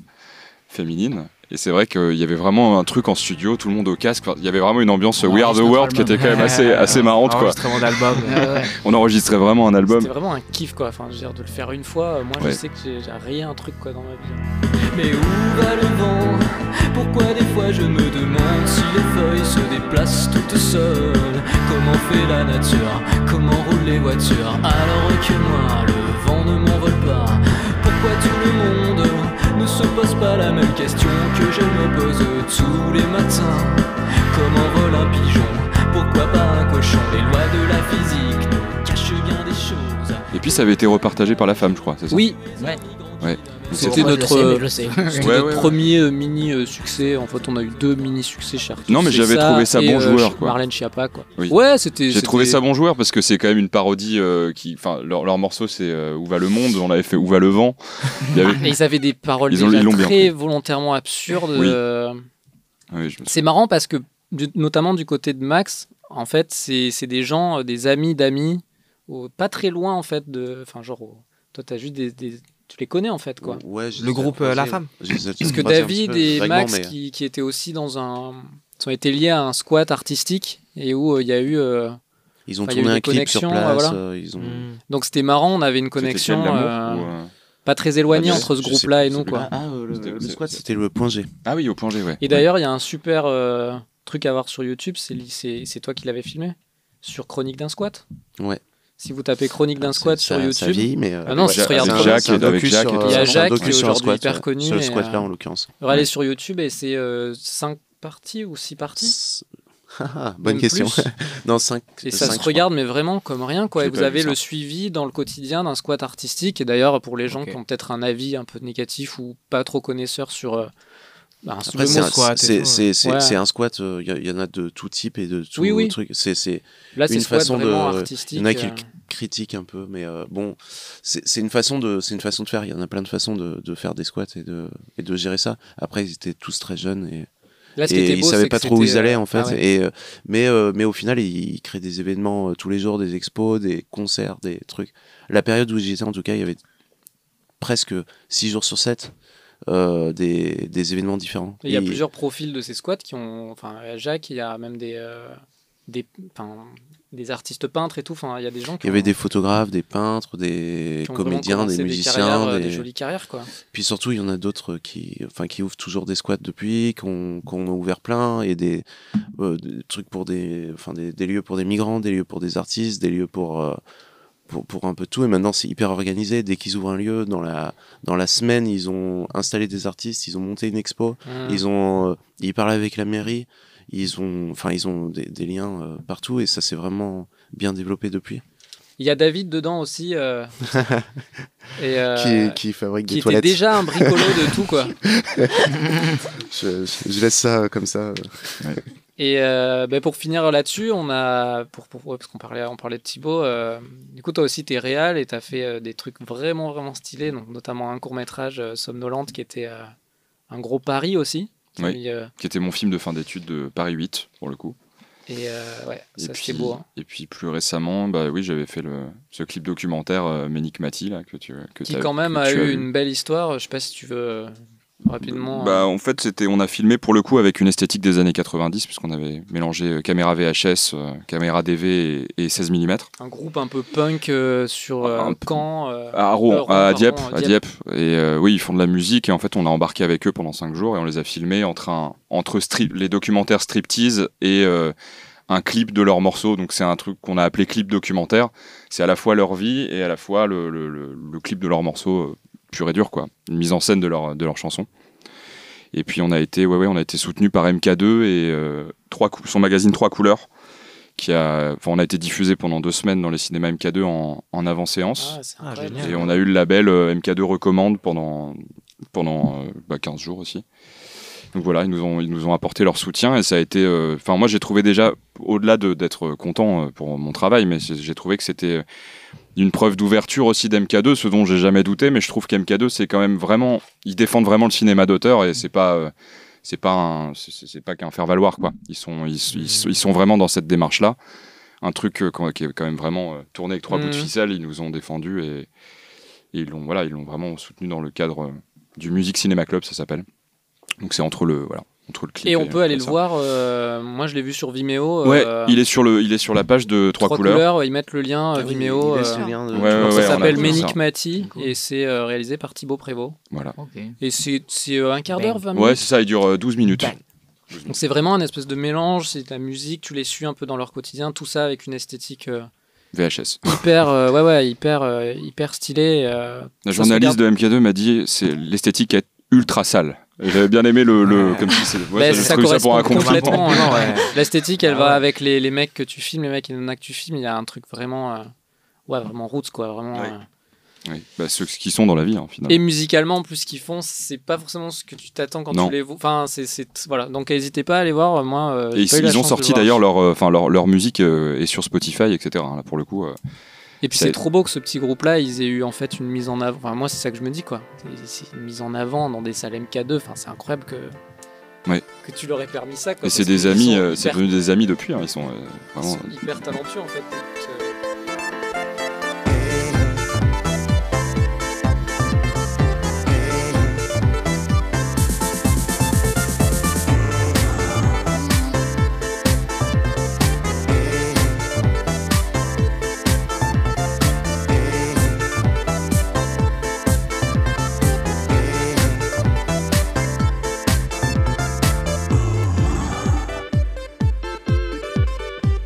féminines. Et c'est vrai qu'il y avait vraiment un truc en studio, tout le monde au casque. Enfin, Il y avait vraiment une ambiance euh, We Are the World qui était quand même assez, assez marrante. Quoi.
Enregistrement d'album.
Ouais, ouais.
On enregistrait vraiment un album.
C'était vraiment un kiff quoi, enfin je veux dire de le faire une fois, euh, moi
Ouais.
je sais que j'ai j'ai rien un truc quoi dans ma vie.
Mais où va le vent Pourquoi des fois je me demande si les feuilles se déplacent toutes seules Comment fait la nature Comment roulent les voitures Alors que moi le vent ne m'envole pas Pourquoi tout le monde ne se pose pas la même question que je me pose tous les matins Comment vole un pigeon Pourquoi pas un cochon Les lois de la physique nous cachent bien des choses
Et puis, ça avait été repartagé par la femme, je crois, c'est ça
Oui.
Ouais.
Ouais.
C'était
Moi, je le
notre,
sais, mais
euh,
je le sais.
c'était
Ouais,
notre
ouais, ouais.
premier euh, mini euh, succès. En fait, on a eu deux mini succès chez Arthur.
Non, mais
C'est
j'avais trouvé ça
et, euh,
bon joueur, quoi.
Marlène Schiappa, quoi.
Oui.
Ouais, c'était.
J'ai trouvé
c'était-
ça bon joueur parce que c'est quand même une parodie euh, qui. Enfin, leur, leur morceau c'est euh, Où va le monde On l'avait fait Où va le vent Il y avait-
Ah,
Et ils avaient des paroles
Ils ont-
déjà
ils l'ont bien
très volontairement absurdes.
Oui.
euh,
Ah Oui, je me-
C'est marrant parce que, du- notamment du côté de Max, en fait, c'est c'est des gens, euh, des amis d'amis, au- pas très loin en fait de. Enfin, genre, au- toi, t'as juste des, des- Tu les connais en fait, quoi.
Ouais, je Le les ai groupe, euh, croisés, La ouais. Femme. Je les ai
Parce que
croisés un petit
David
peu,
et
vaguement,
Max,
mais- euh,
qui, qui étaient aussi dans un. Ils ont été liés à un squat artistique et où euh, il y a eu. euh,
Ils ont
enfin, il y a
tourné
eu
un
des
clip sur
connexions,
place,
voilà.
euh, ils ont- Mm.
Donc c'était marrant, on avait une connexion
Quel Amour
euh,
ou, euh,
pas très éloignée
Ah, je-
entre ce
je sais
groupe-là
plus,
et
je
nous,
sais plus.
quoi.
Ah, ah, euh, le- le squat, c'était le point G.
Ah oui, au point G, ouais.
Et d'ailleurs, il y a un super euh, truc à voir sur YouTube, c'est li- c'est c'est toi qui l'avais filmé sur Chronique d'un squat.
Ouais.
Si vous tapez Chronique d'un squat sur
ça-
YouTube,
ça vieillit, mais, euh,
Ah non,
avec
ça se
Jacques-
regarde
avec
pas.
Jacques et C'est un avec docu Jacques et sur- tout
il y
ça.
a
C'est un
Jacques qui
docu
est
sur le
aujourd'hui
squat,
hyper
ouais.
connu.
Sur le
mais,
squat, là, en
euh,
l'occurrence.
Regardez
Ouais.
sur YouTube et c'est 5 parties ou 6 parties.
Ah, bonne
Même
question.
plus.
non, 5.
Et ça se regarde, mais vraiment comme rien. Quoi.
J'ai
Et vous
pas vu
avez
ça.
le suivi dans le quotidien d'un squat artistique. Et d'ailleurs, pour les gens
Ok.
qui ont peut-être un avis un peu négatif ou pas trop connaisseurs sur euh, bah, un
Après,
le
c'est
mot
un, c'est- c'est- c'est-
Ouais.
c'est un squat, euh, il y, en a de tout type et de tout
Oui, oui.
truc. C'est c'est
Là, c'est
une
squat
façon de.
vraiment
Il y en a
artistique,
qui
euh.
le critiquent un peu, mais euh, bon, c'est c'est une, façon de- c'est une façon de faire. Il y en a plein de façons de, de faire des squats et de, et de gérer ça. Après, ils étaient tous très jeunes et.
Là, ce qui
et
était
ils
beau,
savaient
c'est
pas
que
trop où ils
c'était,
allaient en
euh,
fait
ah ouais.
et euh, mais euh, mais au final ils, ils créent des événements euh, tous les jours des expos des concerts des trucs la période où j'étais en tout cas il y avait presque 6 jours sur 7 des, des événements différents
Et Il y a
Et-
plusieurs profils de ces squats qui ont. Enfin, à Jacques, il y a même des, euh, des, enfin, des artistes peintres et tout. Enfin, il y a des gens
Il
qui
y avait
ont-
des photographes, des peintres, des
qui ont vraiment
comédiens,
commencé
des
des
musiciens,
carrières, euh, des jolies carrières, quoi.
Puis surtout, il y en a d'autres qui, enfin, qui ouvrent toujours des squats depuis, qu'on qu'on a ouvert plein et des, euh, des trucs pour des, enfin, des, des lieux pour des migrants, des lieux pour des artistes, des lieux pour euh, pour, pour un peu tout. Et maintenant, c'est hyper organisé. Dès qu'ils ouvrent un lieu, dans la dans la semaine, ils ont installé des artistes, ils ont monté une expo,
Mm.
ils ont euh, ils parlent avec la mairie. Ils ont, enfin, ils ont des, des liens euh, partout et ça s'est vraiment bien développé depuis.
Il y a David dedans aussi. euh, et, euh,
Qui- qui fabrique des
qui était
toilettes.
déjà un bricolo de tout, quoi.
je, laisse ça comme ça.
Et euh, ben, pour finir là-dessus, on a pour, pour- ouais, parce qu'on parlait on parlait de Thibaut. euh, du coup, toi aussi, t'es réal et t'as fait euh, des trucs vraiment vraiment stylés, donc notamment un court métrage euh, somnolente qui était euh, un gros pari aussi. qui a
Oui,
mis, euh,
Qui était mon film de fin d'études de Paris 8, pour le coup.
et euh, ouais,
Et
ça
puis-
c'était beau. hein.
Et puis plus récemment, bah oui, j'avais fait le, ce clip documentaire euh, Ménic Mati, là, que tu que
Qui
t'as-
quand même
que
a
tu as
eu
vu.
une belle histoire. Je sais pas si tu veux euh, rapidement. euh,
Bah, en fait, c'était, on a filmé pour le coup avec une esthétique des années 90, puisqu'on avait mélangé euh, caméra VHS, euh, caméra DV et, et 16 mm.
un groupe un peu punk euh, sur euh, Caen. euh,
À Rouen,
euh, Rouen,
à,
pardon,
Dieppe, à Dieppe. Et euh, oui, ils font de la musique. Et en fait, on a embarqué avec eux pendant cinq jours et on les a filmés entre, un, entre strip- les documentaires striptease et euh, un clip de leur morceau. Donc, c'est un truc qu'on a appelé clip documentaire. C'est à la fois leur vie et à la fois le, le- le- le clip de leur morceau euh, pur et dur, quoi. Une mise en scène de leur, de leur chanson. Et puis, on a été, ouais, ouais, on a été soutenu par MK2 et euh, trois cou- son magazine Trois Couleurs. Qui a, enfin, on a été diffusé pendant deux semaines dans les cinémas MK2 en, en avant-séance.
Ah, génial.
Et on a eu le label euh, MK2 recommande pendant, pendant euh, bah, 15 jours aussi. Donc voilà, ils nous, ont, ils nous ont apporté leur soutien et ça a été. euh, Enfin, moi j'ai trouvé déjà, au-delà de- d'être content euh, pour mon travail, mais j'ai j'ai trouvé que c'était. euh, d'une preuve d'ouverture aussi d'MK2, ce dont j'ai jamais douté, mais je trouve qu'MK2, c'est quand même vraiment. Ils défendent vraiment le cinéma d'auteur et c'est pas. euh, c'est pas un- c'est- c'est c'est pas qu'un faire valoir quoi ils sont ils, ils sont- ils sont vraiment dans cette démarche là un truc euh, quand- qui est quand même vraiment euh, tourné avec trois
Mhm.
bouts de ficelle ils nous ont défendu et, et ils l'ont voilà ils l'ont vraiment soutenu dans le cadre euh, du Music Cinema Club ça s'appelle donc c'est entre le voilà entre le clip
Et on peut aller le
ça.
voir. euh, moi, je l'ai vu sur Vimeo.
ouais
euh,
il est sur le il est sur la page de trois,
Trois
couleurs,
ouais, ils mettent le lien euh,
Ah oui,
Vimeo.
ils laissent
euh,
le lien de-
Ouais, ouais,
ça
ouais, on a
s'appelle
vu
Menik
ça.
Mati et c'est euh, réalisé par Thibaut Prévost.
Voilà.
Et c'est c'est, euh, un quart
Ben.
d'heure, 20
ouais
minutes.
c'est ça il dure euh, 12 minutes
Bah. Donc c'est vraiment un espèce de mélange, c'est de la musique, tu les suis un peu dans leur quotidien, tout ça avec une esthétique euh,
VHS
hyper, euh, ouais, ouais, hyper, euh, hyper stylée. euh,
La
ça se
journaliste
regarde-
de MK2 m'a dit c'est l'esthétique est ultra sale. Et J'avais bien aimé le, le- comme si c'est- ouais,
Mais
j'ai
Bah, ça
trouvé
correspond
pour un compliment.
complètement. hein, non, ouais. L'esthétique,
Ah
elle va avec les, les mecs que tu filmes, les mecs et les nanas que tu filmes. Il y a un truc vraiment, euh, ouais, vraiment roots, quoi, vraiment. euh,
Oui, bah, ceux qui sont dans la vie hein, finalement.
Et musicalement, en plus, ce qu'ils font, c'est pas forcément ce que tu t'attends quand
Non.
tu les vois. Enfin, c'est, c'est- voilà. Donc, n'hésitez pas à aller voir. Moi, euh,
Et
j'ai
ils,
pas eu la
ils ont
chance de
sorti
voir.
d'ailleurs leur, euh, enfin leur, leur musique euh, est sur Spotify etc. hein, là pour le coup. euh,
Et puis
ça-
c'est trop beau que ce petit groupe-là, ils aient eu en fait une mise en avant. Enfin, moi, c'est ça que je me dis, quoi. C'est- C'est une mise en avant dans des salles MK2. Enfin, c'est incroyable que,
Ouais.
que tu leur aies permis ça. Quoi,
Et c'est
parce
des
qu'ils
amis,
sont
euh, c'est
hyper-
devenu des amis depuis. hein, ils sont euh,
ils
vraiment.
sont hyper talentueux, en fait. Donc, euh,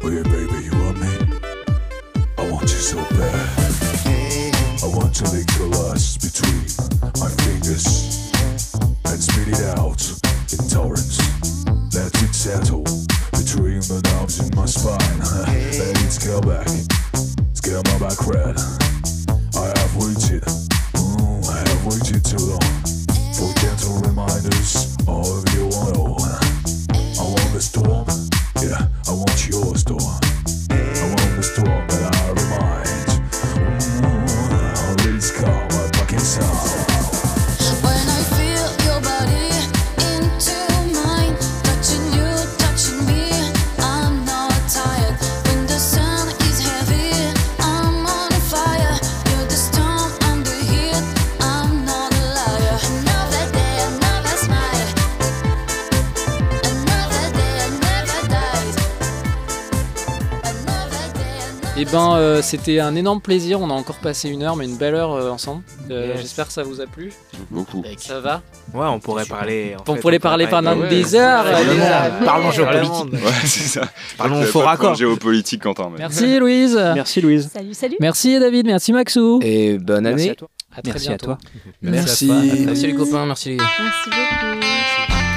Oh yeah, baby, you want me? I want you so bad. I want to lick your lust between my fingers and spit it out in torrents. Let it settle between the knobs in my spine. Let it scale back, scale my back red. I have waited, mm, I have waited too long for gentle reminders of your oil. I want the storm, yeah, I want your storm. I want the storm that I remind. Mm, let it calm, my fucking sound.
When I feel your body into mine, touching you, touching me, I'm not tired. When the sun is heavy, I'm on fire. You're the storm, I'm the heat, I'm not a liar. Another day, another smile. Another day, another died.
Eh ben, euh, c'était un énorme plaisir. On a encore passé une heure, mais une belle heure euh, ensemble. Euh,
Yes.
J'espère que ça vous a plu.
Beaucoup.
Ça va
Ouais, on pourrait parler. en
On
fait,
pourrait parler pendant des heures,
Ouais,
des
Parlons,
années.
parlons
Parlons
géopolitique.
de-
Ouais, c'est ça.
Parlons
J'avais
faux
pas de point
raccords.
Géopolitique Quentin. mais-
Merci Louise.
Merci Louise.
Salut, salut.
Merci David, merci Maxou.
Et bonne année.
À très
Merci à
bientôt.
toi. Merci. Merci les copains, merci les gars.
Merci beaucoup.